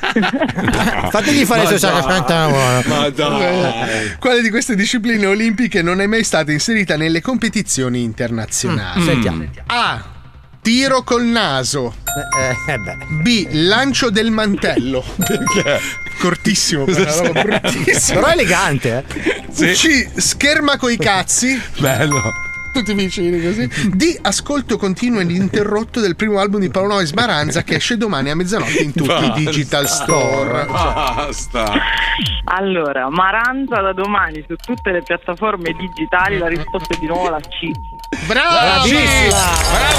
[SPEAKER 5] Fategli fare il suo sacco, aspetta, buono.
[SPEAKER 7] Ah. Ma dai.
[SPEAKER 2] Quale di queste discipline olimpiche non è mai stata inserita nelle competizioni internazionali?
[SPEAKER 7] Mm, sentiamo.
[SPEAKER 2] A. Tiro col naso.
[SPEAKER 7] Eh,
[SPEAKER 2] B. Lancio del mantello. Perché? Cortissimo, però,
[SPEAKER 4] Mm.
[SPEAKER 7] Cosa
[SPEAKER 2] roba
[SPEAKER 7] serve?
[SPEAKER 2] bruttissima.
[SPEAKER 7] Però
[SPEAKER 5] eh.
[SPEAKER 2] elegante.
[SPEAKER 7] Sì.
[SPEAKER 2] C. Scherma coi cazzi.
[SPEAKER 4] Bello.
[SPEAKER 2] Tutti vicini così. Di ascolto continuo e ininterrotto del primo album di Paolo Nois Maranza che esce domani a mezzanotte in tutti
[SPEAKER 7] Basta.
[SPEAKER 2] i digital store.
[SPEAKER 4] Basta.
[SPEAKER 10] Allora, Maranza da domani su tutte le piattaforme digitali la risposta è di nuovo la C.
[SPEAKER 4] Brava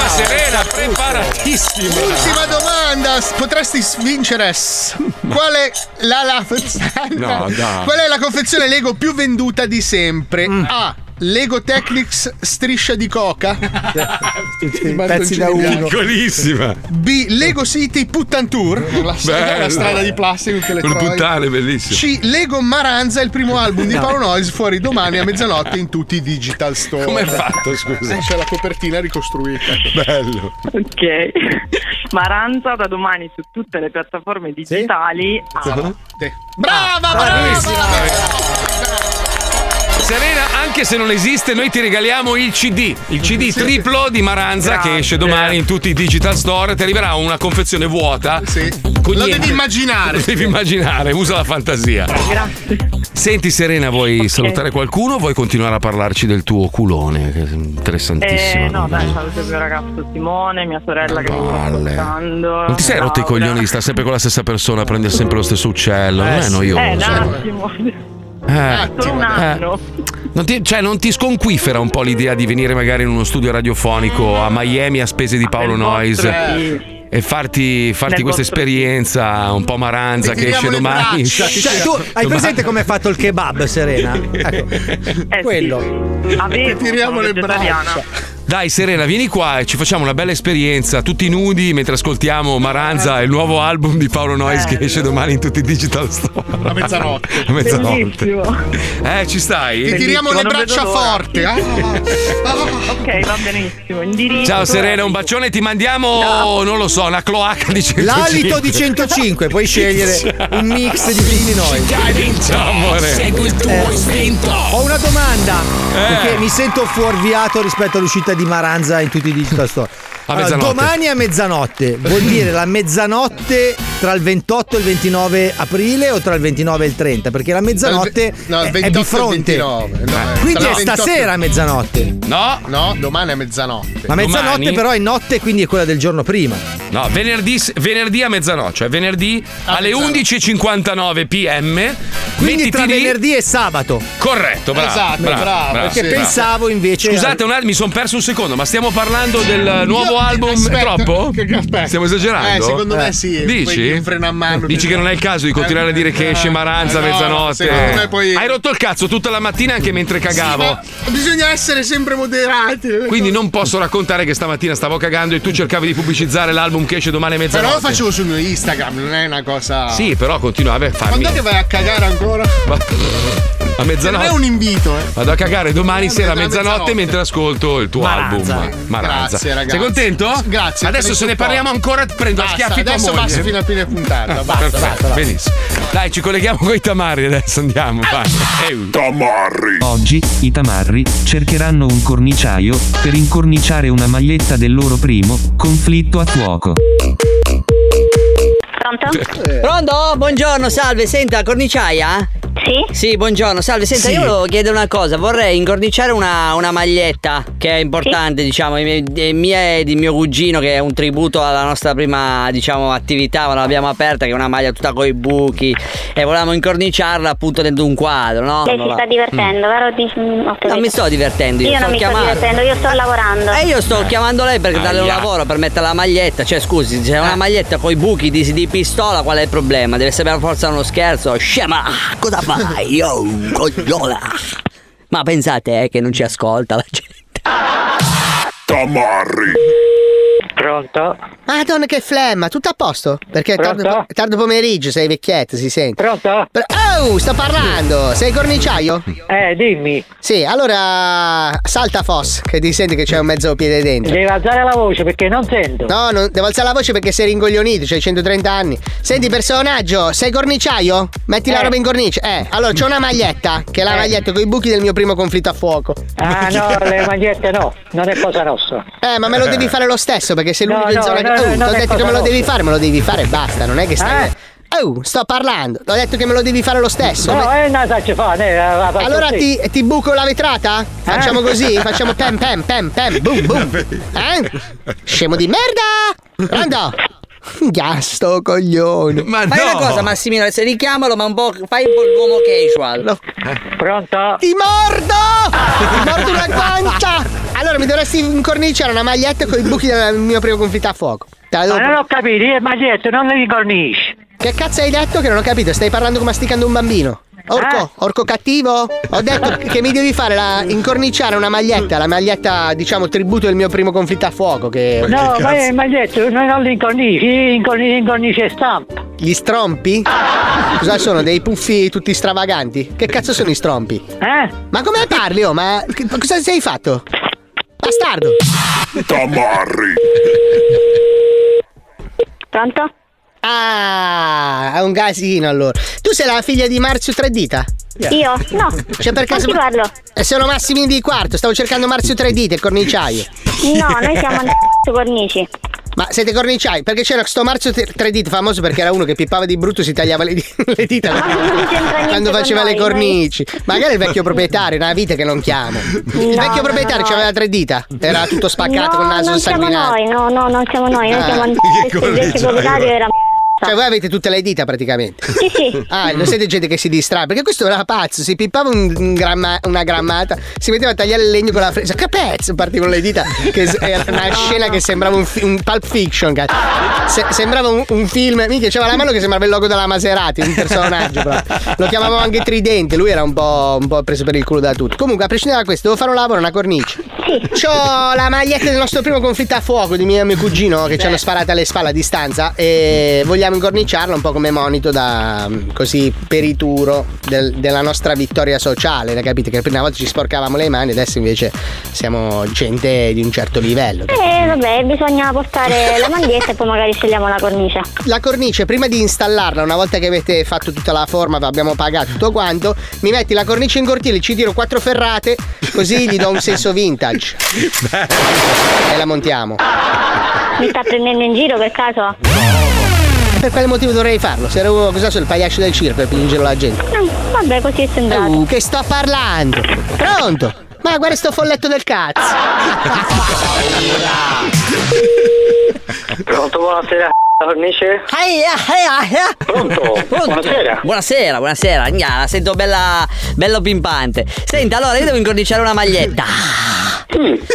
[SPEAKER 4] Serena, preparatissima.
[SPEAKER 2] Ultima domanda, s- potresti s- vincere. s- Qual è la, la-
[SPEAKER 7] No, dai.
[SPEAKER 2] Qual è la confezione Lego più venduta di sempre?
[SPEAKER 7] Mm.
[SPEAKER 2] A. Lego Technics striscia di coca. Di
[SPEAKER 7] pezzi da
[SPEAKER 2] Bartoncini
[SPEAKER 7] uno.
[SPEAKER 2] Bianco.
[SPEAKER 4] Piccolissima.
[SPEAKER 2] B. Lego City Puttantour. La, strada-
[SPEAKER 4] Bello.
[SPEAKER 2] la strada di plastica che le
[SPEAKER 4] Col
[SPEAKER 2] trovi.
[SPEAKER 4] puttane, bellissimo.
[SPEAKER 2] C. Lego Maranza, il primo album di
[SPEAKER 4] No.
[SPEAKER 2] Paolo Noyes, fuori domani a mezzanotte in tutti i digital store.
[SPEAKER 4] Com'è fatto, scusa?
[SPEAKER 2] Eh, C'è la copertina ricostruita.
[SPEAKER 4] Bello.
[SPEAKER 10] Ok. Maranza da domani su tutte le piattaforme digitali. Ah.
[SPEAKER 4] Ah,
[SPEAKER 2] Brava, bravissima!
[SPEAKER 4] Serena, anche se non esiste, noi ti regaliamo il CD, il CD triplo di Maranza che esce domani in tutti i digital store. Ti arriverà una confezione vuota. Sì.
[SPEAKER 2] Lo devi immaginare.
[SPEAKER 4] Lo devi immaginare, usa la fantasia.
[SPEAKER 10] Grazie.
[SPEAKER 4] Senti, Serena, vuoi salutare qualcuno o vuoi continuare a parlarci del tuo culone? Che è interessantissimo.
[SPEAKER 10] Eh, no, dai, saluto il mio ragazzo Simone, mia sorella che mi sta
[SPEAKER 4] Palle.
[SPEAKER 10] ascoltando.
[SPEAKER 4] Eh. Non ti sei rotto i
[SPEAKER 10] Laura.
[SPEAKER 4] coglioni di stare sempre con la stessa persona, prendere sempre lo stesso uccello? non è
[SPEAKER 10] Eh, un
[SPEAKER 4] noioso.
[SPEAKER 10] attimo.
[SPEAKER 4] Eh.
[SPEAKER 10] Solo un
[SPEAKER 4] Eh.
[SPEAKER 10] anno.
[SPEAKER 4] Non ti, cioè, non ti sconquifera un po' l'idea di venire magari in uno studio radiofonico a Miami a spese di Paolo Noyes e farti, farti
[SPEAKER 5] Nel vostro-
[SPEAKER 4] questa esperienza un po' maranza che esce domani?
[SPEAKER 5] Cioè, tu hai presente come è fatto il kebab, Serena?
[SPEAKER 4] Eh,
[SPEAKER 5] Ecco, quello.
[SPEAKER 2] Eh.
[SPEAKER 10] Avevo,
[SPEAKER 2] Tiriamo
[SPEAKER 10] sono
[SPEAKER 2] le
[SPEAKER 10] vegetariana.
[SPEAKER 4] Dai Serena, vieni qua e ci facciamo una bella esperienza, tutti nudi mentre ascoltiamo Maranza, il nuovo album di Paolo Noyes che esce domani in tutti i digital store.
[SPEAKER 2] A mezzanotte.
[SPEAKER 4] A mezzanotte.
[SPEAKER 10] Bellissimo.
[SPEAKER 4] Eh, ci stai?
[SPEAKER 2] Ti tiriamo le
[SPEAKER 10] Non vedo
[SPEAKER 2] braccia
[SPEAKER 10] l'ora.
[SPEAKER 2] forti. ah.
[SPEAKER 10] ok, va benissimo. Indirizzo.
[SPEAKER 4] Ciao Serena, un bacione, ti mandiamo, non lo so, una cloaca di 105.
[SPEAKER 5] L'alito di 105, puoi scegliere un mix
[SPEAKER 4] Eh.
[SPEAKER 5] di tutti noi.
[SPEAKER 4] Ciao amore.
[SPEAKER 5] Eh, Ho una domanda,
[SPEAKER 4] Eh.
[SPEAKER 5] perché mi sento fuorviato rispetto all'uscita di Maranza in tutti i digital store.
[SPEAKER 4] A
[SPEAKER 5] Allora,
[SPEAKER 4] mezzanotte.
[SPEAKER 5] domani a mezzanotte vuol dire la mezzanotte tra il 28 e il 29 aprile o tra il 29 e il 30? Perché la mezzanotte
[SPEAKER 2] No,
[SPEAKER 5] è-
[SPEAKER 2] il
[SPEAKER 5] è
[SPEAKER 2] 28
[SPEAKER 5] di
[SPEAKER 2] e il
[SPEAKER 5] fronte. Ah.
[SPEAKER 2] 29. no, eh,
[SPEAKER 5] Quindi
[SPEAKER 2] tra
[SPEAKER 5] è
[SPEAKER 2] il 28
[SPEAKER 5] stasera a mezzanotte.
[SPEAKER 4] No.
[SPEAKER 2] No, domani è mezzanotte.
[SPEAKER 5] Ma mezzanotte però è notte, quindi è quella del giorno prima.
[SPEAKER 4] No, venerdì, venerdì a mezzanotte, cioè venerdì alle 11.59 pm.
[SPEAKER 5] Quindi
[SPEAKER 4] mettiti
[SPEAKER 5] tra
[SPEAKER 4] lì.
[SPEAKER 5] venerdì e sabato.
[SPEAKER 4] Corretto, bravo.
[SPEAKER 5] Esatto,
[SPEAKER 4] bravo,
[SPEAKER 5] bravo, perché
[SPEAKER 4] bravo.
[SPEAKER 5] pensavo invece-
[SPEAKER 4] Scusate un attimo, mi sono perso un secondo, ma stiamo parlando del
[SPEAKER 2] Io-
[SPEAKER 4] nuovo album.
[SPEAKER 2] aspetta,
[SPEAKER 4] è troppo?
[SPEAKER 2] che- che- aspetta.
[SPEAKER 4] Stiamo esagerando?
[SPEAKER 2] Eh, secondo me sì, poi
[SPEAKER 4] Dici?
[SPEAKER 2] un freno a mano.
[SPEAKER 4] Dici che non è il caso di continuare a dire che esce Maranza a
[SPEAKER 2] no,
[SPEAKER 4] mezzanotte.
[SPEAKER 2] secondo me poi-
[SPEAKER 4] Hai rotto il cazzo tutta la mattina anche mentre cagavo.
[SPEAKER 2] Sì, ma bisogna essere sempre moderati.
[SPEAKER 4] Quindi non posso raccontare che stamattina stavo cagando e tu cercavi di pubblicizzare l'album che esce domani a mezzanotte.
[SPEAKER 2] Però lo facevo sul mio Instagram, non è una cosa.
[SPEAKER 4] Sì, però continuava a farmi.
[SPEAKER 2] Quando è che vai a cagare ancora?
[SPEAKER 4] Ma- A
[SPEAKER 2] Non
[SPEAKER 4] mezzanotte.
[SPEAKER 2] è un invito, eh.
[SPEAKER 4] Vado a cagare domani sera a mezzanotte,
[SPEAKER 2] mezzanotte.
[SPEAKER 4] mentre ascolto il tuo
[SPEAKER 2] Maranza.
[SPEAKER 4] album. Maranza.
[SPEAKER 2] Grazie, ragazzi.
[SPEAKER 4] Sei contento?
[SPEAKER 2] Grazie.
[SPEAKER 4] Adesso se ne parliamo ancora, prendo a
[SPEAKER 2] Basta,
[SPEAKER 4] schiaffi tua
[SPEAKER 2] Adesso
[SPEAKER 4] moglie. Ah,
[SPEAKER 2] basta fino a fine puntata. Basta,
[SPEAKER 4] Perfetto,
[SPEAKER 2] basta, basta.
[SPEAKER 4] benissimo. Dai, ci colleghiamo con i tamari adesso andiamo. Vai.
[SPEAKER 2] Ah.
[SPEAKER 15] Tamarri. Oggi i tamarri cercheranno un corniciaio per incorniciare una maglietta del loro primo conflitto a fuoco.
[SPEAKER 28] Pronto? Buongiorno, salve, senta, corniciaia? Sì? Sì, buongiorno, salve, senta,
[SPEAKER 13] Sì.
[SPEAKER 28] io volevo chiedere una cosa, vorrei incorniciare una, una maglietta che è importante, diciamo, è mia- è mia e di mio cugino che è un tributo alla nostra prima, diciamo, attività, quando l'abbiamo aperta, che è una maglia tutta coi buchi e volevamo incorniciarla appunto dentro un quadro, no?
[SPEAKER 13] Lei
[SPEAKER 28] Non
[SPEAKER 13] si
[SPEAKER 28] la-
[SPEAKER 13] sta divertendo, vero? Di- mm, ho
[SPEAKER 28] Non
[SPEAKER 13] capito.
[SPEAKER 28] mi sto divertendo, io,
[SPEAKER 13] Io non mi sto
[SPEAKER 28] chiamando.
[SPEAKER 13] divertendo, io
[SPEAKER 5] Eh.
[SPEAKER 13] sto lavorando.
[SPEAKER 28] E Eh, io
[SPEAKER 2] Eh.
[SPEAKER 9] Eh.
[SPEAKER 28] sto chiamando lei per darle un
[SPEAKER 13] Aia.
[SPEAKER 28] lavoro, per mettere la maglietta. Cioè, scusi, c'è
[SPEAKER 9] Eh.
[SPEAKER 28] una maglietta con i buchi di, di pistola, qual è il problema? Deve essere per forza uno scherzo. Scema, cosa
[SPEAKER 4] Eh,
[SPEAKER 28] fai? Io, cogliola. Ma pensate eh, che non ci ascolta la gente.
[SPEAKER 15] Tamarri.
[SPEAKER 9] Pronto? Madonna che flemma, tutto a posto? Perché è tardo, Pronto? è tardo pomeriggio, sei vecchietto, si sente. Pronto? oh, sto parlando! Sei corniciaio? Eh, dimmi. Sì, allora salta Foss, che ti senti che c'è un mezzo piede dentro. Devi alzare la voce perché non sento. No, non, devo alzare la voce perché sei ringoglionito, c'hai 130 anni. Senti, personaggio, sei corniciaio? Metti la Eh. roba in cornice. Eh, allora c'ho una maglietta, che è la Eh. maglietta con i buchi del mio primo conflitto a fuoco. Ah no, le magliette no, non è cosa nostra. Eh, ma me lo devi fare lo stesso perché sei l'unico No, in no, zona no, che. no, Oh, non ti ho è detto che cosa me lo devi nostra. fare, me lo devi fare e basta, non è che stai. Oh, sto parlando, ti ho detto che me lo devi fare lo stesso. No, Me- eh, no, sai, ci fa, eh, la- la faccio allora così. ti, ti buco la vetrata? Facciamo così? Facciamo pam pam pam pam boom boom. Eh? Scemo di merda! Pronto? Gasto coglione.
[SPEAKER 28] Fai una cosa, Massimino, se richiamalo, ma un po'. Fai un po' l'uomo casual.
[SPEAKER 9] Pronto? Ti mordo! Ti mordo una guancia! Allora mi dovresti incorniciare una maglietta con i buchi del mio primo conflitto a fuoco. Ma non ho capito, io magliette non le incornisci. Che cazzo hai detto che non ho capito? Stai parlando come masticando un bambino. Orco, orco cattivo? Ho detto che mi devi fare la, incorniciare una maglietta, la maglietta, diciamo, tributo del mio primo conflitto a fuoco. Che. No, ma è maglietta, non le incornici, incornice stampa. Gli strompi? Cosa sono? Dei puffi tutti stravaganti? Che cazzo sono i strompi? Eh? Ma come parli, oh? Ma che- ma cosa sei fatto? Bastardo!
[SPEAKER 29] Tamarri.
[SPEAKER 9] Pronto? Ah, è un casino allora. Tu sei la figlia di Marzio Tredita?
[SPEAKER 18] Io? No.
[SPEAKER 9] Cioè per caso.
[SPEAKER 18] Non ti parlo.
[SPEAKER 9] Eh, Sono Massimino di quarto, stavo cercando Marzio Tredita, il corniciaio.
[SPEAKER 18] No, noi siamo un c***o cornici.
[SPEAKER 9] Ma siete corniciai? Perché c'era sto Marzio Te- Tredita famoso perché era uno che pippava di brutto e si tagliava le, di- le dita
[SPEAKER 18] non c'entra niente
[SPEAKER 9] quando
[SPEAKER 18] con
[SPEAKER 9] faceva
[SPEAKER 18] noi,
[SPEAKER 9] le cornici. Magari il vecchio proprietario, una vita che non chiamo. il
[SPEAKER 18] No,
[SPEAKER 9] vecchio
[SPEAKER 18] no,
[SPEAKER 9] proprietario
[SPEAKER 18] no.
[SPEAKER 9] c'aveva tre dita, era tutto spaccato
[SPEAKER 18] no,
[SPEAKER 9] col naso
[SPEAKER 18] non siamo
[SPEAKER 9] sanguinato.
[SPEAKER 18] noi, no, no, non siamo noi, noi
[SPEAKER 9] Ah.
[SPEAKER 18] siamo un
[SPEAKER 9] Che
[SPEAKER 18] c***o, il vecchio
[SPEAKER 9] cornice,
[SPEAKER 18] proprietario
[SPEAKER 9] allora.
[SPEAKER 18] era
[SPEAKER 9] Cioè, voi avete tutte le dita praticamente. Sì, sì. Ah, non siete gente che si distrae. Perché questo era pazzo. Si pippava un- un gramma- una grammata, si metteva a tagliare il legno con la fresa. Che pezzo! Partivano le dita. Che s- era una scena che sembrava un, fi- un Pulp Fiction, cazzo. Se- sembrava un, un film. Mica c'aveva la mano che sembrava il logo della Maserati, un personaggio proprio. Lo chiamavamo anche Tridente. Lui era un po', un po' preso per il culo da tutti. Comunque, a prescindere da questo, devo fare un lavoro, una cornice. C'ho la maglietta del nostro primo conflitto a fuoco di mio, mio cugino che ci hanno sparato alle spalle a distanza e vogliamo incorniciarla un po' come monito da mm, così perituro del- della nostra vittoria sociale, ne capite? Che prima volta ci sporcavamo le mani, adesso invece siamo gente di un certo livello.
[SPEAKER 18] Eh vabbè, bisogna portare la maglietta e poi magari scegliamo la cornice.
[SPEAKER 9] La cornice, prima di installarla, una volta che avete fatto tutta la forma, vi abbiamo pagato tutto quanto, mi metti la cornice in cortile, ci tiro quattro ferrate, così gli do un senso vintage. e la montiamo.
[SPEAKER 18] Mi sta prendendo in giro per caso?
[SPEAKER 9] Per quale motivo dovrei farlo? Se ero cosa sono il pagliaccio del circo per pingere la gente.
[SPEAKER 18] Mm, Vabbè, così è sembrato.
[SPEAKER 9] Uh, che sto parlando? Pronto? Ma guarda sto folletto del cazzo! Pronto, buonasera, cornice?
[SPEAKER 28] Pronto?
[SPEAKER 9] Buonasera.
[SPEAKER 28] Buonasera, buonasera. Gna, la sento bella, bello pimpante. Senta, allora io devo incorniciare una maglietta.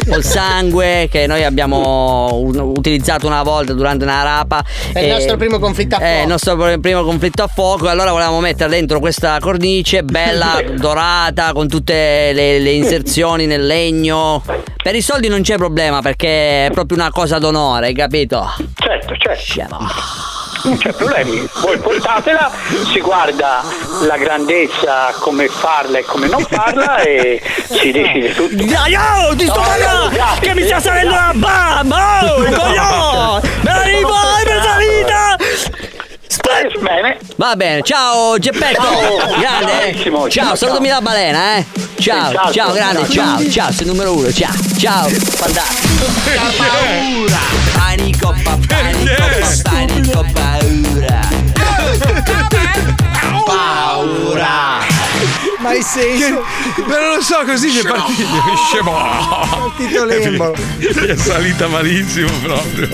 [SPEAKER 28] Col sangue che noi abbiamo un- utilizzato una volta durante una rapa.
[SPEAKER 9] È il nostro primo conflitto a fuoco.
[SPEAKER 28] È il nostro pr- primo conflitto a fuoco. E allora volevamo mettere dentro questa cornice bella, dorata, con tutte le, le inserzioni nel legno. Per i soldi non c'è problema perché è proprio una cosa d'onore, hai capito?
[SPEAKER 11] Certo, certo. Non c'è problemi, voi portatela, si guarda la grandezza, come farla e come non farla e si decide tutto.
[SPEAKER 4] Dai, oh, ti sto
[SPEAKER 11] No,
[SPEAKER 4] parlando
[SPEAKER 11] grazie,
[SPEAKER 4] che mi sta
[SPEAKER 11] grazie,
[SPEAKER 4] salendo la
[SPEAKER 11] grazie.
[SPEAKER 4] bamba! Oh,
[SPEAKER 11] No.
[SPEAKER 4] coglione! Me la rivo- eh, me la salita!
[SPEAKER 11] Bene.
[SPEAKER 28] Va bene, ciao Geppetto.
[SPEAKER 11] Ciao.
[SPEAKER 28] Grande. eh.
[SPEAKER 11] Bravissimo,
[SPEAKER 28] Ciao,
[SPEAKER 11] ciao,
[SPEAKER 28] salutami
[SPEAKER 11] ciao.
[SPEAKER 28] la balena, eh. Ciao,
[SPEAKER 11] Esatto,
[SPEAKER 28] ciao, grande,
[SPEAKER 11] esatto.
[SPEAKER 28] ciao, ciao, sei il numero uno, ciao, ciao, fantastico. paura, panico, pa- panico, pa- panico, paura.
[SPEAKER 7] Paura.
[SPEAKER 5] Ma il senso.
[SPEAKER 7] non lo so, così c'è partito. Scemo.
[SPEAKER 5] Partito l'embolo.
[SPEAKER 7] Mi è salita malissimo proprio.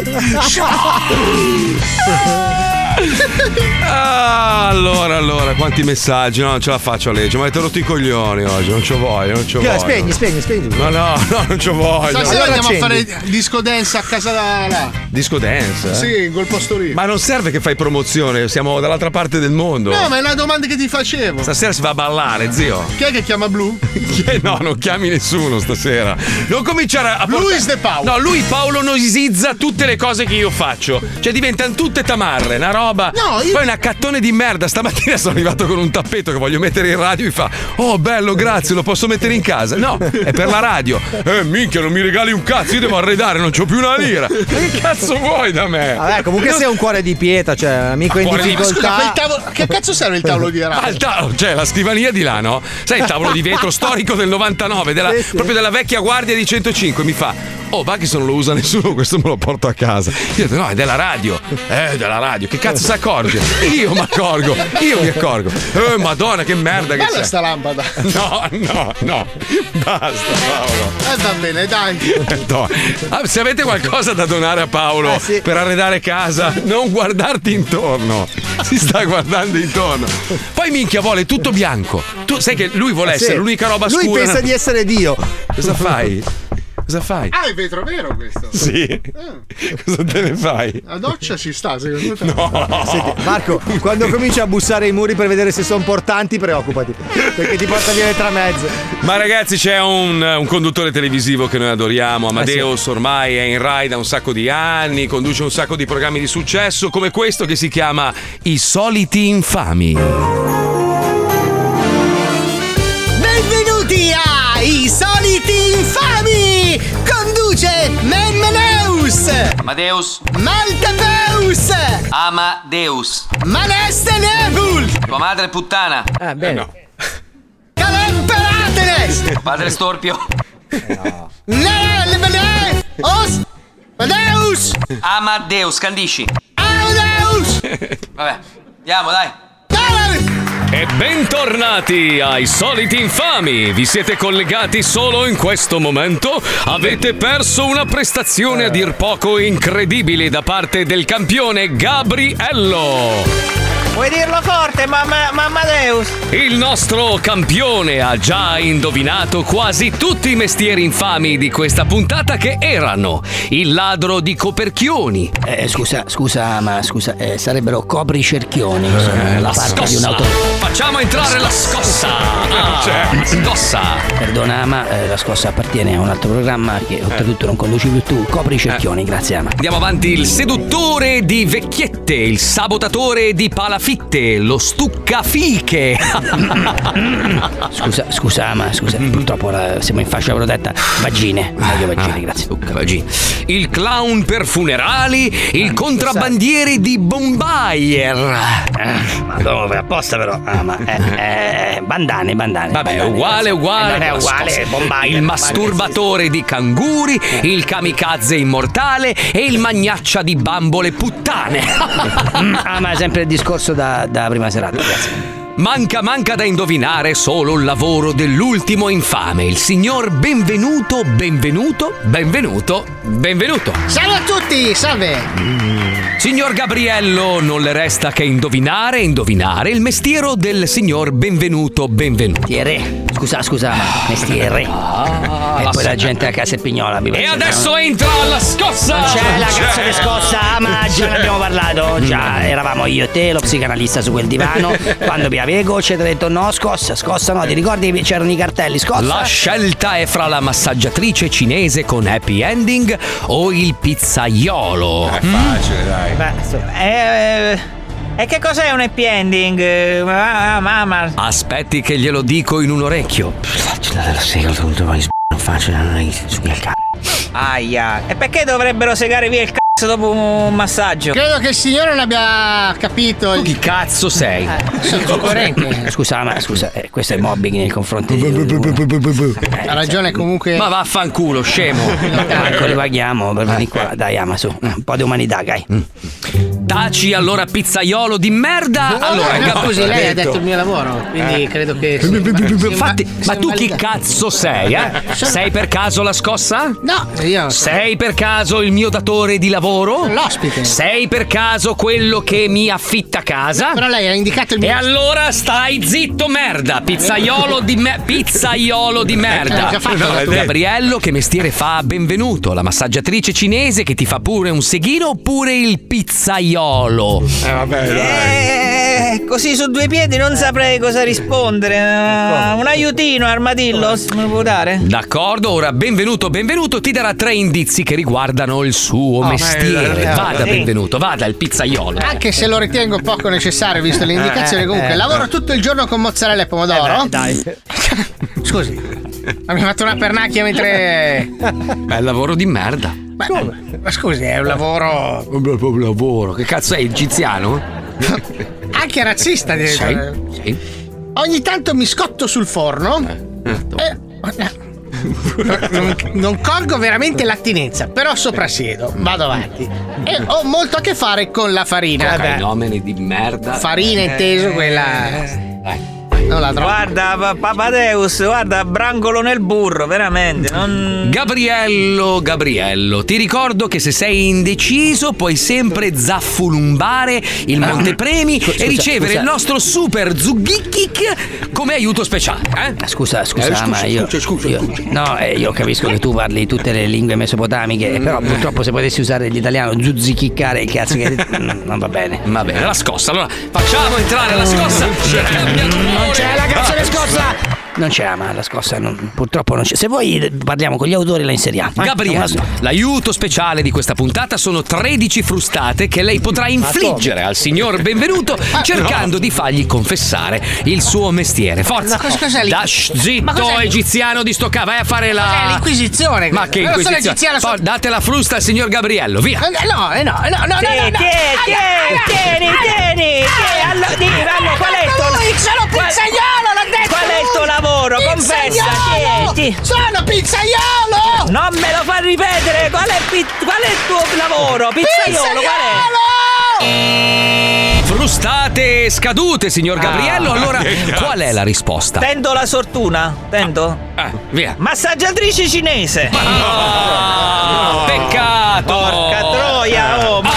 [SPEAKER 4] Ah, allora, allora, quanti messaggi? No, non ce la faccio a leggere. Ma avete rotto i coglioni oggi, non ci voglio, non ci voglio.
[SPEAKER 5] Spegni, spegni, spegni.
[SPEAKER 4] No, no, no, non ci voglio.
[SPEAKER 2] Stasera
[SPEAKER 4] Allora
[SPEAKER 2] andiamo
[SPEAKER 4] accendi.
[SPEAKER 2] a fare disco dance a casa da là.
[SPEAKER 4] Disco dance? eh?
[SPEAKER 2] Sì, col posto lì.
[SPEAKER 4] Ma non serve che fai promozione, siamo dall'altra parte del mondo.
[SPEAKER 2] No, ma è una domanda che ti facevo.
[SPEAKER 4] Stasera si va a ballare, zio.
[SPEAKER 2] Chi è che chiama Blue?
[SPEAKER 4] Che- No, non chiami nessuno stasera. Non cominciare a.
[SPEAKER 2] Blue is the power.
[SPEAKER 4] No, lui Paolo nosizza tutte le cose che io faccio. Cioè, diventano tutte tamarre, una roba.
[SPEAKER 30] No, io-
[SPEAKER 4] Poi una cattone di merda. Stamattina sono arrivato con un tappeto che voglio mettere in radio. Mi fa: Oh, bello, grazie, lo posso mettere in casa. No, è per la radio. Eh, minchia, non mi regali un cazzo, io devo arredare, non c'ho più una lira. Ma Che cazzo vuoi da me?
[SPEAKER 5] Vabbè, comunque sei un cuore di pietra, cioè, un amico in
[SPEAKER 4] cuore di-
[SPEAKER 5] difficoltà.
[SPEAKER 4] Scusa, quel
[SPEAKER 2] Tavolo- Che cazzo serve il tavolo di
[SPEAKER 4] Ah, il
[SPEAKER 2] Erasmo?
[SPEAKER 4] tavolo, cioè la scrivania di là, no? Sai il tavolo di vetro storico del 99, della-
[SPEAKER 2] Sì, sì.
[SPEAKER 4] proprio della vecchia guardia di 105. Mi fa, oh, va che se non lo usa nessuno, questo me lo porto a casa. Io ho detto, no, è della radio. Eh, è della radio, che cazzo si accorge? Io mi accorgo, io mi accorgo. Eh, madonna, che merda che
[SPEAKER 2] Bella
[SPEAKER 4] c'è.
[SPEAKER 2] sta lampada.
[SPEAKER 4] No, no, no, basta Paolo.
[SPEAKER 2] Eh va bene, dai.
[SPEAKER 4] No. Ah, Se avete qualcosa da donare a Paolo
[SPEAKER 5] Ah,
[SPEAKER 4] per arredare casa, non guardarti intorno. Si sta guardando intorno. Poi minchia vuole tutto bianco. Tu sai che lui vuole
[SPEAKER 5] Ah, Sì.
[SPEAKER 4] essere l'unica roba
[SPEAKER 5] Lui
[SPEAKER 4] scura.
[SPEAKER 5] pensa di essere Dio.
[SPEAKER 4] Cosa fai? Cosa fai?
[SPEAKER 2] Ah, è vetro vero questo.
[SPEAKER 4] Sì. Cosa te ne fai?
[SPEAKER 2] La doccia ci sta, secondo te?
[SPEAKER 5] Eh, Senti, Marco, quando cominci a bussare i muri per vedere se sono portanti, preoccupati. Perché ti porta via le tramezze.
[SPEAKER 4] Ma ragazzi, c'è un, un conduttore televisivo che noi adoriamo.
[SPEAKER 12] Eh
[SPEAKER 4] Amadeus ormai è in Rai da un sacco di anni, conduce un sacco di programmi di successo, come questo che si chiama I soliti infami.
[SPEAKER 7] Benvenuti a I soliti infami! Conduce Memmeneus!
[SPEAKER 9] Amadeus.
[SPEAKER 7] Maltapeus!
[SPEAKER 9] Amadeus.
[SPEAKER 7] Maneste Nebul!
[SPEAKER 9] Tua madre è puttana.
[SPEAKER 5] Ah,
[SPEAKER 12] Eh
[SPEAKER 5] bene.
[SPEAKER 7] Calemperatene!
[SPEAKER 9] Padre storpio.
[SPEAKER 7] Eh Nemene! Os! Madeus!
[SPEAKER 9] Amadeus, scandisci.
[SPEAKER 7] Amadeus!
[SPEAKER 9] Vabbè, andiamo, dai.
[SPEAKER 12] E bentornati ai soliti infami! Vi siete collegati solo in questo momento? Avete perso una prestazione a dir poco incredibile da parte del campione Gabriello!
[SPEAKER 13] Vuoi dirlo forte, mamma, mamma Deus?
[SPEAKER 12] Il nostro campione ha già indovinato quasi tutti i mestieri infami di questa puntata che erano il ladro di coperchioni.
[SPEAKER 13] Eh, scusa, scusa, ma scusa, eh, sarebbero copri cerchioni. sono
[SPEAKER 12] Eh, la
[SPEAKER 13] parte di
[SPEAKER 12] scossa.
[SPEAKER 13] un'auto.
[SPEAKER 12] Facciamo entrare la scossa. Ah,
[SPEAKER 13] Cioè.
[SPEAKER 12] scossa.
[SPEAKER 13] Perdona, ma eh, la scossa appartiene a un altro programma
[SPEAKER 12] Eh.
[SPEAKER 13] che oltretutto non conduci più tu. Copri cerchioni, grazie, ama.
[SPEAKER 12] Andiamo avanti, il seduttore di vecchiette, il sabotatore di palafitte, lo stuccafiche.
[SPEAKER 13] Scusa, scusa, ma scusa, purtroppo ora siamo in fascia protetta. Vagine, meglio vagine,
[SPEAKER 12] Ah,
[SPEAKER 13] grazie.
[SPEAKER 12] il clown per funerali, il contrabbandiere di Bombayer.
[SPEAKER 13] Eh, Ma dove? Apposta però. Ah, ma eh, eh, bandane, bandane.
[SPEAKER 12] Vabbè,
[SPEAKER 13] bandane,
[SPEAKER 12] uguale,
[SPEAKER 13] grazie.
[SPEAKER 12] uguale.
[SPEAKER 13] Eh, non è
[SPEAKER 12] quella
[SPEAKER 13] uguale,
[SPEAKER 12] scossa.
[SPEAKER 13] bombaia.
[SPEAKER 12] Il masturbatore di canguri, il kamikaze immortale e il magnaccia di bambole puttane.
[SPEAKER 13] Ah, ma è sempre il discorso da, da prima serata, grazie.
[SPEAKER 12] Manca, manca da indovinare solo il lavoro dell'ultimo infame, il signor Benvenuto, Benvenuto, Benvenuto, Benvenuto.
[SPEAKER 7] Salve a tutti, salve!
[SPEAKER 12] Signor Gabriello, non le resta che indovinare, indovinare il mestiero del signor Benvenuto, Benvenuto.
[SPEAKER 13] Scusa, scusa, ma mestiere. e
[SPEAKER 12] la
[SPEAKER 13] poi
[SPEAKER 12] sa-
[SPEAKER 13] la gente a casa è pignola. mi
[SPEAKER 12] Ah, E
[SPEAKER 13] pare.
[SPEAKER 12] adesso entra la scossa!
[SPEAKER 13] Non c'è la cazzo di scossa, ma Ah, già
[SPEAKER 12] C'è.
[SPEAKER 13] ne abbiamo
[SPEAKER 12] Mm.
[SPEAKER 13] parlato. Già eravamo io e te, lo psicanalista su quel divano. Quando vi avevo, ci ha detto no, scossa, scossa no. Ti ricordi che c'erano i cartelli, scossa?
[SPEAKER 12] La scelta è fra la massaggiatrice cinese con happy ending o il pizzaiolo. Mm. È facile, dai.
[SPEAKER 13] Eh, e che cos'è un happy ending? Ah, mamma.
[SPEAKER 12] Aspetti che glielo dico in un orecchio.
[SPEAKER 13] Non faccio, non è su quel cazzo.
[SPEAKER 15] Aia. E perché dovrebbero segare via il cazzo dopo un massaggio?
[SPEAKER 7] Credo che il signore non abbia capito. il-
[SPEAKER 12] Chi cazzo sei?
[SPEAKER 13] Eh, Scusa, ma scusa, eh, questo è mobbing nei confronti Eh,
[SPEAKER 7] Ha ragione
[SPEAKER 13] certo.
[SPEAKER 7] comunque.
[SPEAKER 12] Ma vaffanculo, scemo.
[SPEAKER 13] Ecco, ripaghiamo, per venire qua. Dai, ama su. Un po' di umanità, dai.
[SPEAKER 12] Taci allora pizzaiolo di merda. allora,
[SPEAKER 16] no,
[SPEAKER 12] capo-
[SPEAKER 16] scusi, lei ha
[SPEAKER 12] detto.
[SPEAKER 16] detto il mio lavoro, quindi
[SPEAKER 12] Eh.
[SPEAKER 16] credo che.
[SPEAKER 12] Beh, beh, beh,
[SPEAKER 16] sia
[SPEAKER 12] beh,
[SPEAKER 16] un-
[SPEAKER 12] Infatti,
[SPEAKER 16] sia
[SPEAKER 12] ma
[SPEAKER 16] un
[SPEAKER 12] tu chi
[SPEAKER 16] validato.
[SPEAKER 12] cazzo sei? Eh?
[SPEAKER 16] Sono-
[SPEAKER 12] Sei per caso la scossa?
[SPEAKER 16] No, io.
[SPEAKER 12] Sei per caso il mio datore di lavoro?
[SPEAKER 16] L'ospite.
[SPEAKER 12] Sei per caso quello che mi affitta casa?
[SPEAKER 16] Però lei ha indicato il mio.
[SPEAKER 12] E allora stai zitto, merda! Pizzaiolo di, me- pizzaiolo di merda!
[SPEAKER 16] Eh, già fatto,
[SPEAKER 12] No,
[SPEAKER 16] l'ha detto.
[SPEAKER 12] Gabriello, che mestiere fa? Benvenuto, la massaggiatrice cinese che ti fa pure un seghino oppure il pizzaiolo? Eh, vabbè,
[SPEAKER 15] Eh, così su due piedi non saprei cosa rispondere. Eh, Un aiutino, armadillo, me lo può dare?
[SPEAKER 12] D'accordo, ora benvenuto, benvenuto, ti darà tre indizi che riguardano il suo
[SPEAKER 16] ma è-
[SPEAKER 12] mestiere.
[SPEAKER 16] eh,
[SPEAKER 12] Vada,
[SPEAKER 16] sì.
[SPEAKER 12] benvenuto, vada, il pizzaiolo.
[SPEAKER 9] Anche se lo ritengo poco necessario, visto le indicazioni,
[SPEAKER 12] Eh,
[SPEAKER 9] comunque
[SPEAKER 12] eh,
[SPEAKER 9] lavoro
[SPEAKER 12] eh.
[SPEAKER 9] tutto il giorno con mozzarella e pomodoro.
[SPEAKER 16] dai.
[SPEAKER 9] Scusi, abbiamo fatto una pernacchia mentre.
[SPEAKER 12] Beh, lavoro di merda.
[SPEAKER 9] Ma, ma scusi, è un lavoro
[SPEAKER 12] Un lavoro, che cazzo è, egiziano?
[SPEAKER 9] anche razzista,
[SPEAKER 12] Sei?
[SPEAKER 9] direi.
[SPEAKER 12] Sei?
[SPEAKER 9] Ogni tanto mi scotto sul forno.
[SPEAKER 4] Eh.
[SPEAKER 9] e- non, non colgo veramente l'attinenza, però soprassiedo. Vado avanti. E ho molto a che fare con la farina.
[SPEAKER 16] Eh
[SPEAKER 9] Vabbè.
[SPEAKER 12] Fenomeni di merda. Eh.
[SPEAKER 9] Farina inteso quella. Non la trovo.
[SPEAKER 15] Eh, Guarda, pa- Papadeus, guarda, brangolo nel burro, veramente. Non...
[SPEAKER 12] Gabriello, Gabriello, ti ricordo che se sei indeciso puoi sempre zaffulumbare il Montepremi
[SPEAKER 16] Ah. Scusa,
[SPEAKER 12] e ricevere
[SPEAKER 16] scusa.
[SPEAKER 12] il nostro super zughikic come aiuto speciale. eh?
[SPEAKER 16] Scusa, scusa,
[SPEAKER 12] Eh, scusa,
[SPEAKER 16] ma io,
[SPEAKER 12] scusa, scusa,
[SPEAKER 16] io- no, eh, io capisco che tu parli tutte le lingue mesopotamiche, eh, però purtroppo se potessi usare l'italiano zuzzichiccare, cazzo che non non va bene.
[SPEAKER 12] Va bene, la scossa. Allora, facciamo entrare la scossa. Non
[SPEAKER 16] c'è la canzone scossa. Non c'è ma la scossa, non- purtroppo non c'è. Se vuoi eh, parliamo con gli autori e la inseriamo. eh.
[SPEAKER 12] Gabriello, l'aiuto speciale di questa puntata sono 13 frustate che lei potrà infliggere al signor Benvenuto
[SPEAKER 9] Ah,
[SPEAKER 12] cercando di fargli confessare il suo mestiere. Forza!
[SPEAKER 9] Ma cos- cos'è lì?
[SPEAKER 12] Da sh-
[SPEAKER 9] Ma
[SPEAKER 12] zitto
[SPEAKER 9] cos'è lì?
[SPEAKER 12] egiziano di Stocca, vai a fare
[SPEAKER 9] Cos'è
[SPEAKER 12] la
[SPEAKER 9] l'inquisizione?
[SPEAKER 12] Ma che
[SPEAKER 9] Non sono
[SPEAKER 12] inquisizione?
[SPEAKER 9] egiziano, sono-
[SPEAKER 12] Poi Date la frusta al signor Gabriello, via.
[SPEAKER 9] Eh, No, eh, no, eh, no, no, no,
[SPEAKER 15] Tieni,
[SPEAKER 9] no, no.
[SPEAKER 15] tieni,
[SPEAKER 9] Aia,
[SPEAKER 15] tieni,
[SPEAKER 9] aia,
[SPEAKER 15] tieni,
[SPEAKER 9] aia.
[SPEAKER 15] tieni. Allora, di,
[SPEAKER 9] Eh,
[SPEAKER 15] vanno, qual è il tuo
[SPEAKER 9] l'ha detto lui, Sono
[SPEAKER 15] qual-
[SPEAKER 9] pizzaiolo, l'ha detto
[SPEAKER 15] Qual è il tuo
[SPEAKER 9] lui.
[SPEAKER 15] lavoro? Confessa,
[SPEAKER 9] Pizzaiolo!
[SPEAKER 15] tieni.
[SPEAKER 9] Sono pizzaiolo!
[SPEAKER 15] Non me lo fa ripetere, qual è, pi- qual è il tuo lavoro? Pizzaiolo, qual è?
[SPEAKER 9] Eh.
[SPEAKER 12] Frustate scadute,
[SPEAKER 9] Ah.
[SPEAKER 12] signor Gabriello. allora,
[SPEAKER 15] Ah. che cazzo.
[SPEAKER 12] qual è la risposta? Ah,
[SPEAKER 15] Tendo la sortuna, tendo.
[SPEAKER 12] via.
[SPEAKER 15] Massaggiatrice cinese.
[SPEAKER 12] Ah, peccato.
[SPEAKER 15] Porca troia, oh. ma-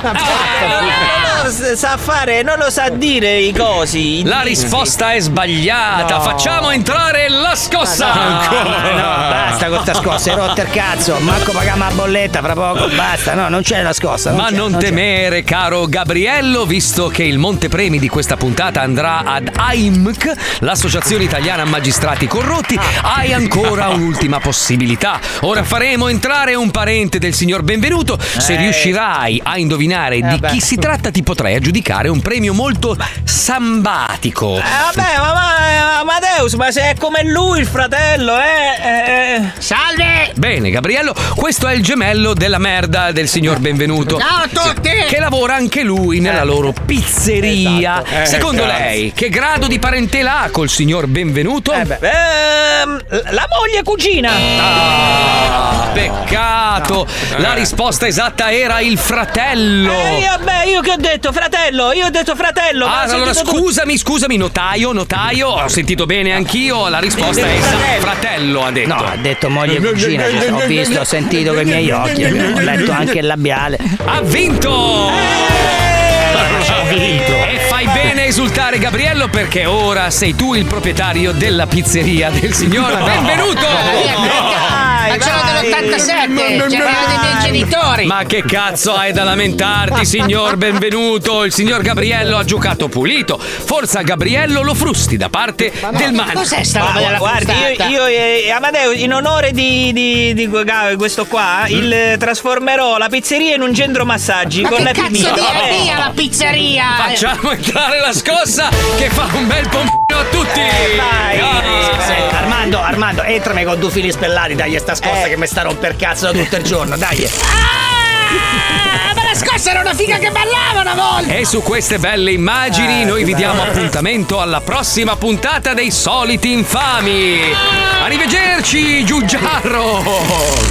[SPEAKER 15] Eh, non lo sa fare, non lo sa dire i cosi.
[SPEAKER 12] La risposta è sbagliata.
[SPEAKER 15] No.
[SPEAKER 12] Facciamo entrare la scossa.
[SPEAKER 16] Ma no, basta con sta scossa, è rotta il cazzo, manco paghiamo la bolletta fra poco, basta, no, non c'è la scossa.
[SPEAKER 12] Ma
[SPEAKER 16] c'è,
[SPEAKER 12] non
[SPEAKER 16] c'è.
[SPEAKER 12] temere, caro Gabriello, visto che il montepremi di questa puntata andrà ad AIMC, l'Associazione Italiana Magistrati Corrotti,
[SPEAKER 15] Ah.
[SPEAKER 12] hai ancora un'ultima possibilità. Ora faremo entrare un parente del signor Benvenuto. Se riuscirai a indovinare di
[SPEAKER 15] Eh. beh.
[SPEAKER 12] chi si tratta, ti potrai aggiudicare un premio molto sambatico.
[SPEAKER 15] Eh, vabbè, ma, ma Amadeus, ma se è come lui il fratello, eh? Salve!
[SPEAKER 12] Bene, Gabriello, questo è il gemello della merda del signor Benvenuto.
[SPEAKER 15] Ciao a tutti! Eh.
[SPEAKER 12] Che lavora anche lui nella loro pizzeria.
[SPEAKER 15] Esatto. Eh,
[SPEAKER 12] Secondo
[SPEAKER 15] cazzo.
[SPEAKER 12] lei, che grado di parentela ha col signor Benvenuto?
[SPEAKER 15] Eh Ehm, la moglie cugina! Ah,
[SPEAKER 12] Ah, peccato! La risposta esatta era il fratello.
[SPEAKER 15] Eh, io, beh, io che ho detto, fratello, io ho detto fratello. ma
[SPEAKER 12] Ah,
[SPEAKER 15] ho
[SPEAKER 12] allora
[SPEAKER 15] sentito tu-
[SPEAKER 12] scusami, scusami, notaio, notaio, ho sentito bene anch'io, la risposta è esatta, fratello ha detto.
[SPEAKER 16] No, ha detto moglie e cugina, cioè, ho visto, ho sentito con i miei occhi, ho letto anche il labiale.
[SPEAKER 12] Ha vinto! Ha vinto! E fai bene a esultare Gabriello perché ora sei tu il proprietario della pizzeria del signore. Benvenuto!
[SPEAKER 15] Dai,
[SPEAKER 9] Ma c'era dell'87,
[SPEAKER 31] cioè,
[SPEAKER 9] c'era quello dei miei genitori.
[SPEAKER 12] Ma che cazzo hai da lamentarti, signor Benvenuto? Il signor Gabriello ha giocato pulito. Forza Gabriello lo frusti da parte del mano.
[SPEAKER 15] Ma Guardi, io, io e Amadeo, in onore di, di- di que- Ga- questo qua, il, eh,
[SPEAKER 12] Mm.
[SPEAKER 15] trasformerò la pizzeria in un centro massaggi
[SPEAKER 27] Ma
[SPEAKER 15] con
[SPEAKER 27] che
[SPEAKER 15] la
[SPEAKER 27] cazzo
[SPEAKER 15] pipì.
[SPEAKER 27] di
[SPEAKER 15] Vabbè.
[SPEAKER 27] idea la pizzeria?
[SPEAKER 12] Facciamo entrare la scossa che fa un bel pompino a tutti!
[SPEAKER 15] Eh,
[SPEAKER 16] Vai,
[SPEAKER 12] Dai.
[SPEAKER 16] eh, Armando, Armando, entrami con due fili spellati, dai, sta scossa
[SPEAKER 31] Eh.
[SPEAKER 16] che mi sta a romper cazzo tutto il giorno, dai.
[SPEAKER 27] Ah, ma la scossa era una figa che ballava una volta!
[SPEAKER 12] E su queste belle immagini noi vi diamo appuntamento alla prossima puntata dei soliti infami. Arrivederci, Giugiaro!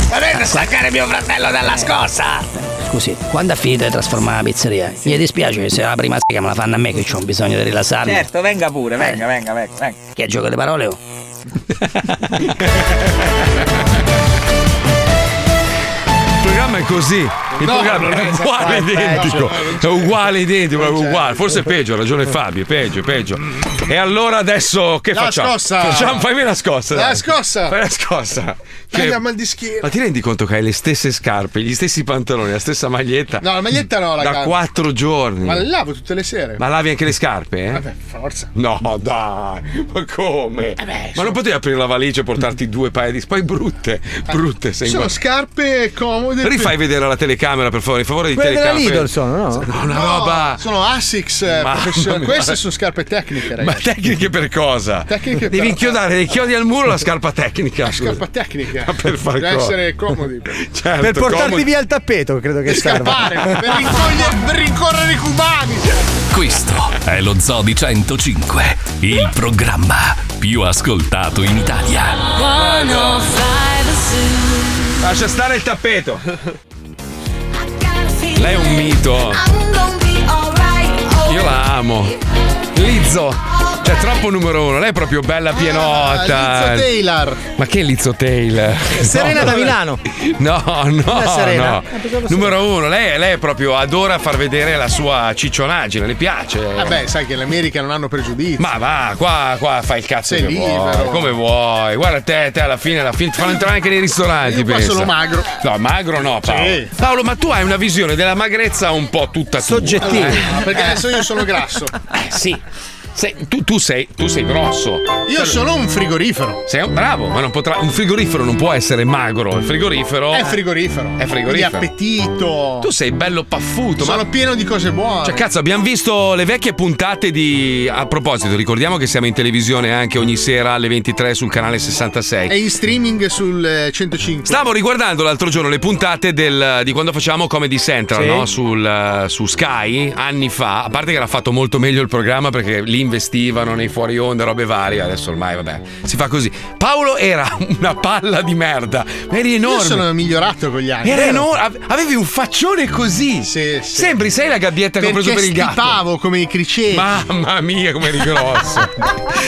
[SPEAKER 16] Volete staccare mio fratello dalla scossa?
[SPEAKER 13] Scusi, quando ha finito di trasformare la pizzeria? Gli dispiace che se è la prima sega me la fanno a me che ho bisogno di rilassarmi.
[SPEAKER 31] Certo, venga pure,
[SPEAKER 16] Eh.
[SPEAKER 31] venga, venga, venga. venga.
[SPEAKER 13] Che è gioco di parole? oh?
[SPEAKER 16] oh?
[SPEAKER 4] Il programma è così. Il
[SPEAKER 7] No,
[SPEAKER 4] programma
[SPEAKER 7] non
[SPEAKER 4] è
[SPEAKER 7] è
[SPEAKER 4] uguale
[SPEAKER 7] esatto,
[SPEAKER 4] identico.
[SPEAKER 2] cioè,
[SPEAKER 7] eh, non
[SPEAKER 4] È uguale identico, è uguale. Forse è peggio, ha ragione Fabio, è peggio, è peggio. E allora adesso che
[SPEAKER 2] Mm. La
[SPEAKER 4] facciamo?
[SPEAKER 2] scossa!
[SPEAKER 4] Facciamo, fammi la scossa.
[SPEAKER 2] La
[SPEAKER 4] dai.
[SPEAKER 2] scossa!
[SPEAKER 4] Fai la scossa. Che-
[SPEAKER 2] Dai, dai, mal di schiena.
[SPEAKER 4] Ma ti rendi conto che hai le stesse scarpe, gli stessi pantaloni, la stessa maglietta?
[SPEAKER 2] No, la maglietta no, la
[SPEAKER 4] Da
[SPEAKER 2] cambio.
[SPEAKER 4] quattro giorni.
[SPEAKER 2] Ma
[SPEAKER 4] Ma,
[SPEAKER 2] la lavo tutte le sere.
[SPEAKER 4] lavi anche le scarpe? Eh?
[SPEAKER 2] Vabbè, forza. Eh
[SPEAKER 4] No, dai, ma come? ma non potevi aprire la valigia e portarti due paia di poi brutte, brutte sei
[SPEAKER 2] Eh, Sono
[SPEAKER 4] guarda-
[SPEAKER 2] scarpe comode.
[SPEAKER 4] Rifai vedere la telecamera per favore, in favore di
[SPEAKER 2] Quelle della
[SPEAKER 4] telecamera.
[SPEAKER 2] Lidl
[SPEAKER 5] sono, no?
[SPEAKER 4] una
[SPEAKER 2] No,
[SPEAKER 4] roba.
[SPEAKER 2] Sono Asics eh,
[SPEAKER 4] Mamma
[SPEAKER 2] professionali.
[SPEAKER 4] mia.
[SPEAKER 2] Queste sono scarpe tecniche,
[SPEAKER 4] Ma
[SPEAKER 2] ragazzi.
[SPEAKER 4] tecniche per cosa?
[SPEAKER 2] Tecniche
[SPEAKER 4] Devi
[SPEAKER 2] per-
[SPEAKER 4] inchiodare dei chiodi al muro la scarpa tecnica. La
[SPEAKER 2] Scarpa tecnica.
[SPEAKER 4] Ma per far
[SPEAKER 2] Deve
[SPEAKER 4] cosa?
[SPEAKER 2] essere comodi.
[SPEAKER 4] Certo, Cioè,
[SPEAKER 5] per portarti
[SPEAKER 4] comodi.
[SPEAKER 5] via il tappeto, credo che
[SPEAKER 2] Per
[SPEAKER 5] serva.
[SPEAKER 2] scappare, per rincogliere- per rincorrere i cubani.
[SPEAKER 1] Questo è lo Zoo di 105, il programma più ascoltato in Italia.
[SPEAKER 4] Lascia stare il tappeto. Lei è un mito. Io la amo. Lizzo. Cioè, troppo numero uno. Lei è proprio bella pienotta.
[SPEAKER 2] Ah, Lizzo Taylor.
[SPEAKER 4] Ma che Lizzo Taylor?
[SPEAKER 2] Serena da
[SPEAKER 4] no.
[SPEAKER 2] Milano.
[SPEAKER 4] No, no,
[SPEAKER 2] è Serena?
[SPEAKER 4] Oh, no.
[SPEAKER 2] Ah, pensavo
[SPEAKER 4] Numero uno, lei, lei proprio adora far vedere la sua ciccionaggine, le piace.
[SPEAKER 2] Vabbè, sai che in America non hanno pregiudizi.
[SPEAKER 4] Ma va, qua, qua fai il cazzo
[SPEAKER 2] Sei
[SPEAKER 4] che vuoi,
[SPEAKER 2] libero.
[SPEAKER 4] come vuoi. Guarda te, te alla fine, alla fine ti fanno entrare anche nei ristoranti.
[SPEAKER 2] Io qua
[SPEAKER 4] pensa.
[SPEAKER 2] sono magro.
[SPEAKER 4] No, magro no, Paolo.
[SPEAKER 2] Sì.
[SPEAKER 4] Paolo, ma tu hai una visione della magrezza un po' tutta Eh,
[SPEAKER 2] Allora,
[SPEAKER 4] Soggettiva.
[SPEAKER 2] no, perché adesso io sono grasso.
[SPEAKER 4] sì. tu, tu sei, tu sei grosso.
[SPEAKER 2] Io sono un frigorifero.
[SPEAKER 4] Sei un- bravo, ma non potrà. Un frigorifero non può essere magro. Il frigorifero.
[SPEAKER 2] È frigorifero.
[SPEAKER 4] Oh. È frigorifero.
[SPEAKER 2] Di appetito.
[SPEAKER 4] Tu sei bello paffuto, ma-
[SPEAKER 2] Sono pieno di cose buone.
[SPEAKER 4] Cioè, cazzo, abbiamo visto le vecchie puntate di. A proposito, ricordiamo che siamo in televisione anche ogni sera alle 23 sul canale 66.
[SPEAKER 2] È in streaming sul eh, 105.
[SPEAKER 4] Stavo riguardando l'altro giorno le puntate del- di quando facciamo Comedy Central
[SPEAKER 2] Sì.
[SPEAKER 4] no? Sul, eh, su Sky anni fa. A parte che era fatto molto meglio il programma perché li investivano nei fuori onda, robe varie. Adesso ormai, vabbè, si fa così. Paolo era una palla di merda, ma eri enorme.
[SPEAKER 2] Io sono migliorato con gli anni.
[SPEAKER 4] Era
[SPEAKER 2] vero?
[SPEAKER 4] enorme, ave- avevi un faccione così. Sembri, sei la gabbietta che ho
[SPEAKER 2] Perché
[SPEAKER 4] preso per il gatto.
[SPEAKER 2] stipavo come i criceti.
[SPEAKER 4] Mamma mia, come eri grosso.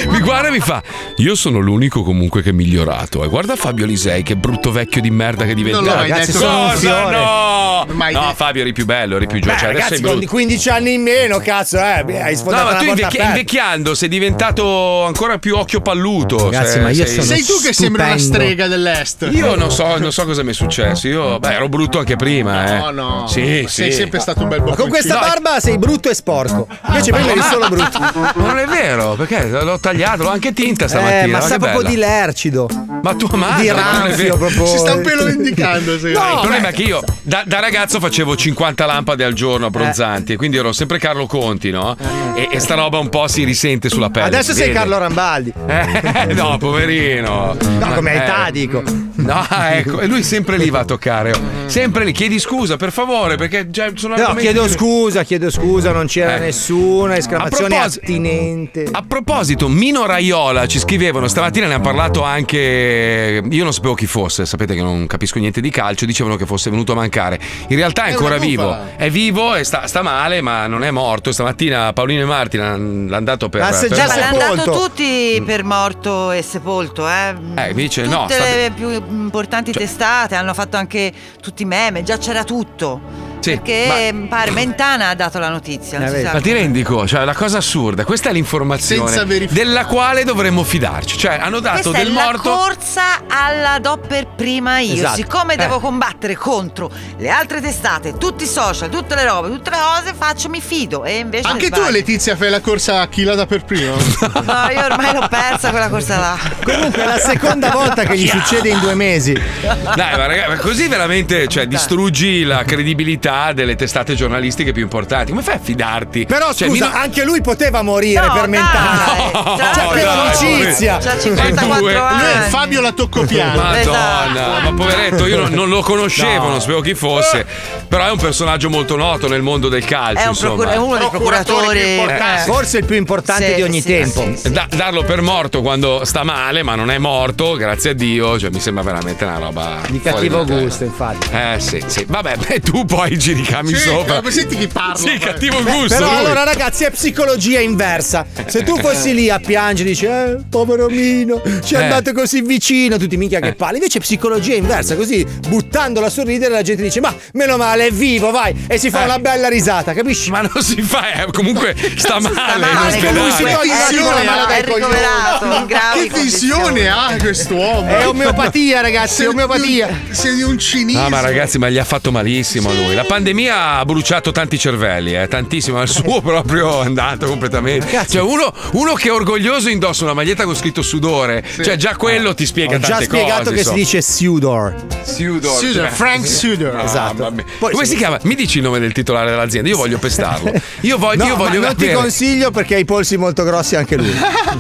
[SPEAKER 4] mi guarda e mi fa: Io sono l'unico comunque che è migliorato. E guarda Fabio Lisei, che brutto vecchio di merda che diventa.
[SPEAKER 2] Non l'ho mai
[SPEAKER 4] Ragazzi,
[SPEAKER 2] detto. Sono un
[SPEAKER 4] cosa?
[SPEAKER 2] fiore.
[SPEAKER 4] No,
[SPEAKER 2] Mai
[SPEAKER 4] no
[SPEAKER 2] detto.
[SPEAKER 4] Fabio, eri più bello, eri più
[SPEAKER 5] Beh,
[SPEAKER 4] giovane. Cioè, adesso
[SPEAKER 5] ragazzi,
[SPEAKER 4] sei
[SPEAKER 5] con
[SPEAKER 4] brutto.
[SPEAKER 5] 15 anni in meno, cazzo, eh, beh, hai
[SPEAKER 4] No,
[SPEAKER 5] sfondato
[SPEAKER 4] ma
[SPEAKER 5] la
[SPEAKER 4] tu
[SPEAKER 5] porta
[SPEAKER 4] invecchi-
[SPEAKER 5] aperta.
[SPEAKER 4] invecchiando sei diventato ancora più occhio palluto.
[SPEAKER 5] Ragazzi,
[SPEAKER 4] Cioè,
[SPEAKER 5] ma io
[SPEAKER 4] sei...
[SPEAKER 5] sono
[SPEAKER 2] Sei tu che sembri una
[SPEAKER 5] stupendo.
[SPEAKER 2] strega dell'est.
[SPEAKER 4] Io non so, non so cosa mi è successo. Io beh, ero brutto anche prima. Eh.
[SPEAKER 2] No, no.
[SPEAKER 4] Sì,
[SPEAKER 2] Sei
[SPEAKER 4] sì.
[SPEAKER 2] sempre stato un bel
[SPEAKER 5] Ma con
[SPEAKER 2] bocconcino.
[SPEAKER 5] questa barba sei brutto e sporco.
[SPEAKER 4] Eh,
[SPEAKER 5] Invece prima eri solo brutto.
[SPEAKER 4] Ma non è vero, perché l'ho tagliato, l'ho anche tinta stamattina.
[SPEAKER 5] Eh, ma
[SPEAKER 4] che
[SPEAKER 5] sa proprio
[SPEAKER 4] bella. Eh,
[SPEAKER 5] di lercido.
[SPEAKER 4] Ma tua madre,
[SPEAKER 5] Di
[SPEAKER 4] ma non è
[SPEAKER 5] ranfio
[SPEAKER 4] vero.
[SPEAKER 5] proprio.
[SPEAKER 4] Si sta un
[SPEAKER 2] pelo indicando, sì.
[SPEAKER 4] il problema è che io da, da ragazzo facevo 50 lampade al giorno
[SPEAKER 5] Eh.
[SPEAKER 4] abbronzanti, e quindi ero sempre Carlo Conti, no? E, e sta roba un po' si risente sulla pelle.
[SPEAKER 5] Adesso
[SPEAKER 4] si
[SPEAKER 5] sei
[SPEAKER 4] vede.
[SPEAKER 5] Carlo Rambaldi.
[SPEAKER 4] Eh, no, poverino.
[SPEAKER 5] No, come
[SPEAKER 4] Eh.
[SPEAKER 5] età dico.
[SPEAKER 4] No, ecco, e lui sempre lì va a toccare. oh. Sempre lì, chiedi scusa, per favore, perché già sono
[SPEAKER 5] No,
[SPEAKER 4] argomenti
[SPEAKER 5] chiedo
[SPEAKER 4] che-
[SPEAKER 5] scusa, chiedo scusa, non c'era
[SPEAKER 4] Eh.
[SPEAKER 5] nessuno, esclamazione
[SPEAKER 4] A propos-
[SPEAKER 5] attinente.
[SPEAKER 4] A proposito, Mino Raiola ci scrivevano, stamattina ne ha parlato anche. Io non sapevo chi fosse, sapete che non capisco niente di calcio, dicevano che fosse venuto a mancare. In realtà è
[SPEAKER 2] È
[SPEAKER 4] ancora
[SPEAKER 2] una
[SPEAKER 4] vivo.
[SPEAKER 2] bufala.
[SPEAKER 4] È vivo e sta, sta male, ma non è morto. Stamattina Paolino e Marti l'han- l'hanno dato per. per
[SPEAKER 8] Già, ma
[SPEAKER 4] morto.
[SPEAKER 8] l'hanno dato tutti per morto e sepolto, eh.
[SPEAKER 4] Eh, dice no,
[SPEAKER 8] Tutte
[SPEAKER 4] sta- Cioè-
[SPEAKER 8] le più importanti testate hanno fatto anche tutti i meme, già c'era tutto.
[SPEAKER 4] Sì,
[SPEAKER 8] perché mi pare Mentana ha dato la notizia, non si sa.
[SPEAKER 4] Ma ti rendi conto? Cioè, la cosa assurda, questa è
[SPEAKER 8] Senza
[SPEAKER 4] l'informazione
[SPEAKER 8] verificare.
[SPEAKER 4] della quale dovremmo fidarci. Cioè, hanno dato
[SPEAKER 8] Questa è
[SPEAKER 4] del
[SPEAKER 8] la
[SPEAKER 4] morto.
[SPEAKER 8] corsa alla Dopper prima io.
[SPEAKER 4] Esatto.
[SPEAKER 8] Siccome
[SPEAKER 4] Eh.
[SPEAKER 8] devo combattere contro le altre testate, tutti i social, tutte le robe, tutte le cose, faccio mi fido. E invece
[SPEAKER 2] Anche tu,
[SPEAKER 8] sbaglio.
[SPEAKER 2] Letizia, fai la corsa a chi la dà per primo.
[SPEAKER 8] No, io ormai l'ho persa quella corsa là.
[SPEAKER 5] Comunque è la seconda volta che gli succede in due mesi.
[SPEAKER 4] Dai, ma raga, ma così veramente cioè, distruggi la credibilità delle testate giornalistiche più importanti. Come fai a fidarti?
[SPEAKER 5] Però
[SPEAKER 4] Cioè, Oh,
[SPEAKER 5] scusa, eh,
[SPEAKER 4] Mino-
[SPEAKER 5] anche lui poteva morire
[SPEAKER 2] No,
[SPEAKER 5] per mentale.
[SPEAKER 4] No,
[SPEAKER 5] Cioè, per
[SPEAKER 4] dai,
[SPEAKER 5] amicizia.
[SPEAKER 4] poverino.
[SPEAKER 2] Lui
[SPEAKER 4] Due.
[SPEAKER 8] Eh.
[SPEAKER 2] è Fabio la
[SPEAKER 4] Eh,
[SPEAKER 2] tocco piano. Eh,
[SPEAKER 8] Esatto.
[SPEAKER 4] Madonna, ma poveretto, io non, non lo conoscevo, non sapevo chi fosse. Però è un personaggio molto noto nel mondo del calcio.
[SPEAKER 8] È, un
[SPEAKER 4] insomma.
[SPEAKER 8] procura- è uno dei procuratori.
[SPEAKER 4] importanti.
[SPEAKER 8] eh.
[SPEAKER 5] Forse il più importante
[SPEAKER 8] Sì,
[SPEAKER 5] di ogni
[SPEAKER 8] sì,
[SPEAKER 5] tempo.
[SPEAKER 4] Da- darlo per morto quando sta male, ma non è morto, grazie a Dio. Cioè, mi sembra veramente una roba
[SPEAKER 5] Di
[SPEAKER 4] fuori
[SPEAKER 5] cattivo
[SPEAKER 4] testa.
[SPEAKER 5] gusto, infatti.
[SPEAKER 4] Eh sì, sì. Vabbè, beh, tu poi ci ricami
[SPEAKER 2] Sì,
[SPEAKER 4] sopra.
[SPEAKER 2] ma senti chi parla,
[SPEAKER 4] Sì,
[SPEAKER 2] poi.
[SPEAKER 4] cattivo
[SPEAKER 2] Beh,
[SPEAKER 4] gusto.
[SPEAKER 5] Però
[SPEAKER 4] lui.
[SPEAKER 5] allora ragazzi è psicologia inversa. Se tu fossi lì a piangere dici "Eh, povero Mino, ci è
[SPEAKER 2] Eh.
[SPEAKER 5] andato così vicino, tutti minchia
[SPEAKER 4] Eh.
[SPEAKER 5] che palle". Invece è psicologia inversa, così buttandola a sorridere la gente dice "Ma meno male, è vivo, vai" e si fa
[SPEAKER 4] Eh.
[SPEAKER 5] una bella risata, capisci? Ma
[SPEAKER 4] non si fa, eh, comunque sta male. in
[SPEAKER 5] male,
[SPEAKER 4] ospedale.
[SPEAKER 5] comunque si toglie la
[SPEAKER 2] tensione
[SPEAKER 5] ricoverata,
[SPEAKER 2] ha, dai
[SPEAKER 5] è
[SPEAKER 2] coglioni.
[SPEAKER 5] ricoverato, in
[SPEAKER 2] Ma
[SPEAKER 5] gravi
[SPEAKER 2] Che tensione ha
[SPEAKER 5] ah.
[SPEAKER 2] quest'uomo?
[SPEAKER 5] È omeopatia, ragazzi,
[SPEAKER 2] Sei
[SPEAKER 5] omeopatia.
[SPEAKER 2] di un- Sei di un cinismo.
[SPEAKER 4] No, ma ragazzi, ma gli ha fatto malissimo a lui. La pandemia ha bruciato tanti cervelli, eh, tantissimo. ma Il suo proprio è andato completamente. Cioè, uno, uno che è orgoglioso indossa una maglietta con scritto sudore. Cioè, già quello ti spiega
[SPEAKER 5] Eh. Ho già
[SPEAKER 4] tante
[SPEAKER 5] spiegato
[SPEAKER 4] cose.
[SPEAKER 5] che si
[SPEAKER 4] insomma.
[SPEAKER 5] dice Sudor.
[SPEAKER 4] Sudor,
[SPEAKER 2] Sudor,
[SPEAKER 4] cioè.
[SPEAKER 2] Frank Sudor.
[SPEAKER 4] Ah,
[SPEAKER 5] Esatto.
[SPEAKER 4] vabbè. Come si chiama? Mi dici il nome del titolare dell'azienda? Io voglio pestarlo. Io voglio.
[SPEAKER 5] No,
[SPEAKER 4] io
[SPEAKER 5] ma
[SPEAKER 4] voglio
[SPEAKER 5] non ti
[SPEAKER 4] avere-
[SPEAKER 5] consiglio perché ha i polsi molto grossi anche lui.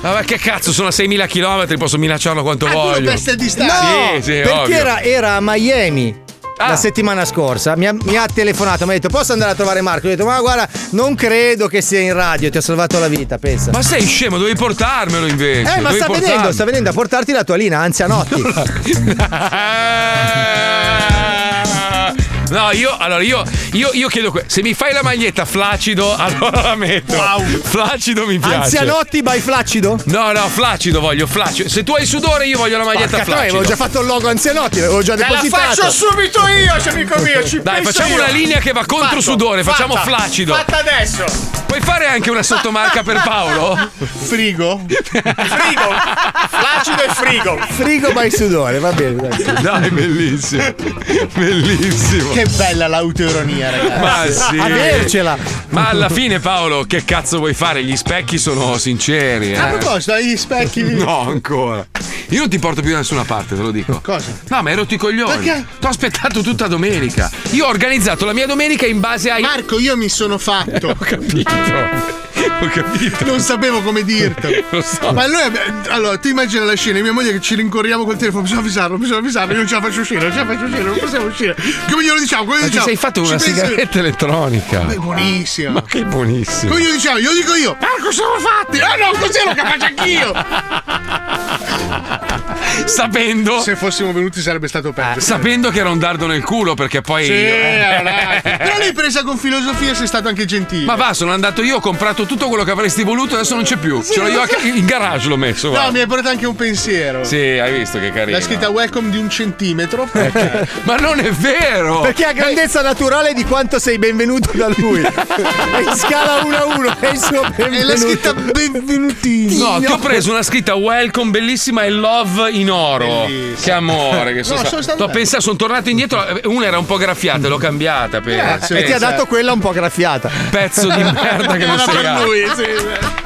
[SPEAKER 4] Ah, ma che cazzo, sono a 6.000 km, posso minacciarlo quanto
[SPEAKER 5] Ah,
[SPEAKER 4] voglio.
[SPEAKER 5] No,
[SPEAKER 4] Sì, sì,
[SPEAKER 5] perché
[SPEAKER 4] ovvio. Ah.
[SPEAKER 5] era, era a Miami. La settimana scorsa mi ha, mi ha telefonato, mi ha detto posso andare a trovare Marco? Io ho detto ma guarda, non credo che sia in radio, ti ho salvato la vita, pensa.
[SPEAKER 4] Ma sei scemo, dovevi portarmelo invece.
[SPEAKER 5] eh, ma
[SPEAKER 4] dovevi
[SPEAKER 5] sta venendo,
[SPEAKER 4] portarmelo.
[SPEAKER 5] sta venendo a portarti la tua lina, anzi a notti.
[SPEAKER 4] No, io allora io, io, io chiedo que- se mi fai la maglietta flaccido, allora la metto. Flaccido mi piace.
[SPEAKER 5] Anzianotti by Flaccido?
[SPEAKER 4] No, no, flaccido voglio, flaccido. Se tu hai il sudore, io voglio la maglietta
[SPEAKER 5] Porca troia,
[SPEAKER 4] flaccido.
[SPEAKER 5] avevo già fatto il logo anzianotti, l'avevo già
[SPEAKER 2] Te la
[SPEAKER 5] depositato.
[SPEAKER 2] faccio subito io, cioè, amico mio. Ci
[SPEAKER 4] Dai,
[SPEAKER 2] penso
[SPEAKER 4] facciamo
[SPEAKER 2] io.
[SPEAKER 4] una linea che va contro
[SPEAKER 2] Fatto,
[SPEAKER 4] sudore, facciamo
[SPEAKER 2] fatta,
[SPEAKER 4] flaccido.
[SPEAKER 2] Fatta adesso.
[SPEAKER 4] Puoi fare anche una sottomarca per Paolo?
[SPEAKER 2] Frigo? Frigo. Flaccido e frigo.
[SPEAKER 5] Frigo by sudore, va bene. Dai,
[SPEAKER 4] dai bellissimo. Bellissimo.
[SPEAKER 2] Che bella l'autoironia,
[SPEAKER 4] Ma
[SPEAKER 2] ragazzi.
[SPEAKER 4] sì. Ma alla fine, Paolo, che cazzo vuoi fare? Gli specchi sono sinceri. Eh?
[SPEAKER 2] A proposito, hai gli specchi.
[SPEAKER 4] No, ancora. Io non ti porto più da nessuna parte, te lo dico. Cosa? No, ma hai rotto i coglioni.
[SPEAKER 2] Perché?
[SPEAKER 4] T'ho aspettato tutta domenica. Io ho organizzato la mia domenica in base ai.
[SPEAKER 2] Marco, io mi sono fatto. Ho
[SPEAKER 4] capito. Ho capito.
[SPEAKER 2] Non sapevo come dirtelo.
[SPEAKER 4] Lo so.
[SPEAKER 2] Ma noi abbiamo- Allora, tu immagina la scena, mia moglie che ci rincorriamo col telefono, bisogna avvisarlo, bisogna avvisarlo, io non ce la faccio uscire, non ce la faccio uscire, non possiamo uscire. Come glielo diciamo? Come
[SPEAKER 4] Ma
[SPEAKER 2] glielo
[SPEAKER 4] ti
[SPEAKER 2] diciamo?
[SPEAKER 4] sei fatto
[SPEAKER 2] Ci
[SPEAKER 4] una
[SPEAKER 2] pensi-
[SPEAKER 4] sigaretta elettronica.
[SPEAKER 2] Ma è buonissima.
[SPEAKER 4] Ma che buonissima.
[SPEAKER 2] Come glielo diciamo? Glielo dico io. Marco, siamo fatti. Ah no, così ero capace anch'io.
[SPEAKER 4] Sapendo.
[SPEAKER 2] Se fossimo venuti sarebbe stato
[SPEAKER 4] Ah,
[SPEAKER 2] peggio. Eh,
[SPEAKER 4] Sapendo che era un dardo nel culo, perché poi.
[SPEAKER 2] Sì, allora. Però l'hai presa con filosofia e sei stato anche gentile.
[SPEAKER 4] Ma va, sono andato io, ho comprato tutto quello che avresti voluto, adesso non c'è più. Ce l'ho io a ca- in garage l'ho messo.
[SPEAKER 2] No,
[SPEAKER 4] guarda.
[SPEAKER 2] mi hai portato anche un pensiero.
[SPEAKER 4] Sì, hai visto che carino. Eh,
[SPEAKER 2] La scritta welcome di un centimetro. Eh.
[SPEAKER 4] Ma non è vero! Eh.
[SPEAKER 5] Perché ha grandezza naturale di quanto sei benvenuto da lui. E in scala 1 a 1 è il suo benvenuto.
[SPEAKER 2] E la scritta benvenutino.
[SPEAKER 4] No, ti ho preso una scritta welcome bellissima e love in oro. Che amore che sono
[SPEAKER 2] No, sono
[SPEAKER 4] stato.
[SPEAKER 2] stato
[SPEAKER 4] T'ho
[SPEAKER 2] bello.
[SPEAKER 4] pensato, sono tornato indietro, eh, una era un po' graffiata, l'ho cambiata. Per,
[SPEAKER 5] e ti ha
[SPEAKER 4] pensa.
[SPEAKER 5] dato quella un po' graffiata.
[SPEAKER 4] eh, Pezzo di merda che non
[SPEAKER 2] Era
[SPEAKER 4] sei
[SPEAKER 2] per
[SPEAKER 4] altro.
[SPEAKER 2] lui, sì.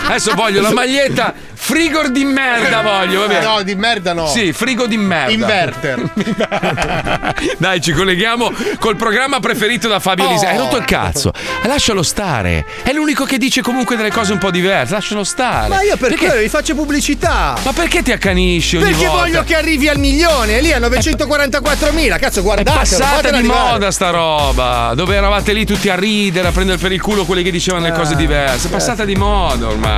[SPEAKER 4] Adesso voglio la maglietta frigor di merda voglio, vabbè.
[SPEAKER 2] No, di merda no.
[SPEAKER 4] Sì, frigo di merda.
[SPEAKER 2] Inverter.
[SPEAKER 4] Dai, ci colleghiamo col programma preferito da Fabio Lisei. Hai
[SPEAKER 2] Oh.
[SPEAKER 4] rotto il cazzo. Lascialo stare. È l'unico che dice comunque delle cose un po' diverse. Lascialo stare.
[SPEAKER 5] Ma io per quello gli faccio pubblicità.
[SPEAKER 4] Ma perché ti accanisci ogni
[SPEAKER 5] Perché
[SPEAKER 4] volta?
[SPEAKER 5] voglio che arrivi al milione, lì a 944.000. Cazzo,
[SPEAKER 4] È
[SPEAKER 5] guardate,
[SPEAKER 4] passata di moda sta roba, dove eravate lì tutti a ridere, a prendere per il culo quelli che dicevano le
[SPEAKER 5] Eh,
[SPEAKER 4] cose diverse. È
[SPEAKER 5] certo.
[SPEAKER 4] passata di moda ormai.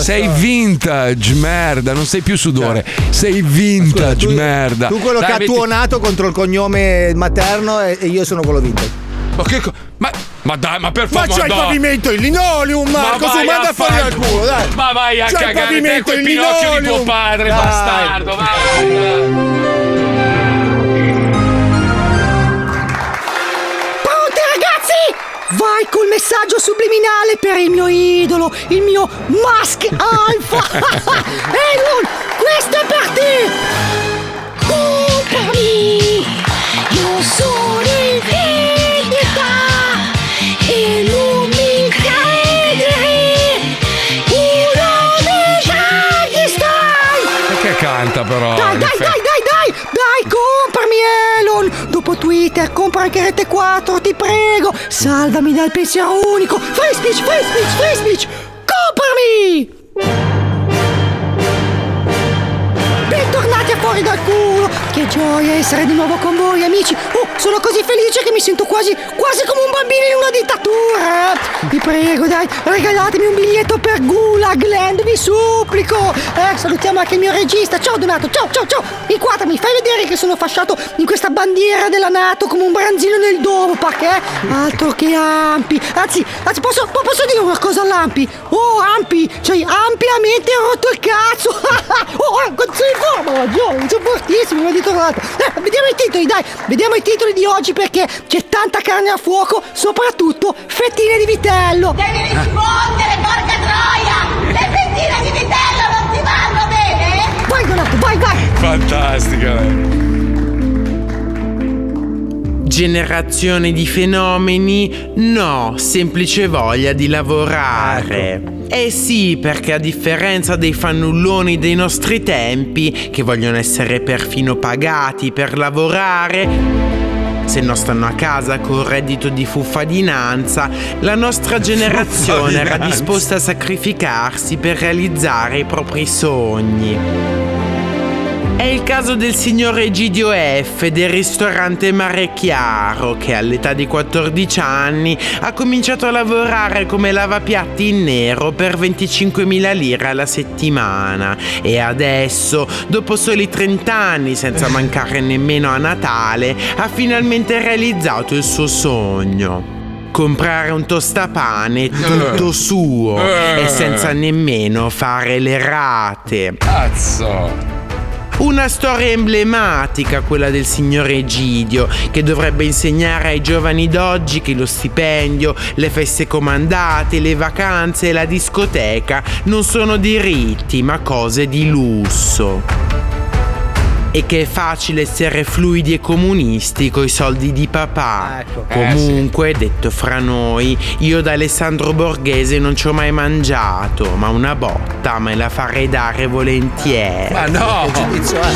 [SPEAKER 4] sei vintage, merda, non sei più sudore. Sei vintage, merda.
[SPEAKER 5] Cioè, Tu quello
[SPEAKER 4] Dai,
[SPEAKER 5] che ha
[SPEAKER 4] metti-
[SPEAKER 5] tuonato contro il cognome materno e e io sono quello vinto.
[SPEAKER 4] Ma che co- ma, ma dai, ma per
[SPEAKER 5] Ma
[SPEAKER 4] favore.
[SPEAKER 5] c'è il
[SPEAKER 4] madonna.
[SPEAKER 5] pavimento in linoleum, Marco,
[SPEAKER 4] vai
[SPEAKER 5] su, manda
[SPEAKER 4] a
[SPEAKER 5] a fuori
[SPEAKER 4] far-
[SPEAKER 5] dal culo, dai.
[SPEAKER 4] Ma vai a
[SPEAKER 5] C'è il
[SPEAKER 4] cagare te
[SPEAKER 5] pavimento
[SPEAKER 4] quel
[SPEAKER 5] in
[SPEAKER 4] Pinocchio di tuo
[SPEAKER 5] linoleum.
[SPEAKER 4] padre,
[SPEAKER 5] Dai.
[SPEAKER 4] bastardo. Vai.
[SPEAKER 18] Pronti ragazzi? Vai col messaggio subliminale per il mio idolo, il mio Musk Alpha! Elon, questo è per te! Comprami! Io sono in vendita! E non mi credere! Uno dei tanti stai!
[SPEAKER 4] Perché canta però?
[SPEAKER 18] Dai, dai, dai, dai, dai, dai, comprami Elon! Dopo Twitter, compra anche Rete 4, ti prego! Salvami dal pensiero unico! Free speech, free speech, free speech! Comprami! Bentornati a Fuori dal culo! Che gioia essere di nuovo con voi, amici! Oh, sono così felice che mi sento quasi, quasi come un bambino in una dittatura! vi prego, dai, regalatemi un biglietto per Gulag Land, vi supplico. Eh, salutiamo anche il mio regista. Ciao Donato, ciao, ciao, ciao. Inquadrami, fai vedere che sono fasciato in questa bandiera della Nato come un branzino nel Dovopac, eh. Altro che Ampi. Anzi, anzi posso, po- posso dire una cosa all'Ampi? Oh, Ampi, cioè ampiamente ho rotto il cazzo. oh, eh, sono in forma oggi, oh, sono fortissimo, mi tornato. Eh, vediamo i titoli, dai, vediamo i titoli di oggi perché c'è tanta carne a fuoco, soprattutto fettine di vitello.
[SPEAKER 10] Devi rispondere, porca troia! Le fettine di vitello non ti vanno bene?
[SPEAKER 18] Vai Donato, vai, vai.
[SPEAKER 7] Fantastica, eh.
[SPEAKER 22] Generazione di fenomeni? No, semplice voglia di lavorare. Eh sì, perché a differenza dei fannulloni dei nostri tempi, che vogliono essere perfino pagati per lavorare, se non stanno a casa con reddito di fuffadinanza, la nostra generazione era
[SPEAKER 24] Fuffadinanza.
[SPEAKER 22] disposta a sacrificarsi per realizzare i propri sogni. È il caso del signor Egidio F del ristorante Mare Chiaro che all'età di 14 anni ha cominciato a lavorare come lavapiatti in nero per 25.000 lire alla settimana e adesso, dopo soli 30 anni senza mancare nemmeno a Natale, ha finalmente realizzato il suo sogno. Comprare un tostapane tutto suo
[SPEAKER 17] Eh.
[SPEAKER 22] e senza nemmeno fare le rate. Cazzo! Una storia emblematica quella del signor Egidio, che dovrebbe insegnare ai giovani d'oggi che lo stipendio, le feste comandate, le vacanze e la discoteca non sono diritti, ma cose di lusso. E che è facile essere fluidi e comunisti coi soldi di papà. Comunque, detto fra noi, io da Alessandro Borghese non ci ho mai mangiato, ma una botta me la farei dare volentieri.
[SPEAKER 7] Ma no! Che
[SPEAKER 22] giudizio è?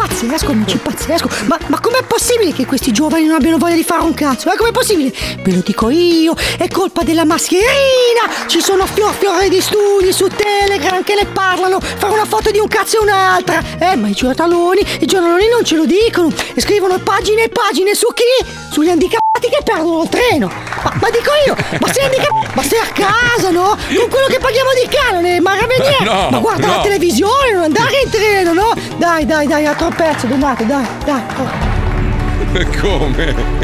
[SPEAKER 18] Pazzesco, amici, pazzesco. Ma, ma com'è possibile che questi giovani non abbiano voglia di fare un cazzo? Eh, com'è possibile? Ve lo dico io, è colpa della mascherina! Ci sono fior fiore di studi su Telegram che ne parlano, fare una foto di un cazzo e un'altra. Eh, ma i giornaloni, i giornaloni non ce lo dicono e scrivono pagine e pagine su chi? Sugli handicappati che perdono il treno. Ma, ma dico io, ma sei handicapp- ma sei a casa, no? Con quello che paghiamo di canone, ma rabbinieri!
[SPEAKER 10] No,
[SPEAKER 18] ma guarda la
[SPEAKER 10] no.
[SPEAKER 18] televisione! visione, non andare in treno, no? Dai, dai, dai, altro pezzo, Donato, dai, dai. oh.
[SPEAKER 24] Come?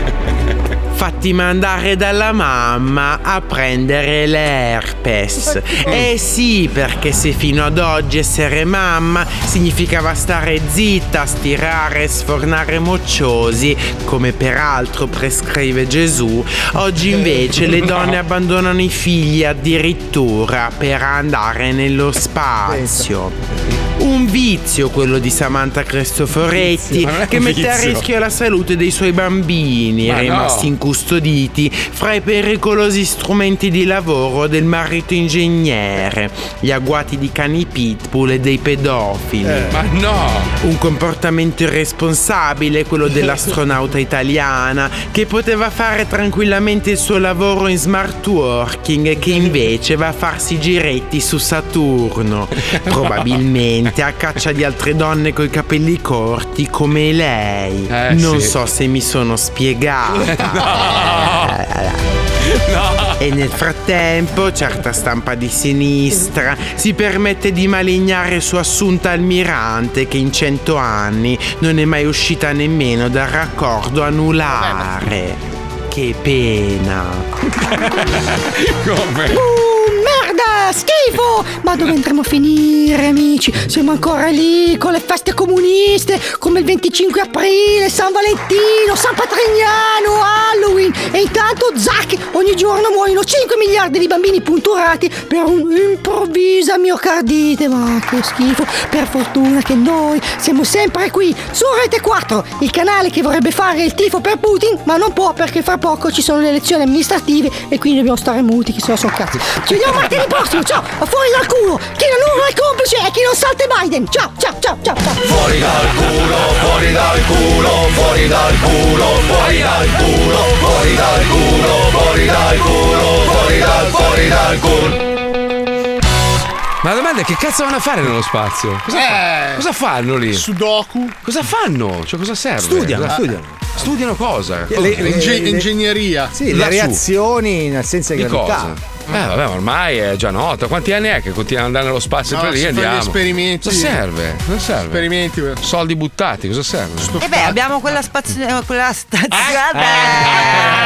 [SPEAKER 22] Fatti mandare dalla mamma a prendere l'herpes. Eh sì, perché se fino ad oggi essere mamma significava stare zitta, stirare e sfornare mocciosi, come peraltro prescrive Gesù, oggi
[SPEAKER 17] Eh.
[SPEAKER 22] invece le
[SPEAKER 17] No.
[SPEAKER 22] donne abbandonano i figli addirittura per andare nello spazio. Un vizio quello di Samantha Cristoforetti
[SPEAKER 17] Vizio, ma non è un
[SPEAKER 22] che mette a
[SPEAKER 17] vizio.
[SPEAKER 22] rischio la salute dei suoi bambini
[SPEAKER 17] Ma
[SPEAKER 22] rimasti
[SPEAKER 17] no.
[SPEAKER 22] incustoditi fra i pericolosi strumenti di lavoro del marito ingegnere, gli agguati di cani pitbull e dei pedofili.
[SPEAKER 7] Eh. Ma no!
[SPEAKER 22] Un comportamento irresponsabile quello dell'astronauta italiana che poteva fare tranquillamente il suo lavoro in smart working e che invece va a farsi giretti su Saturno, probabilmente a caccia di altre donne coi capelli corti come lei.
[SPEAKER 7] Eh,
[SPEAKER 22] non
[SPEAKER 17] sì.
[SPEAKER 22] so se mi sono spiegata. E nel frattempo, certa stampa di sinistra si permette di malignare su Assunta Almirante che in cento anni non è mai uscita nemmeno dal raccordo anulare. Che pena.
[SPEAKER 18] Uh, merda, schifo! Ma dove andremo a finire, amici? Siamo ancora lì con le feste comuniste, come il 25 aprile, San Valentino, San Patrignano, Halloween. E intanto, zac, ogni giorno muoiono 5 miliardi di bambini punturati per un'improvvisa miocardite. Ma che schifo! Per fortuna che noi siamo sempre qui su Rete 4, il canale che vorrebbe fare il tifo per Putin, ma non può perché fra poco ci sono le elezioni amministrative e quindi dobbiamo stare muti, che se no sono cazzi. Ci vediamo martedì prossimo, ciao! A fuori dal culo! Chi non urla è complice e chi non salta è Biden! Ciao, ciao, ciao, ciao, ciao!
[SPEAKER 3] Fuori dal culo, fuori dal culo, fuori dal culo, fuori dal culo, fuori dal culo, fuori dal culo, fuori dal, fuori dal culo.
[SPEAKER 4] Ma la domanda è che cazzo vanno a fare nello spazio? Cosa, fa- cosa fanno lì?
[SPEAKER 2] Sudoku.
[SPEAKER 4] Cosa fanno? Cioè, cosa serve?
[SPEAKER 5] Studiano,
[SPEAKER 4] Cosa-
[SPEAKER 5] studiano. Eh,
[SPEAKER 4] Studiano cosa?
[SPEAKER 5] Le- le-
[SPEAKER 4] Enge-
[SPEAKER 5] le-
[SPEAKER 2] ingegneria.
[SPEAKER 5] Sì, le
[SPEAKER 4] Lassù.
[SPEAKER 5] reazioni nel senso di
[SPEAKER 4] Di cosa?
[SPEAKER 5] gravità.
[SPEAKER 4] Eh, vabbè, ma ormai è già nota. Quanti anni è che continuiamo ad andare nello spazio?
[SPEAKER 2] No,
[SPEAKER 4] Sempre lì
[SPEAKER 2] si fanno gli
[SPEAKER 4] andiamo.
[SPEAKER 2] esperimenti.
[SPEAKER 4] Cosa serve? Cosa serve?
[SPEAKER 2] Esperimenti.
[SPEAKER 4] Soldi buttati, cosa serve?
[SPEAKER 8] E Eh beh, abbiamo quella spazio. quella stazione.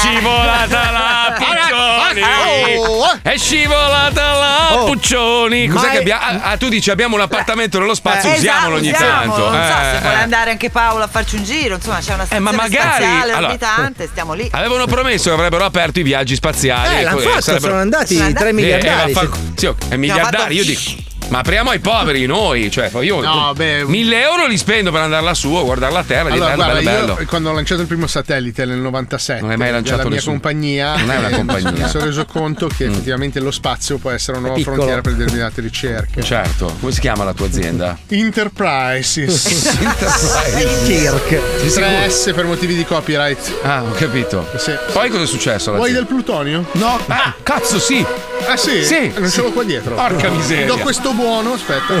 [SPEAKER 32] Scivolata la Puccioni! È scivolata la Puccioni!
[SPEAKER 4] Cos'è
[SPEAKER 32] Mai-
[SPEAKER 4] che abbiamo? Ah, ah, tu dici abbiamo un appartamento nello spazio,
[SPEAKER 8] Eh,
[SPEAKER 4] usiamolo
[SPEAKER 8] esatto,
[SPEAKER 4] ogni
[SPEAKER 8] usiamolo.
[SPEAKER 4] tanto.
[SPEAKER 8] Non so
[SPEAKER 4] Eh,
[SPEAKER 8] se vuole
[SPEAKER 4] eh.
[SPEAKER 8] andare anche Paolo a farci un giro, insomma, c'è una
[SPEAKER 4] Eh,
[SPEAKER 8] stazione
[SPEAKER 4] ma magari-
[SPEAKER 8] spaziale
[SPEAKER 4] allora-
[SPEAKER 8] orbitante, stiamo lì.
[SPEAKER 4] Avevano promesso che avrebbero aperto i viaggi spaziali.
[SPEAKER 8] Eh,
[SPEAKER 4] e
[SPEAKER 8] l'hanno
[SPEAKER 4] co- e
[SPEAKER 8] fatto, sono andati
[SPEAKER 5] Sono andati. tre miliardari,
[SPEAKER 4] Eh, ma fa-
[SPEAKER 5] sì.
[SPEAKER 4] sì, ok, miliardari, io dico. Ma apriamo ai poveri noi, cioè io
[SPEAKER 2] No, beh-
[SPEAKER 4] mille euro li spendo per andare lassù, a guardare la Terra,
[SPEAKER 2] Allora,
[SPEAKER 4] dire bello,
[SPEAKER 2] guarda,
[SPEAKER 4] bello,
[SPEAKER 2] io
[SPEAKER 4] bello.
[SPEAKER 2] quando ho lanciato il primo satellite nel 97
[SPEAKER 4] Non hai mai lanciato
[SPEAKER 2] della mia
[SPEAKER 4] nessuno.
[SPEAKER 2] compagnia,
[SPEAKER 4] Non è una
[SPEAKER 2] eh,
[SPEAKER 4] compagnia. Mm.
[SPEAKER 2] mi sono reso conto che effettivamente lo spazio può essere una nuova
[SPEAKER 4] piccolo.
[SPEAKER 2] frontiera per determinate ricerche.
[SPEAKER 4] Certo, come si chiama la tua azienda?
[SPEAKER 2] Enterprises.
[SPEAKER 4] Enterprises. Kirk. Sei sicuro?
[SPEAKER 2] 3S per motivi di copyright.
[SPEAKER 4] Ah, ho capito. Poi cosa è successo? alla
[SPEAKER 2] Vuoi
[SPEAKER 4] gente?
[SPEAKER 2] del plutonio?
[SPEAKER 4] No. Ah, cazzo, sì.
[SPEAKER 2] Ah, sì?
[SPEAKER 4] Sì,
[SPEAKER 2] Non
[SPEAKER 4] sì.
[SPEAKER 2] ce l'ho qua dietro.
[SPEAKER 4] Porca miseria.
[SPEAKER 2] Do questo buono, aspetta.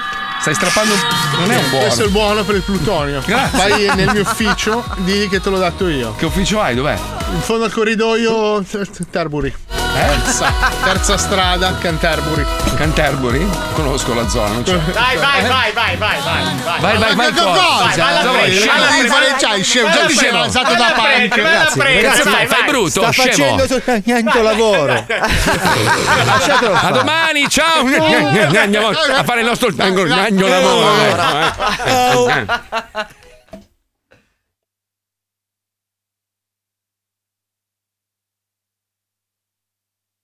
[SPEAKER 4] Stai strappando. Non è un buono.
[SPEAKER 2] Questo è il buono per il plutonio.
[SPEAKER 4] Grazie.
[SPEAKER 2] Vai nel mio ufficio, digli che te l'ho dato io.
[SPEAKER 4] Che ufficio hai? Dov'è?
[SPEAKER 2] In fondo al corridoio ter- ter- Terbury. Terza, terza strada, Canterbury.
[SPEAKER 4] Canterbury? Conosco la zona. non c'è.
[SPEAKER 7] Dai, vai, vai, vai, vai, vai.
[SPEAKER 4] Vai, vai, vai,
[SPEAKER 2] Ma
[SPEAKER 4] cosa?
[SPEAKER 2] cosa?
[SPEAKER 4] Vai alla
[SPEAKER 2] Vai,
[SPEAKER 4] fretta,
[SPEAKER 2] vai,
[SPEAKER 4] alla
[SPEAKER 2] vai,
[SPEAKER 4] fretta.
[SPEAKER 2] vai, vai, scemo,
[SPEAKER 4] Vai
[SPEAKER 2] già
[SPEAKER 4] alla
[SPEAKER 2] ti sei
[SPEAKER 4] fretta,
[SPEAKER 2] alzato
[SPEAKER 4] vai
[SPEAKER 2] da
[SPEAKER 4] alla
[SPEAKER 2] punk.
[SPEAKER 4] fretta, vai alla
[SPEAKER 2] Ragazzi,
[SPEAKER 4] fretta,
[SPEAKER 2] ragazzi,
[SPEAKER 4] vai,
[SPEAKER 2] fai-
[SPEAKER 4] vai.
[SPEAKER 2] fai brutto,
[SPEAKER 5] Sta
[SPEAKER 4] scemo.
[SPEAKER 5] facendo soltanto lavoro. Lasciatelo
[SPEAKER 4] A
[SPEAKER 5] fare.
[SPEAKER 4] domani, ciao! Andiamo a fare il nostro tango, il magno lavoro. eh.